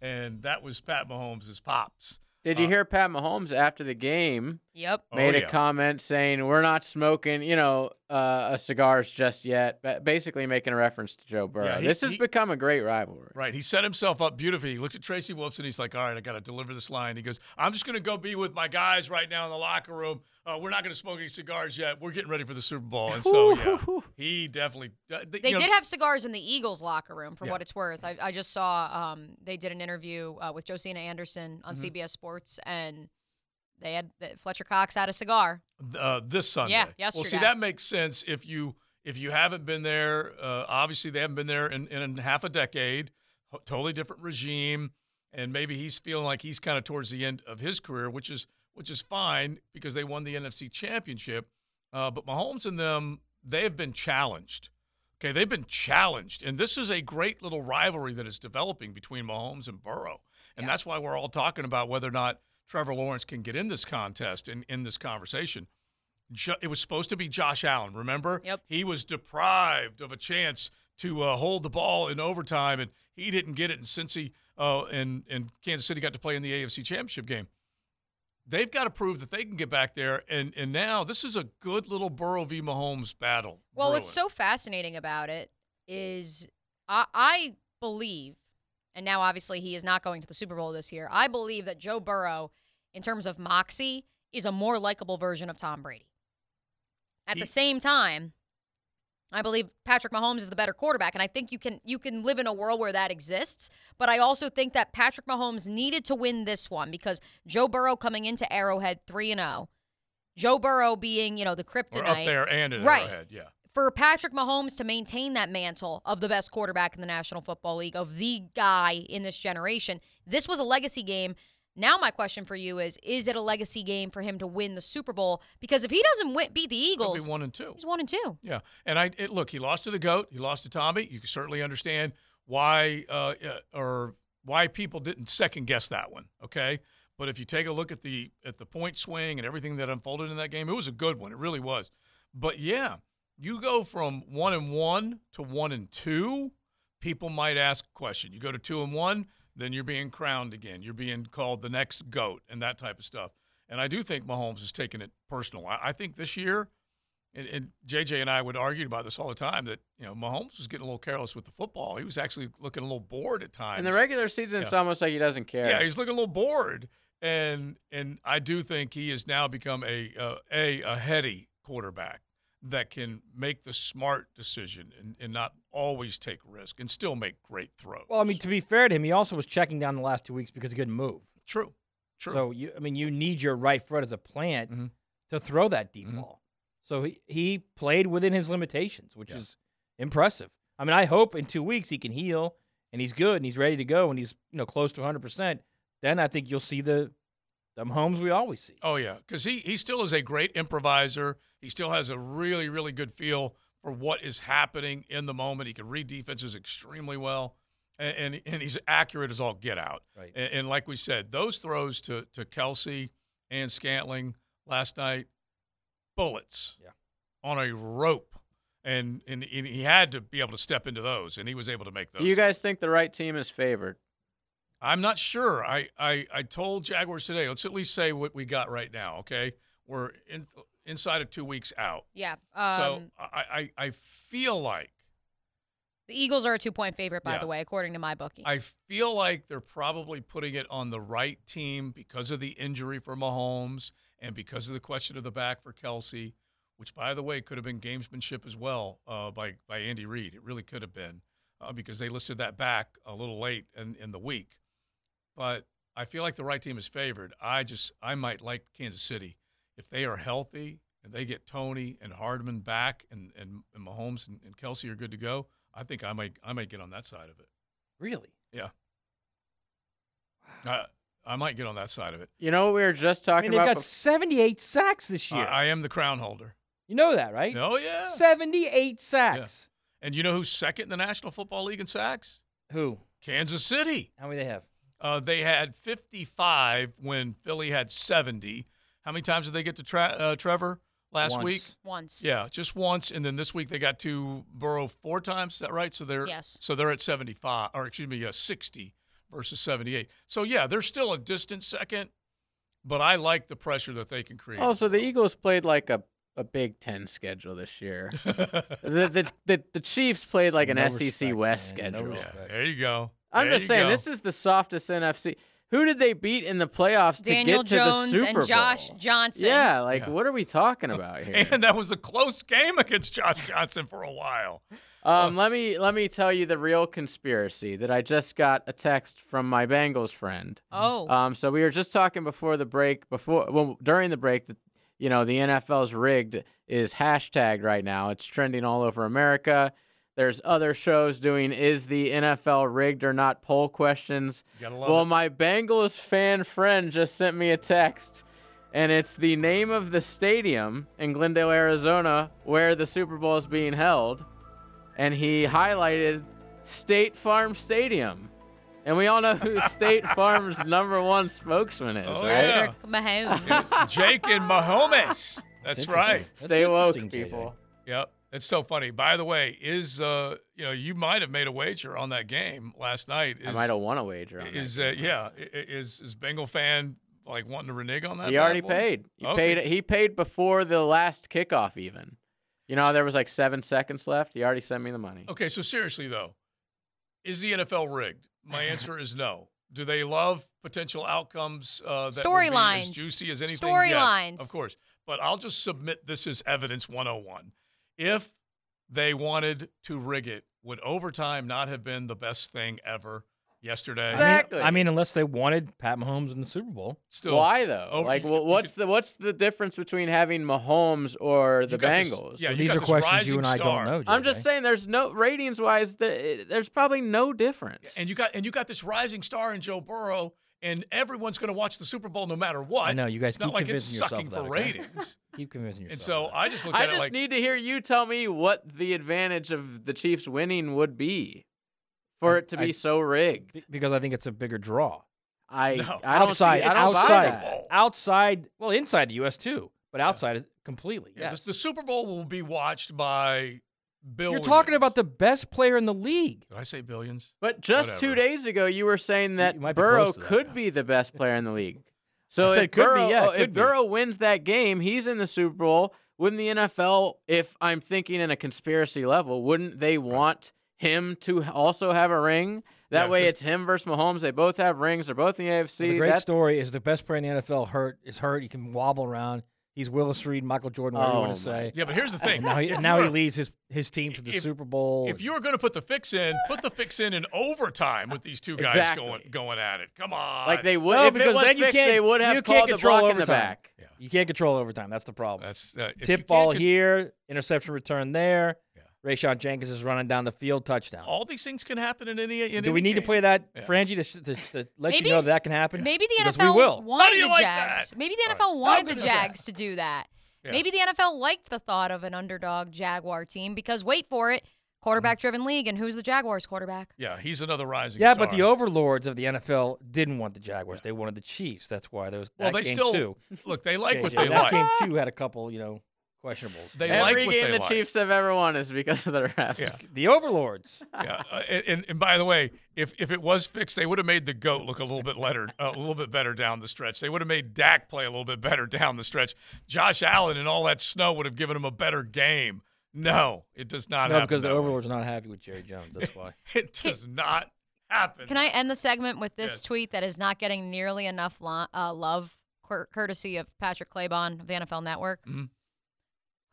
And that was Pat Mahomes' pops. Uh,
Did you hear Pat Mahomes after the game?
Yep.
Made
Oh,
a
yeah.
comment saying we're not smoking, you know, uh, a cigars just yet. ba- Basically making a reference to Joe Burrow.
he-
this has
he-
become a great rivalry.
Right. He set himself up beautifully. He looks at Tracy Wolfson. He's like, all right, I got to deliver this line. He goes, I'm just going to go be with my guys right now in the locker room. Uh, we're not going to smoke any cigars yet. We're getting ready for the Super Bowl. And so, yeah, he definitely. uh, th-
They
you know-
did have cigars in the Eagles locker room, for
Yeah.
what it's worth. I, I just saw um, they did an interview uh, with Josina Anderson on
Mhm.
CBS Sports, and they had Fletcher Cox had a cigar.
uh, this Sunday.
Yeah,
Well, see
yesterday.
that makes sense if you if you haven't been there. Uh, obviously, they haven't been there in, in half a decade. Ho- Totally different regime, and maybe he's feeling like he's kind of towards the end of his career, which is which is fine because they won the NFC Championship. Uh, but Mahomes and them, they have been challenged. Okay, they've been challenged, and this is a great little rivalry that is developing between Mahomes and Burrow, and that's why we're all talking about whether or not Trevor Lawrence can get in this contest and in this conversation. Jo- it was supposed to be Josh Allen, remember? Yep. He was deprived of a chance to uh, hold the ball in overtime, and he didn't get it. And since he uh, and and Kansas City got to play in the AFC Championship game, they've got to prove that they can get back there. And and now this is a good little Burrow v Mahomes battle.
Well,
brewing.
what's so fascinating about it is I, I believe, and now obviously he is not going to the Super Bowl this year. I believe that Joe Burrow, in terms of moxie, is a more likable version of Tom Brady. At the same time, I believe Patrick Mahomes is the better quarterback, and I think you can you can live in a world where that exists. But I also think that Patrick Mahomes needed to win this one because Joe Burrow coming into Arrowhead three and zero, Joe Burrow being you know the kryptonite
We're up there and in
right
Arrowhead, yeah.
for Patrick Mahomes to maintain that mantle of the best quarterback in the National Football League, of the guy in this generation, this was a legacy game. Now, my question for you is Is it a legacy game for him to win the Super Bowl? Because if he doesn't win, beat the
Could
Eagles,
be one and two.
he's one and two.
Yeah, and I it, look. He lost to the goat. He lost to Tommy. You can certainly understand why uh, uh, or why people didn't second guess that one. Okay, but if you take a look at the at the point swing and everything that unfolded in that game, it was a good one. It really was. But yeah, you go from one and one to one and two. People might ask a question. You go to two and one, then you're being crowned again. You're being called the next goat and that type of stuff. And I do think Mahomes is taking it personal. I, I think this year and, and JJ and I would argue about this all the time that you know Mahomes was getting a little careless with the football. He was actually looking a little bored at times.
In the regular season,
Yeah.
it's almost like he doesn't care.
Yeah, he's looking a little bored, and and I do think he has now become a uh, a a heady quarterback that can make the smart decision and, and not always take risk and still make great throws.
Well, I mean, to be fair to him, he also was checking down the last two weeks because he couldn't move.
True. True.
So you, I mean, you need your right foot as a plant to throw that deep ball. So he, he played within his limitations, which is impressive. I mean, I hope in two weeks he can heal and he's good and he's ready to go and he's you know close to 100. percent Then I think you'll see the the Mahomes we always see.
Oh yeah, because he he still is a great improviser. He still has a really really good feel for what is happening in the moment. He can read defenses extremely well, and and, and he's accurate as all get out.
Right.
And, and like we said, those throws to to Kelsey and Scantling last night, bullets.
Yeah. On
a rope, and and and he had to be able to step into those, and he was able to make those.
Do you guys think the right team is favored?
I'm not sure. I, I, I told Jaguars today, let's at least say what we got right now, okay? We're in, inside of two weeks out.
Yeah.
so
Um,
I, I, I feel like
The Eagles are a two point favorite, by
Yeah.
the way, according to my bookie.
I feel like they're probably putting it on the right team because of the injury for Mahomes and because of the question of the back for Kelsey, which, by the way, could have been gamesmanship as well uh, by by Andy Reid. It really could have been uh, because they listed that back a little late in, in the week. But I feel like the right team is favored. I just I might like Kansas City if they are healthy and they get Tony and Hardman back and and, and Mahomes and, and Kelsey are good to go. I think I might I might get on that side of it.
Really?
Yeah. I, I might get on that side of it.
You know what we were just
I
talking
mean, they've
about?
got 78 sacks this year.
I, I am the crown holder.
you know that, right?
Oh, yeah.
78 sacks.
And you know who's second in the National Football League in sacks?
Who?
Kansas City.
How many they have?
Uh, they had 55 when Philly had 70. How many times did they get to tra- uh, Trevor last
Once.
week?
Once.
Yeah, just once. And then this week they got to Burrow four times. Is that right? So they're
Yes.
So they're at 75, or excuse me, uh, 60 versus 78. So yeah, they're still a distant second, but I like the pressure that they can create.
Also, the Eagles played like a, a Big Ten schedule this year. the, the, the, the Chiefs played like an
No
SEC West schedule.
There you go.
I'm
There
just
you
saying,
go.
this is the softest NFC. Who did they beat in the playoffs
Daniel
to get
Jones
to the Super Bowl?
and Josh Johnson.
Yeah, like what are we talking about here?
and that was a close game against Josh Johnson for a while.
Um, let me let me tell you the real conspiracy that I just got a text from my Bengals friend.
Oh.
Um, so we were just talking before the break, before well during the break that you know the NFL's rigged is hashtagged right now. It's trending all over America. There's other shows doing is the NFL rigged or not poll questions.
Gotta love
well,
it.
my Bengals fan friend just sent me a text, and it's the name of the stadium in Glendale, Arizona, where the Super Bowl is being held, and he highlighted State Farm Stadium. And we all know who State Farm's number one spokesman is,
Oh,
right?
yeah. It's Jake and Mahomes. That's, right.
Stay woke, people.
Yep. It's so funny. By the way, is uh you know you might have made a wager on that game last night.
I
Is-
might have won a wager on that
Is
game
uh, yeah i- i- is is Bengal fan like wanting to renege on that?
He
bad
already
boy?
paid. He
Okay.
paid. He paid before the last kickoff, even. You know, there was like seven seconds left. He already sent me the money.
Okay, so seriously though, is the NFL rigged? My answer is no. Do they love potential outcomes? Uh, that would be as
Storylines.
juicy as anything.
Storylines.
yes, of course. But I'll just submit this as evidence 101. If they wanted to rig it, would overtime not have been the best thing ever yesterday?
I mean, I mean, unless they wanted Pat Mahomes in the Super Bowl.
Still,
Why though?
over-
like, well, what's the what's the difference between having Mahomes or the
got this-
Bengals?
yeah,
So
you
these
got
are
this
questions you
rising
and I
star.
don't know.
I'm just saying, there's no ratings wise, there's probably no difference.
and you got and you got this rising star in Joe Burrow, and everyone's going to watch the Super Bowl no matter what.
I know you guys
It's
keep
not like it's
convincing
sucking
yourself
for
of that, okay?
ratings.
Keep convincing yourself.
and so I just look
I
at
just
it like
need to hear you tell me what the advantage of the Chiefs winning would be for it to be
I-
so rigged.
because I think it's a bigger draw.
I
No.
I don't
outside,
see, I don't buy
outside,
that.
outside. Well, inside the U.S. too, but outside is completely.
yeah, the, the Super Bowl will be watched by
You're
billions.
talking about the best player in the league.
Did I say billions?
But just two
Whatever.
days ago, you were saying that
you might be
Burrow
close to that,
could be the best player in the league. So
I said
if,
could be,
Burrow,
yeah,
oh,
could
if
be.
Burrow wins that game, he's in the Super Bowl. Wouldn't the NFL, if I'm thinking in a conspiracy level, wouldn't they want him to h- also have a ring? That
Yeah,
way,
'cause-
it's him versus Mahomes. They both have rings. They're both in the AFC.
the great
That-
story is the best player in the NFL hurt is hurt. He can wobble around. He's Willis Reed, Michael Jordan, whatever you
Oh,
want to say.
Yeah, but here's the thing.
And now he,
If
and now
you
he
are-
leads his, his team to the
if-
Super Bowl.
If you were going to put the fix in, put the fix in in overtime with these two guys
Exactly.
going going at it. Come on.
like they would,
no,
if it
because
was
then you
fixed,
can't
they would have
you
called
can't
the
control
block in
overtime.
the back.
You can't control overtime. That's the problem.
That's uh, if you
Tip
can't
ball
con-
here, interception return there. Rayshon Jenkins is running down the field, touchdown.
All these things can happen in any. In
Do we
any
need to
game.
play that,
Yeah.
Frangie, to, sh- to, to let
Maybe-
you know that, that can happen?
Maybe the
Because
NFL
we will.
How do
wanted
you
the
like
Jags.
that?
Maybe the
All
NFL wanted
How
the
good is that?
Jags to do that.
Yeah.
Maybe the NFL liked the thought of an underdog Jaguar team because wait for it, quarterback-driven league, and who's the Jaguars quarterback?
Yeah, he's another rising.
Yeah,
star.
but the overlords of the NFL didn't want the Jaguars. They wanted the Chiefs. That's why those.
Well,
that
they
game
still
too.
look. They like what
JJ,
they
that
like.
game too had a couple, you know, questionables.
They like
Every
what
game
they
the
like.
Chiefs have ever won is because of the refs.
Yeah.
the overlords.
yeah, uh, and, and by the way, if if it was fixed, they would have made the goat look a little bit letter, a little bit better down the stretch. They would have made Dak play a little bit better down the stretch. Josh Allen and all that snow would have given him a better game. No, it does not
No,
happen
because the
that way.
Overlord's not happy with Jerry Jones. That's why.
it does not happen.
Can I end the segment with this tweet that is not getting nearly enough lo- uh, love, cour- courtesy of Patrick Claybon of the NFL Network?
Mhm.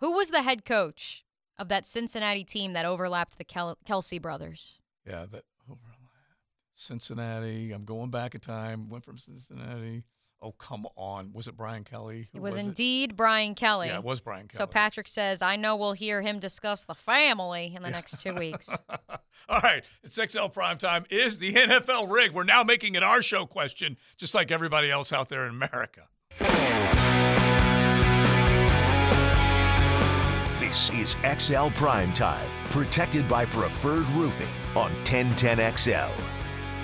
Who was the head coach of that Cincinnati team that overlapped the Kel- Kelsey brothers?
Yeah, that overlap. Cincinnati. I'm going back in time. Went from Cincinnati. Oh, come on. Was it Brian Kelly? Who
it was, indeed Brian Kelly.
Yeah, it was Brian
So Patrick says, I know we'll hear him discuss the family in the next two weeks.
All right, it's XL Prime Time. Is the NFL rig? We're now making it our show question, just like everybody else out there in America.
This is XL Prime Time, protected by Preferred Roofing on 1010XL.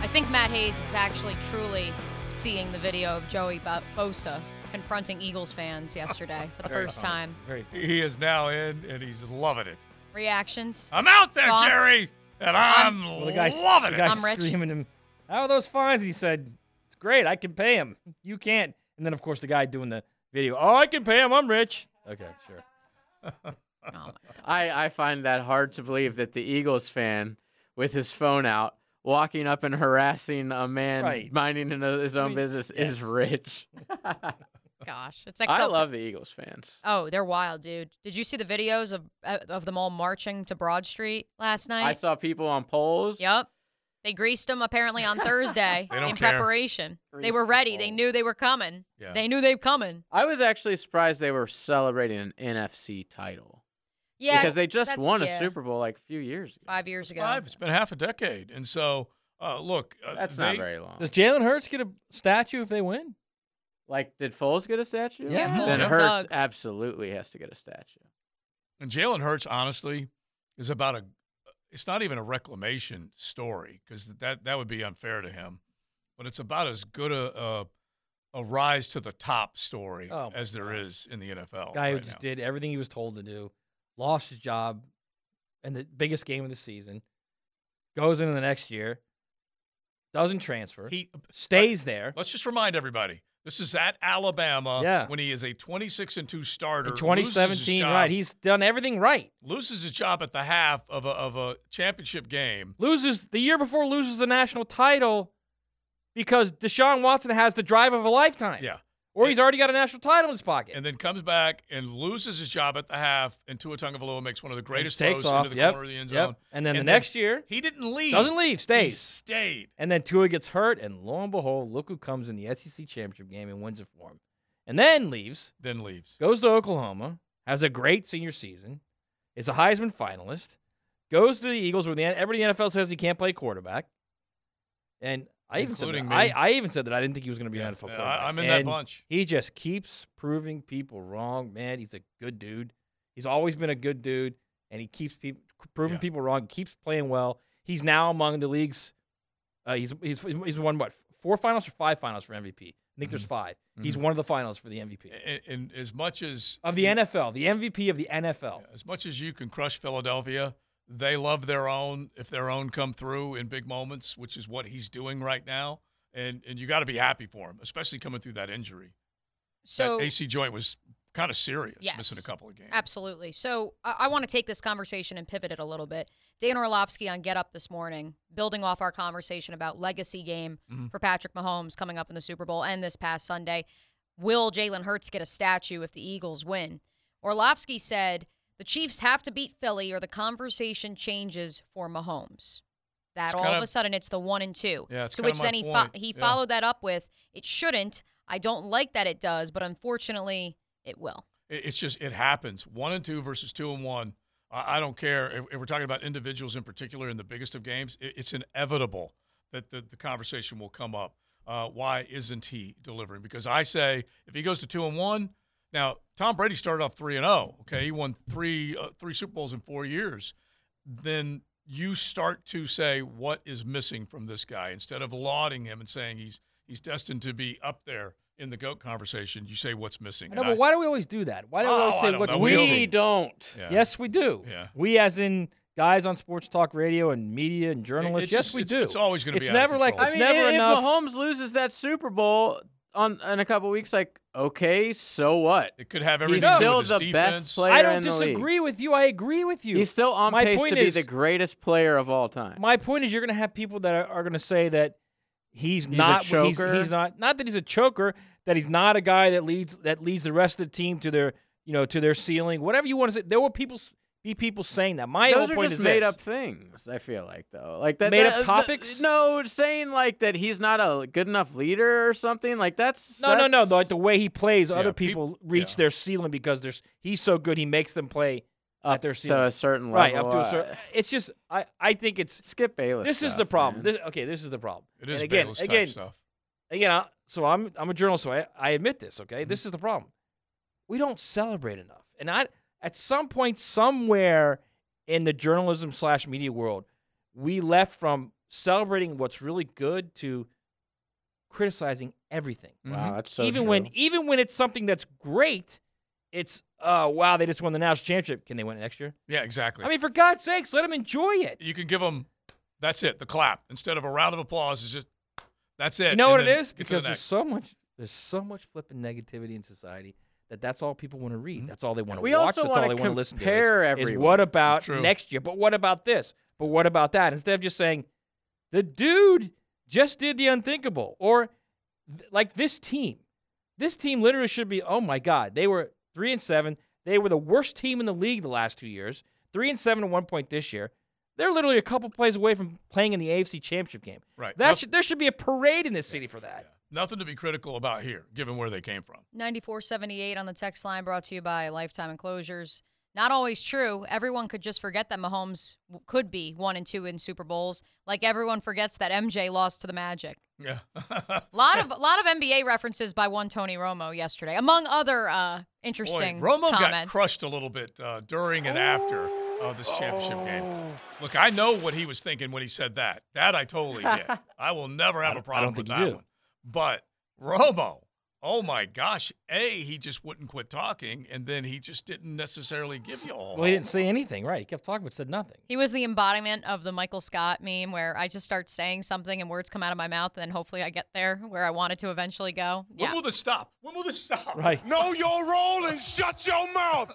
I think Matt Hayes is actually truly seeing the video of Joey Bo- Bosa confronting Eagles fans yesterday for the
Very
first
funny.
time.
He is now in, and he's loving it.
Reactions?
I'm out there,
Thoughts?
Jerry, and I'm,
Well, the guy,
loving
the
it.
guy screaming him, "How are those fines?" And he said, "It's great. I can pay him. You can't." And then, of course, the guy doing the video, "Oh, I can pay him. I'm rich." Okay, sure.
I, I find that hard to believe that the Eagles fan with his phone out walking up and harassing a man
Right.
minding his own
I mean,
business
yes.
is rich.
Gosh, it's
I
XL
love the Eagles fans.
Oh, they're wild, dude. Did you see the videos of uh, of them all marching to Broad Street last night?
I saw people on polls.
Yep. They greased them apparently on Thursday
They don't
in
care.
preparation. they
Greased
were ready. They knew they were coming.
Yeah.
They knew they were coming.
I was actually surprised they were celebrating an NFC title.
Yeah,
Because they just
that's-
won a
yeah.
Super Bowl like a few years ago.
Five years ago.
Five. It's been half a decade, and so uh, look, uh,
That's not
they-
very long.
Does Jalen Hurts get a statue if they win?
Like, did Foles get a statue?
Yeah, Yeah, Foles
Then
and
Hurts
Doug.
absolutely has to get a statue.
And Jalen Hurts, honestly, is about a. It's not even a reclamation story because that that would be unfair to him, but it's about as good a a, a rise to the top story
Oh, my
as there is in the NFL.
guy who
Oh, right
just
now.
did everything he was told to do, lost his job in the biggest game of the season, goes into the next year, doesn't transfer,
He- uh,
stays there.
Let's just remind everybody: this is at Alabama.
Yeah.
when he is a twenty six and two starter.
In
loses his
2017,
job-
right? He's done everything right.
loses his job at the half of a of a championship game.
Loses the year before loses the national title because Deshaun Watson has the drive of a lifetime.
Yeah.
Or he's already got a national title in his pocket.
And then comes back and loses his job at the half, and Tua Tagovailoa makes one of the greatest
takes
throws
off,
into the
yep,
corner of the end
yep.
zone.
And then the next year,
he didn't leave.
Doesn't leave, stays.
He stayed.
And then Tua gets hurt, and lo and behold, look who comes in the SEC championship game and wins it for him. And then leaves.
Then leaves.
Goes to Oklahoma, has a great senior season, is a Heisman finalist, goes to the Eagles where the everybody in the NFL says he can't play quarterback. And I even, said that,
Including me.
I, I even said that I didn't think he was going to be an NFL
yeah, I-
quarterback.
I'm in that
And
bunch.
He just keeps proving people wrong. Man, he's a good dude. He's always been a good dude, and he keeps people proving people wrong. Keeps playing well. He's now among the league's. Uh, he's he's he's won what four finals or five finals for MVP. I think there's
Mhm.
5 He's
Mhm.
one of the finals for the MVP
And, and as much as
of the NFL, the MVP of the NFL.
as much as you can crush Philadelphia, they love their own if their own come through in big moments, which is what he's doing right now. And and you got to be happy for him, especially coming through that injury.
So-
that AC joint was kind of serious, missing a
Yes.
couple of games.
Absolutely. So I, I want to take this conversation and pivot it a little bit. Dan Orlovsky on Get Up this morning, building off our conversation about legacy game
Mhm.
for Patrick Mahomes coming up in the Super Bowl and this past Sunday. Will Jalen Hurts get a statue if the Eagles win? Orlovsky said the Chiefs have to beat Philly or the conversation changes for Mahomes. That
It's
all
kinda-
of a sudden it's the one and two.
Yeah, it's
to
kinda
which
my
then he fo-
point.
he
Yeah.
followed that up with it shouldn't. I don't like that it does, but unfortunately it will.
It- It's just it happens. One and two versus two and one. I, I don't care if, if we're talking about individuals in particular in the biggest of games. It, it's inevitable that the, the conversation will come up. Uh, why isn't he delivering? Because I say if he goes to two and one, now Tom Brady started off three and zero. Okay, he won three uh, three Super Bowls in four years. Then you start to say what is missing from this guy instead of lauding him and saying he's he's destined to be up there in the goat conversation. You say what's missing.
No,
And
but why do we always do that? Why do we
Oh,
always
I
say
don't
what's
know.
missing?
We
don't.
Yeah.
Yes, we do.
Yeah.
We, as in guys on sports talk radio and media and journalists.
it's
yes,
just-
we
it's-
do.
it's always gonna
It's
be out of
never like
control.
it's
I mean,
never
if,
enough.
if Mahomes loses that Super Bowl, on in a couple weeks, like, okay, so what?
It could have
He's
everything to do
still
with
the
his defense.
best player
I don't
in the league.
disagree with you. I agree with you.
He's still on
My
pace
point
to
is-
be the greatest player of all time.
My point is, you're going to have people that are, are going to say that he's,
He's a
not. He's,
choker.
he's not. Not that he's a choker. That he's not a guy that leads that leads the rest of the team to their you know to their ceiling. Whatever you want to say. There will people s- be people saying that. My
Those
whole
are
point
just
is
made
this.
up things. I feel like though, like that
Made
that-
up
th-
topics?
no, saying like that he's not a good enough leader or something. Like that's
No, no, no.
that's-
Like the way he plays, other
peop-
people reach their ceiling because there's he's so good. He makes them play at their
to
ceiling.
a certain
right
level,
up to a
uh,
certain. It's just I I think it's
Skip Bayless.
This is the
stuff,
problem.
man.
This, okay, this is the problem.
It is
and again,
Bayless type
again,
stuff.
Again, I, so I'm I'm a journalist, so I, I admit this. Okay,
Mm-hmm.
this is the problem. We don't celebrate enough, and I at some point somewhere in the journalism slash media world, we left from celebrating what's really good to criticizing everything.
Mm-hmm.
Wow, that's so
even
true.
when even when it's something that's great, it's oh wow they just won the national championship. Can they win it next year?
Yeah, exactly.
I mean, for God's sakes, let them enjoy it.
you can give them. That's it. The clap instead of a round of applause is just. That's it.
You know
and
what it
then
is?
get to the
Because there's
next.
so much there's so much flipping negativity in society that that's all people want to
Mm-hmm.
read. That's all they want to
We
watch.
also
that's all
wanna
they want to listen to. is-
compare
is,
everyone.
what about
True.
next year? But what about this? But what about that? Instead of just saying, the dude just did the unthinkable, or th- like this team, this team literally should be. Oh my God, they were three and seven. They were the worst team in the league the last two years. Three and seven at one point this year. They're literally a couple plays away from playing in the AFC Championship game.
Right.
That
Nope.
should, there should be a parade in this city for that.
Nothing to be critical about here, given where they came from.
9478 on the text line brought to you by Lifetime Enclosures. Not always true. Everyone could just forget that Mahomes w- could be one and two in Super Bowls, like everyone forgets that MJ lost to the Magic.
Yeah.
Lot of lot of NBA references by one Tony Romo yesterday, among other uh, interesting
Boy, Romo got
comments.
crushed a little bit uh, during and after uh, this championship game. Look, I know what he was thinking when he said that. That I totally get. I will never have a
I
problem
don't
with
think
that
you do.
one. But Romo, oh my gosh, a he just wouldn't quit talking, and then he just didn't necessarily give you all.
Well, he didn't say anything, right? He kept talking but said nothing.
He was the embodiment of the Michael Scott meme where I just start saying something and words come out of my mouth, and then hopefully I get there where I wanted to eventually go.
When
Yeah.
will this stop? When will this stop?
Right.
Know your role and shut your mouth.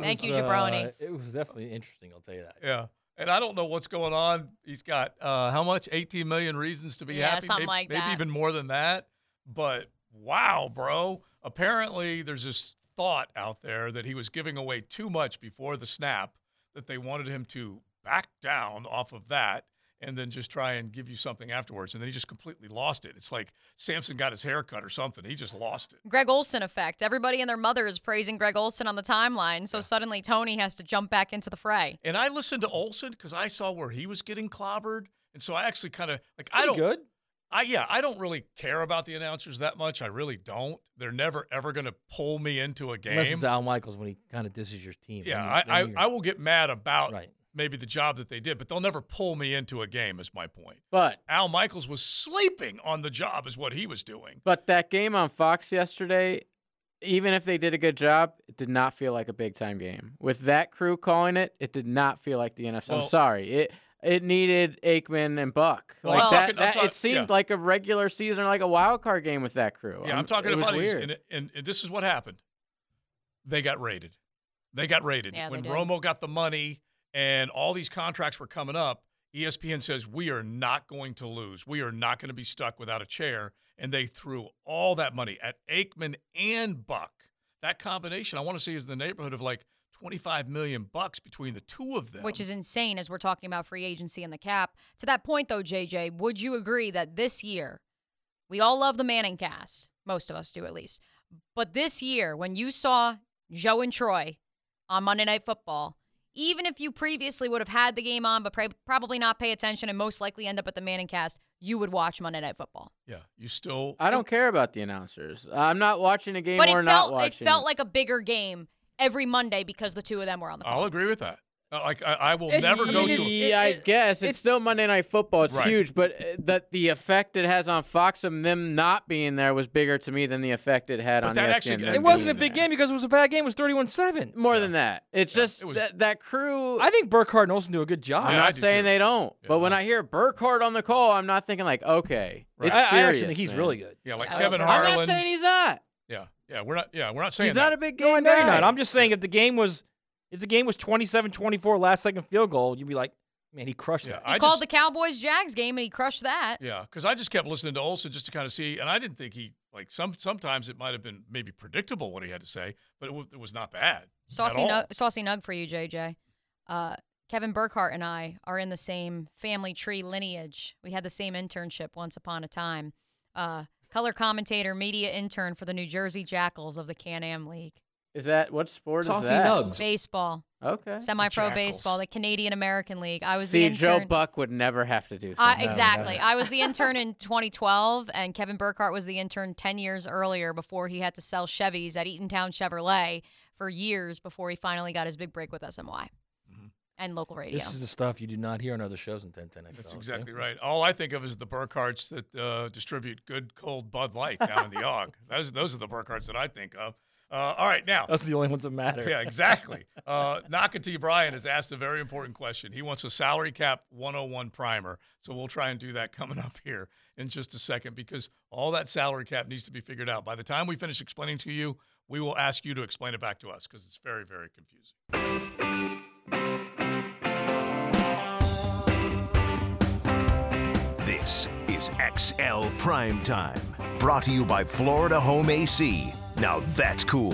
Thank you, Jabroni.
uh, it was definitely interesting, I'll tell you that.
Yeah. And I don't know what's going on. He's got uh, how much? 18 million reasons to be
Yeah,
happy.
something
maybe,
like
Maybe
that.
even more than that. But wow, bro. Apparently, there's this thought out there that he was giving away too much before the snap, that they wanted him to back down off of that and then just try and give you something afterwards. And then he just completely lost it. It's like Samson got his hair cut or something. He just lost it.
Greg Olson effect. Everybody and their mother is praising Greg Olson on the timeline, so suddenly Tony has to jump back into the fray.
And I listened to Olson because I saw where he was getting clobbered, and so I actually kind of like I don't
Pretty good.
I yeah I don't really care about the announcers that much. I really don't. They're never ever going to pull me into a game.
Unless it's Al Michaels when he kind of disses your team.
yeah,
Then you-
I,
then
I
you're-
I will get mad about
Right.
maybe the job that they did, but they'll never pull me into a game. Is my point.
But
Al Michaels was sleeping on the job, is what he was doing.
but that game on Fox yesterday, even if they did a good job, it did not feel like a big time game. With that crew calling it, it did not feel like the NFL.
Well-
I'm sorry. It it needed Aikman and Buck.
Well,
like
I'm
that,
talking- I'm
that
talking-
it seemed
yeah.
like a regular season or like a wild card game with that crew.
Yeah, I'm talking
it was
about these,
weird.
and, and, and this is what happened. They got raided. They got raided
Yeah, they
when
did.
Romo got the money and all these contracts were coming up. E ESPN says we are not going to lose. We are not going to be stuck without a chair, and they threw all that money at Aikman and Buck. That combination, I want to say, is in the neighborhood of like 25 million bucks between the two of them.
Which is insane as we're talking about free agency and the cap. To that point, though, JJ, would you agree that this year, we all love the Manning cast, most of us do at least, but this year, when you saw Joe and Troy on Monday Night Football, even if you previously would have had the game on, but pra- probably not pay attention and most likely end up at the Manning cast, you would watch Monday Night Football.
yeah, you still
I don't care about the announcers. I'm not watching a game
but
or
it
not
felt
watching.
it felt like a bigger game every Monday because the two of them were on the
I'll
call.
agree with that. Uh, like I, I will
It-
never go to.
Yeah, I guess it's, still Monday Night Football. It's
Right.
huge, but uh, that the effect it has on Fox and them not being there was bigger to me than the effect it had
But
on E
that
ESPN.
actually-
them
It wasn't a
being
big game because it was a bad game. It was 31 7.
More than that. It's just that, that crew.
I think Burkhardt and Olsen do a good
there.
job.
I'm not saying they don't, but when I hear Burkhardt on the call, I'm not thinking like, okay,
Right.
it's
I- I actually
serious.
think he's
man.
really good.
Yeah, like
I-
Kevin
I'm
Harlan.
not saying he's not.
Yeah, yeah, we're not. Yeah, we're not saying
he's not
that.
a big game
No, I know you're
guy.
not. I'm just saying if the game was if the game was 27-24 last second field goal, you'd be like, man, he crushed it.
He
I
called
just-
the Cowboys Jags game and he crushed that.
Yeah, because I just kept listening to Olson just to kind of see, and I didn't think he like some. Sometimes it might have been maybe predictable what he had to say, but it, w- it was not bad. at
Saucy
all.
nug, saucy nug for you, JJ. Uh, Kevin Burkhart and I are in the same family tree lineage. We had the same internship once upon a time. Uh, color commentator, media intern for the New Jersey Jackals of the Can Am League.
Is that what sport
Saucy
is that?
Baseball.
Okay.
Semi pro
Jackals.
baseball, the Canadian American League. I was the
See,
intern.
Joe Buck would never have to do
I,
something.
Uh, exactly. I was the intern in 2012, and Kevin Burkhart was the intern 10 years earlier before he had to sell Chevys at Eatontown Chevrolet for years before he finally got his big break with SMY and local
Mm-hmm.
radio.
This is the stuff you do not hear on other shows in 1010 NFL.
That's exactly right. All I think of is the Burkharts that uh, distribute good cold Bud Light down in the Og. Those those are the Burkharts that I think of. Uh, all right, now
That's the only ones that matter.
Yeah, exactly. uh, Nakati Bryan has asked a very important question. He wants a salary cap 101 primer. So we'll try and do that coming up here in just a second because all that salary cap needs to be figured out. By the time we finish explaining to you, we will ask you to explain it back to us because it's very, very confusing.
This is XL Prime Time, brought to you by Florida Home AC. Now that's cool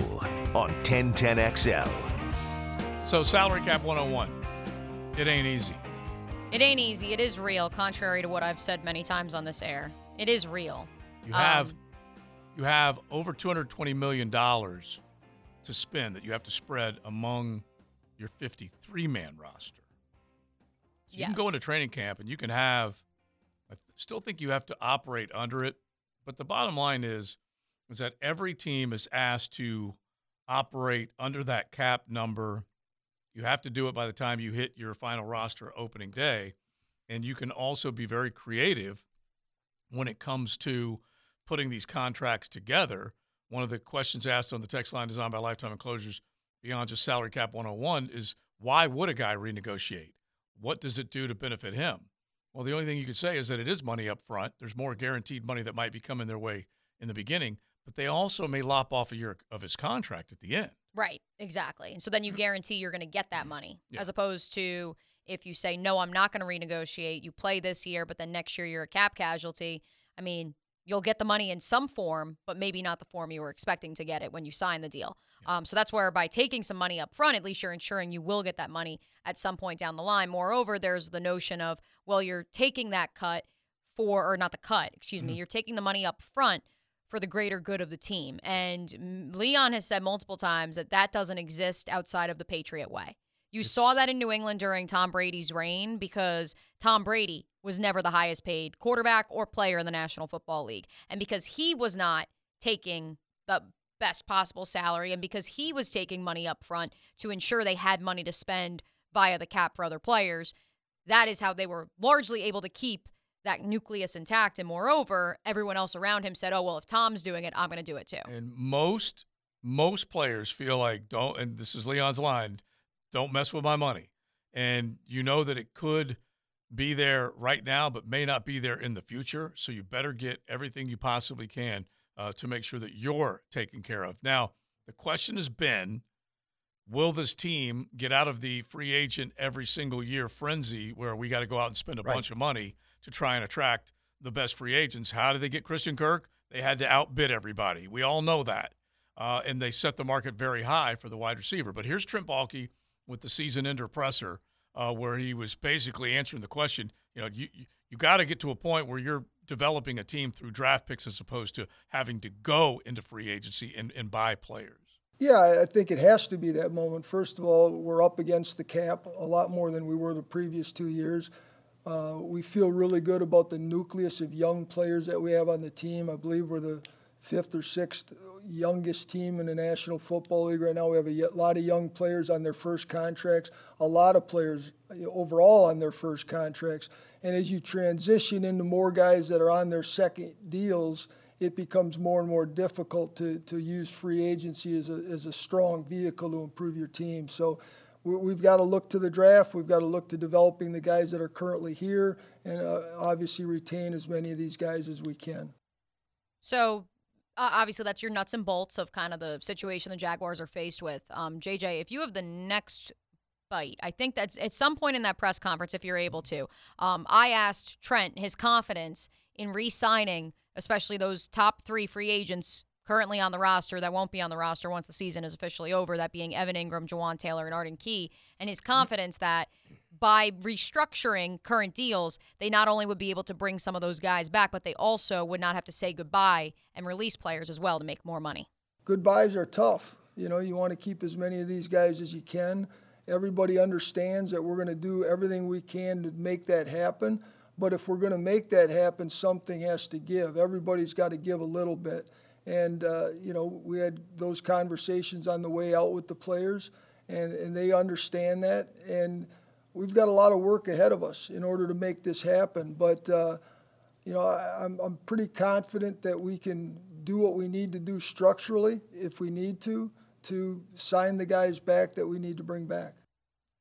on 1010XL.
So, salary cap 101, it ain't easy.
It ain't easy. It is real, contrary to what I've said many times on this air. It is real.
You
Um,
have you have over 220 million dollars to spend that you have to spread among your 53 man roster. So You can go
Yes.
into training camp and you can have. I th- still think you have to operate under it, but the bottom line is, is that every team is asked to operate under that cap number. You have to do it by the time you hit your final roster opening day, and you can also be very creative when it comes to putting these contracts together. One of the questions asked on the text line designed by Lifetime Enclosures beyond just salary cap 101 is why would a guy renegotiate? What does it do to benefit him? Well, the only thing you could say is that it is money up front. There's more guaranteed money that might be coming their way in the beginning, but they also may lop off a year of his contract at the end.
Right, exactly. And so then you guarantee you're going to get that money
Yeah.
as opposed to if you say, no, I'm not going to renegotiate, you play this year, but then next year you're a cap casualty. I mean, you'll get the money in some form, but maybe not the form you were expecting to get it when you sign the deal. Um, so that's where by taking some money up front, at least you're ensuring you will get that money at some point down the line. Moreover, there's the notion of, well, you're taking that cut for, or not the cut, excuse me, you're taking the money up front for the greater good of the team. And mm, Leon has said multiple times that that doesn't exist outside of the Patriot way. You saw that in New England during Tom Brady's reign because Tom Brady was never the highest paid quarterback or player in the National Football League. And because he was not taking the best possible salary and because he was taking money up front to ensure they had money to spend via the cap for other players, that is how they were largely able to keep that nucleus intact. And moreover, everyone else around him said, oh, well, if Tom's doing it, I'm going to do it too.
And most most players feel like don't and this is Leon's line, don't mess with my money. And you know that it could be there right now but may not be there in the future, so you better get everything you possibly can uh, to make sure that you're taken care of. Now, the question has been Will this team get out of the free agent every single year frenzy where we got to go out and spend a
Right.
bunch of money to try and attract the best free agents? How did they get Christian Kirk? They had to outbid everybody. We all know that. Uh, and they set the market very high for the wide receiver. But here's Trent Baalke with the season ender presser, uh, where he was basically answering the question you know, you, you, you got to get to a point where you're developing a team through draft picks as opposed to having to go into free agency and, and buy players.
Yeah, I- I think it has to be that moment. First of all, we're up against the cap a lot more than we were the previous two years. Uh, we feel really good about the nucleus of young players that we have on the team. I believe we're the fifth or sixth youngest team in the National Football League right now. We have a yet- lot of young players on their first contracts, a lot of players you know, overall on their first contracts. And as you transition into more guys that are on their second deals, it becomes more and more difficult to, to use free agency as a, as a strong vehicle to improve your team. So we- we've got to look to the draft. We've got to look to developing the guys that are currently here and uh, obviously retain as many of these guys as we can.
So uh, obviously, that's your nuts and bolts of kind of the situation the Jaguars are faced with. Um, JJ, if you have the next bite, I think that's at some point in that press conference, if you're able to. Um, I asked Trent his confidence in re-signing, especially those top three free agents currently on the roster that won't be on the roster once the season is officially over. That being Evan Ingram, Jawan Taylor, and Arden Key, and his confidence that by restructuring current deals, they not only would be able to bring some of those guys back, but they also would not have to say goodbye and release players as well to make more money.
goodbyes are tough. You know, you want to keep as many of these guys as you can. Everybody understands that we're going to do everything we can to make that happen. But if we're going to make that happen, something has to give. Everybody's got to give a little bit. And, uh, you know, we had those conversations on the way out with the players, and, and they understand that. And we've got a lot of work ahead of us in order to make this happen. But, uh, you know, I, I'm, I'm pretty confident that we can do what we need to do structurally, if we need to, to sign the guys back that we need to bring back.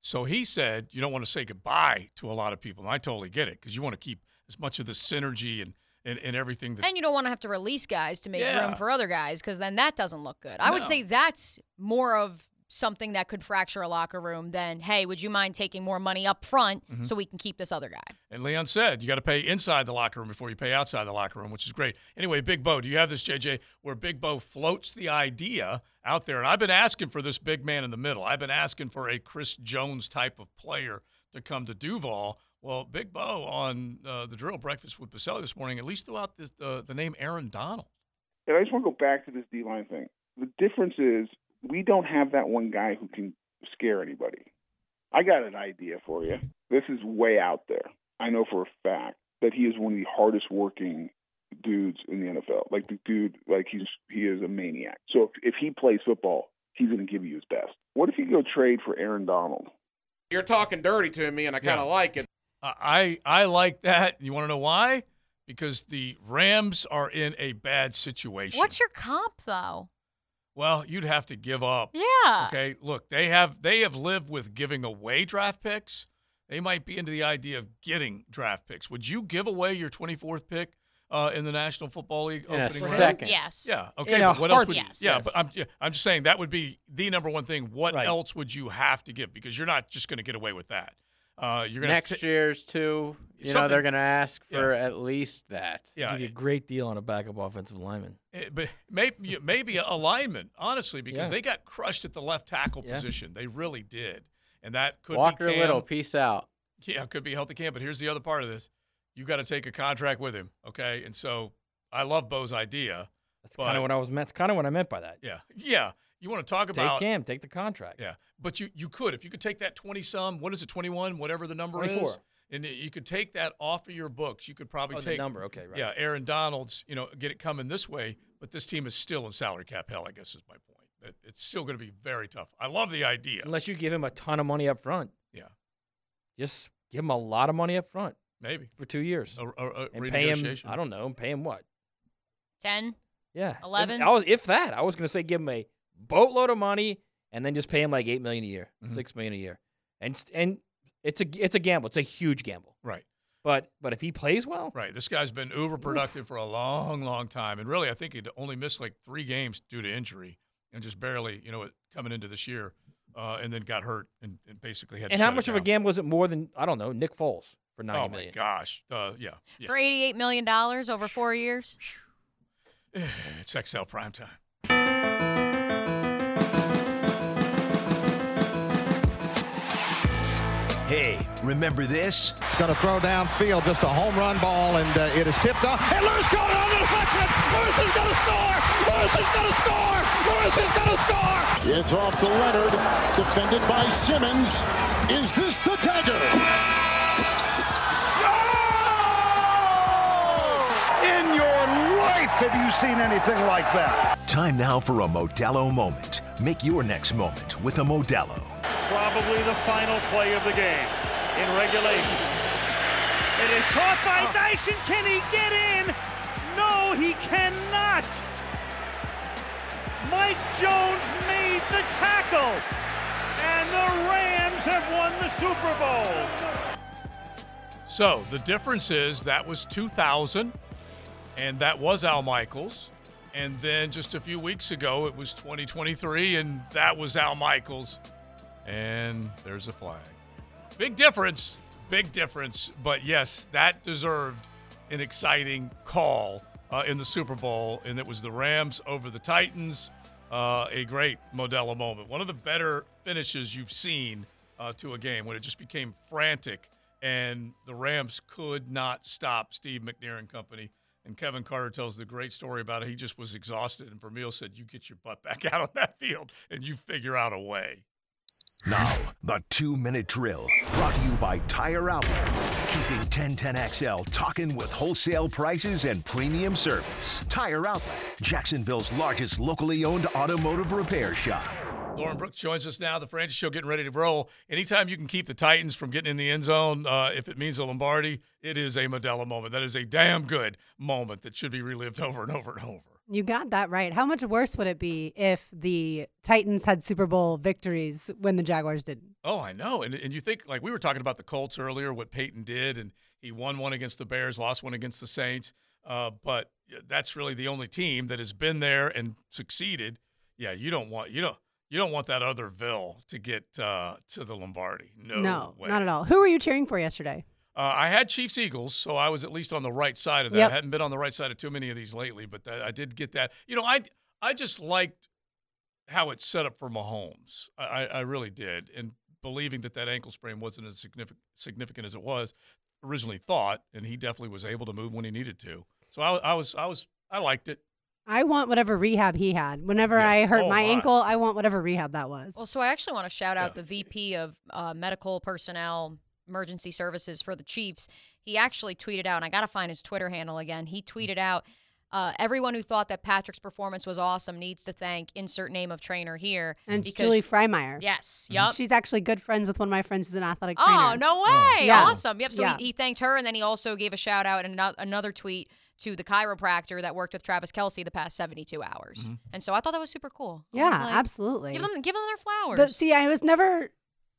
So he said, you don't want to say goodbye to a lot of people. And I totally get it because you want to keep as much of the synergy and, and, and everything that
And you don't want to have to release guys to make
Yeah.
room for other guys because then that doesn't look good. I would
No.
say that's more of something that could fracture a locker room than, hey, would you mind taking more money up front
Mhm.
so we can keep this other guy?
And Leon said, you got to pay inside the locker room before you pay outside the locker room, which is great. Anyway, Big Bo, do you have this, JJ, where Big Bo floats the idea out there? And I've been asking for this big man in the middle. I've been asking for a Chris Jones type of player to come to Duval. Well, Big Bo on uh, the drill breakfast with Baselli this morning, at least threw out this, uh, the name Aaron Donald.
And I just want to go back to this D line thing. The difference is we don't have that one guy who can scare anybody. I got an idea for you. This is way out there. I know for a fact that he is one of the hardest working dudes in the NFL. Like the dude, like he's he is a maniac. So if, if he plays football, he's going to give you his best. What if you go trade for Aaron Donald?
You're talking dirty to me, and I kind of
Yeah.
like it.
I I like that. You want to know why? Because the Rams are in a bad situation.
What's your comp, though?
Well, you'd have to give up.
Yeah.
Okay. Look, they have they have lived with giving away draft picks. They might be into the idea of getting draft picks. Would you give away your 24th pick uh, in the National Football League
In a
opening round?
second. Yes.
Yeah. Okay.
In a
but what else would you?
heartbeat.
Yeah.
Yes.
But I'm yeah, I'm just saying that would be the number one thing. What else would you have to give? Because you're not just going to get away with that. Uh, you're going
next year's too. You know
Something-
they're going to ask
Yeah.
for at least that.
Yeah.
Give you a great deal on a backup offensive lineman.
It- eh, but maybe maybe a lineman, honestly, because
Yeah.
they got crushed at the left tackle
Yeah.
position. They really did, and that could
Walker
be Cam.
Little, peace out.
Yeah, could be healthy Cam. But here's the other part of this: you got to take a contract with him, okay? And so I love Bo's idea. That's
Kind of what I was meant. Kind of what I meant by that.
Yeah, yeah. You want to talk
Take
about
Cam. Take the contract.
Yeah, but you you could if you could take that twenty some. What is it? Twenty one, whatever the number
24.
is. And you could take that off of your books. You could probably
Oh, the
take
number, okay, right.
Yeah, Aaron Donald's. You know, get it coming this way, but this team is still in salary cap hell. I guess is my point. It- It's still going to be very tough. I love the idea.
Unless you give him a ton of money up front.
Yeah.
Just give him a lot of money up front.
Maybe
for two years.
A, a
and pay him.
renegotiation.
I don't know. Pay him what?
10?
Yeah. If-
11?
I was, if that, I was going to say give him a boatload of money and then just pay him like eight million a year,
Mm-hmm.
six million a year, and s- and it's a it's a gamble. It's a huge gamble.
Right.
But but if he plays well,
Right. This guy's been uber productive for a long, long time. And really, I think he'd only missed like three games due to injury and just barely, you know, coming into this year uh, and then got hurt and, and basically had
and
to
how
shut it
much of a
down.
gamble is it more than I don't know Nick Foles for
Oh,
ninety
my
million?
gosh. Uh, yeah. yeah.
For $88 million over four years?
It's XL prime time.
Hey, remember this?
Going to throw downfield, just a home run ball, and uh, it is tipped off. And Lewis going on the deflection. Lewis is going to score. Lewis is going to score. Lewis is going to score.
It's off to Leonard, defended by Simmons. Is this the dagger? In your life,
Have you seen anything like that?
Time now for a Modelo moment. Make your next moment with a Modelo.
Probably the final play of the game in regulation. It is caught by Dyson. Can he get in? No, he cannot. Mike Jones made the tackle, and the Rams have won the Super Bowl.
So the difference is that was 2000, and that was Al Michaels. And then just a few weeks ago, it was 2023, and that was Al Michaels. And there's a flag. Big difference. Big difference. But yes, that deserved an exciting call uh, in the Super Bowl, and it was the Rams over the Titans. Uh, a great Modella moment. One of the better finishes you've seen uh, to a game when it just became frantic and the Rams could not stop Steve McNair and company. And Kevin Carter tells the great story about it. He just was exhausted, and Vermeil said, "You get your butt back out on that field, and you figure out a way."
Now, the two minute drill brought to you by Tire Outlet, keeping 1010XL talking with wholesale prices and premium service. Tire Outlet, Jacksonville's largest locally owned automotive repair shop.
Lauren Brooks joins us now. The Francis Show getting ready to roll. Anytime you can keep the Titans from getting in the end zone, uh, if it means a Lombardi, it is a Modella moment. That is a damn good moment that should be relived over and over and over.
You got that right. How much worse would it be if the Titans had Super Bowl victories when the Jaguars didn't?
Oh, I know. And, and you think, like, we were talking about the Colts earlier, what Peyton did, and he won one against the Bears, lost one against the Saints. Uh, but that's really the only team that has been there and succeeded. Yeah, you don't want, you don't. You don't want that other Ville to get uh, to the Lombardi. No, way.
not at all. Who were you cheering for yesterday?
Uh, I had Chiefs Eagles, so I was at least on the right side of that.
Yep.
I hadn't been on the right side of too many of these lately, but that, I did get that. You know, I I just liked how it's set up for Mahomes. I, I I really did, and believing that that ankle sprain wasn't as significant significant as it was originally thought, and he definitely was able to move when he needed to. So I, I was I was I liked it.
I want whatever rehab he had. Whenever I hurt
Oh,
my
my.
ankle, I want whatever rehab that was.
Well, so I actually want to shout out the VP of uh, Medical Personnel Emergency Services for the Chiefs. He actually tweeted out, and I got to find his Twitter handle again. He tweeted out, uh, "Everyone who thought that Patrick's performance was awesome needs to thank insert name of trainer here."
And it's
because-
Julie Freimeyer.
Yes.
Mm-hmm.
Yup.
She's actually good friends with one of my friends who's an athletic trainer.
Oh no way!
Yeah.
Awesome. Yep. So
Yeah.
he, he thanked her, and then he also gave a shout out and ano- another tweet to the chiropractor that worked with Travis Kelsey the past seventy-two hours.
Mhm.
And so I thought that was super cool. I was
Yeah,
like,
absolutely.
Give them, give them their
The-
flowers.
see, I was never,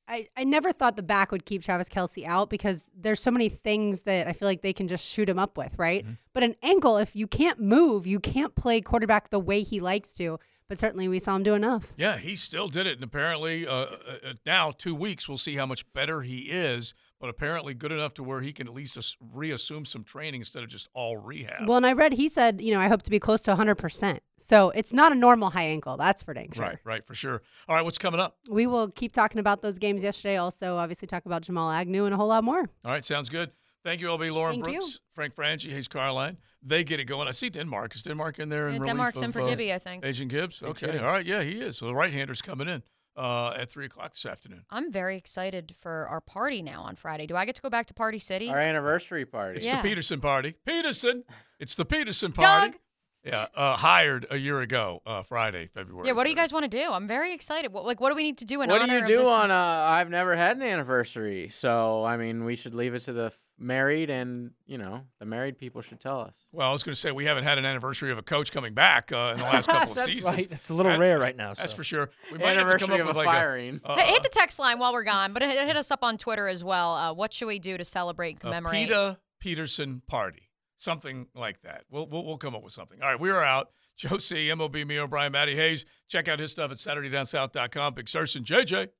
I, I never thought the back would keep Travis Kelsey out because there's so many things that I feel like they can just shoot him up with, right? But an ankle, if you can't move, you can't play quarterback the way he likes to. But certainly we saw him do enough.
Yeah, he still did it, and apparently uh, uh, uh, now two weeks we'll see how much better he is. But apparently good enough to where he can at least as- reassume some training instead of just all rehab.
Well, and I read he said, you know, I hope to be close to 100%. So it's not a normal high ankle. That's for dang sure.
Right, right, for sure. All right, what's coming up?
We will keep talking about those games yesterday. Also, obviously, talk about Jamal Agnew and a whole lot more.
All right, sounds good. Thank you, LB Lauren
Thank you.
Brooks, Frank Franchi, Hayes Carline. They get it going. I see Denmark. Is Denmark in there? in
Yeah,
relief
Denmark's in
of,
for
uh,
Gibby, I think.
Agent Gibbs.
No
Okay.
kidding.
All right. Yeah, he is. So the right hander's coming in uh, at three o'clock this afternoon.
I'm very excited for our party now on Friday. Do I get to go back to Party City?
Our anniversary party.
It's
Yeah.
the Peterson party. Peterson. It's the Peterson party. Yeah, uh, hired a year ago, uh, Friday, February.
Yeah, what do you guys want to do? I'm very excited. What, like, what do we need to do in
what do
honor
you do
of this?
on a? I've never had an anniversary, so I mean, we should leave it to the f- married, and you know, the married people should tell us.
Well, I was going to say we haven't had an anniversary of a coch coming back uh, in the last couple of
That's
seasons.
right. It's
a little rare right now,
That's
so.
for sure. We might have to come
Anniversary
up
of
with
a uh,
like
firing.
a, uh,
Hey, hit the text line while we're gone, but hit, hit us up on Twitter as well. Uh, what should we do to celebrate, and
a
commemorate?
PETA Peterson party, something like that. We'll, we'll we'll come up with something. All right, we are out. Joe C, MOB, me, O'Brien, Matty Hayes. Check out his stuff at SaturdayDownSouth.com. Big Search and JJ.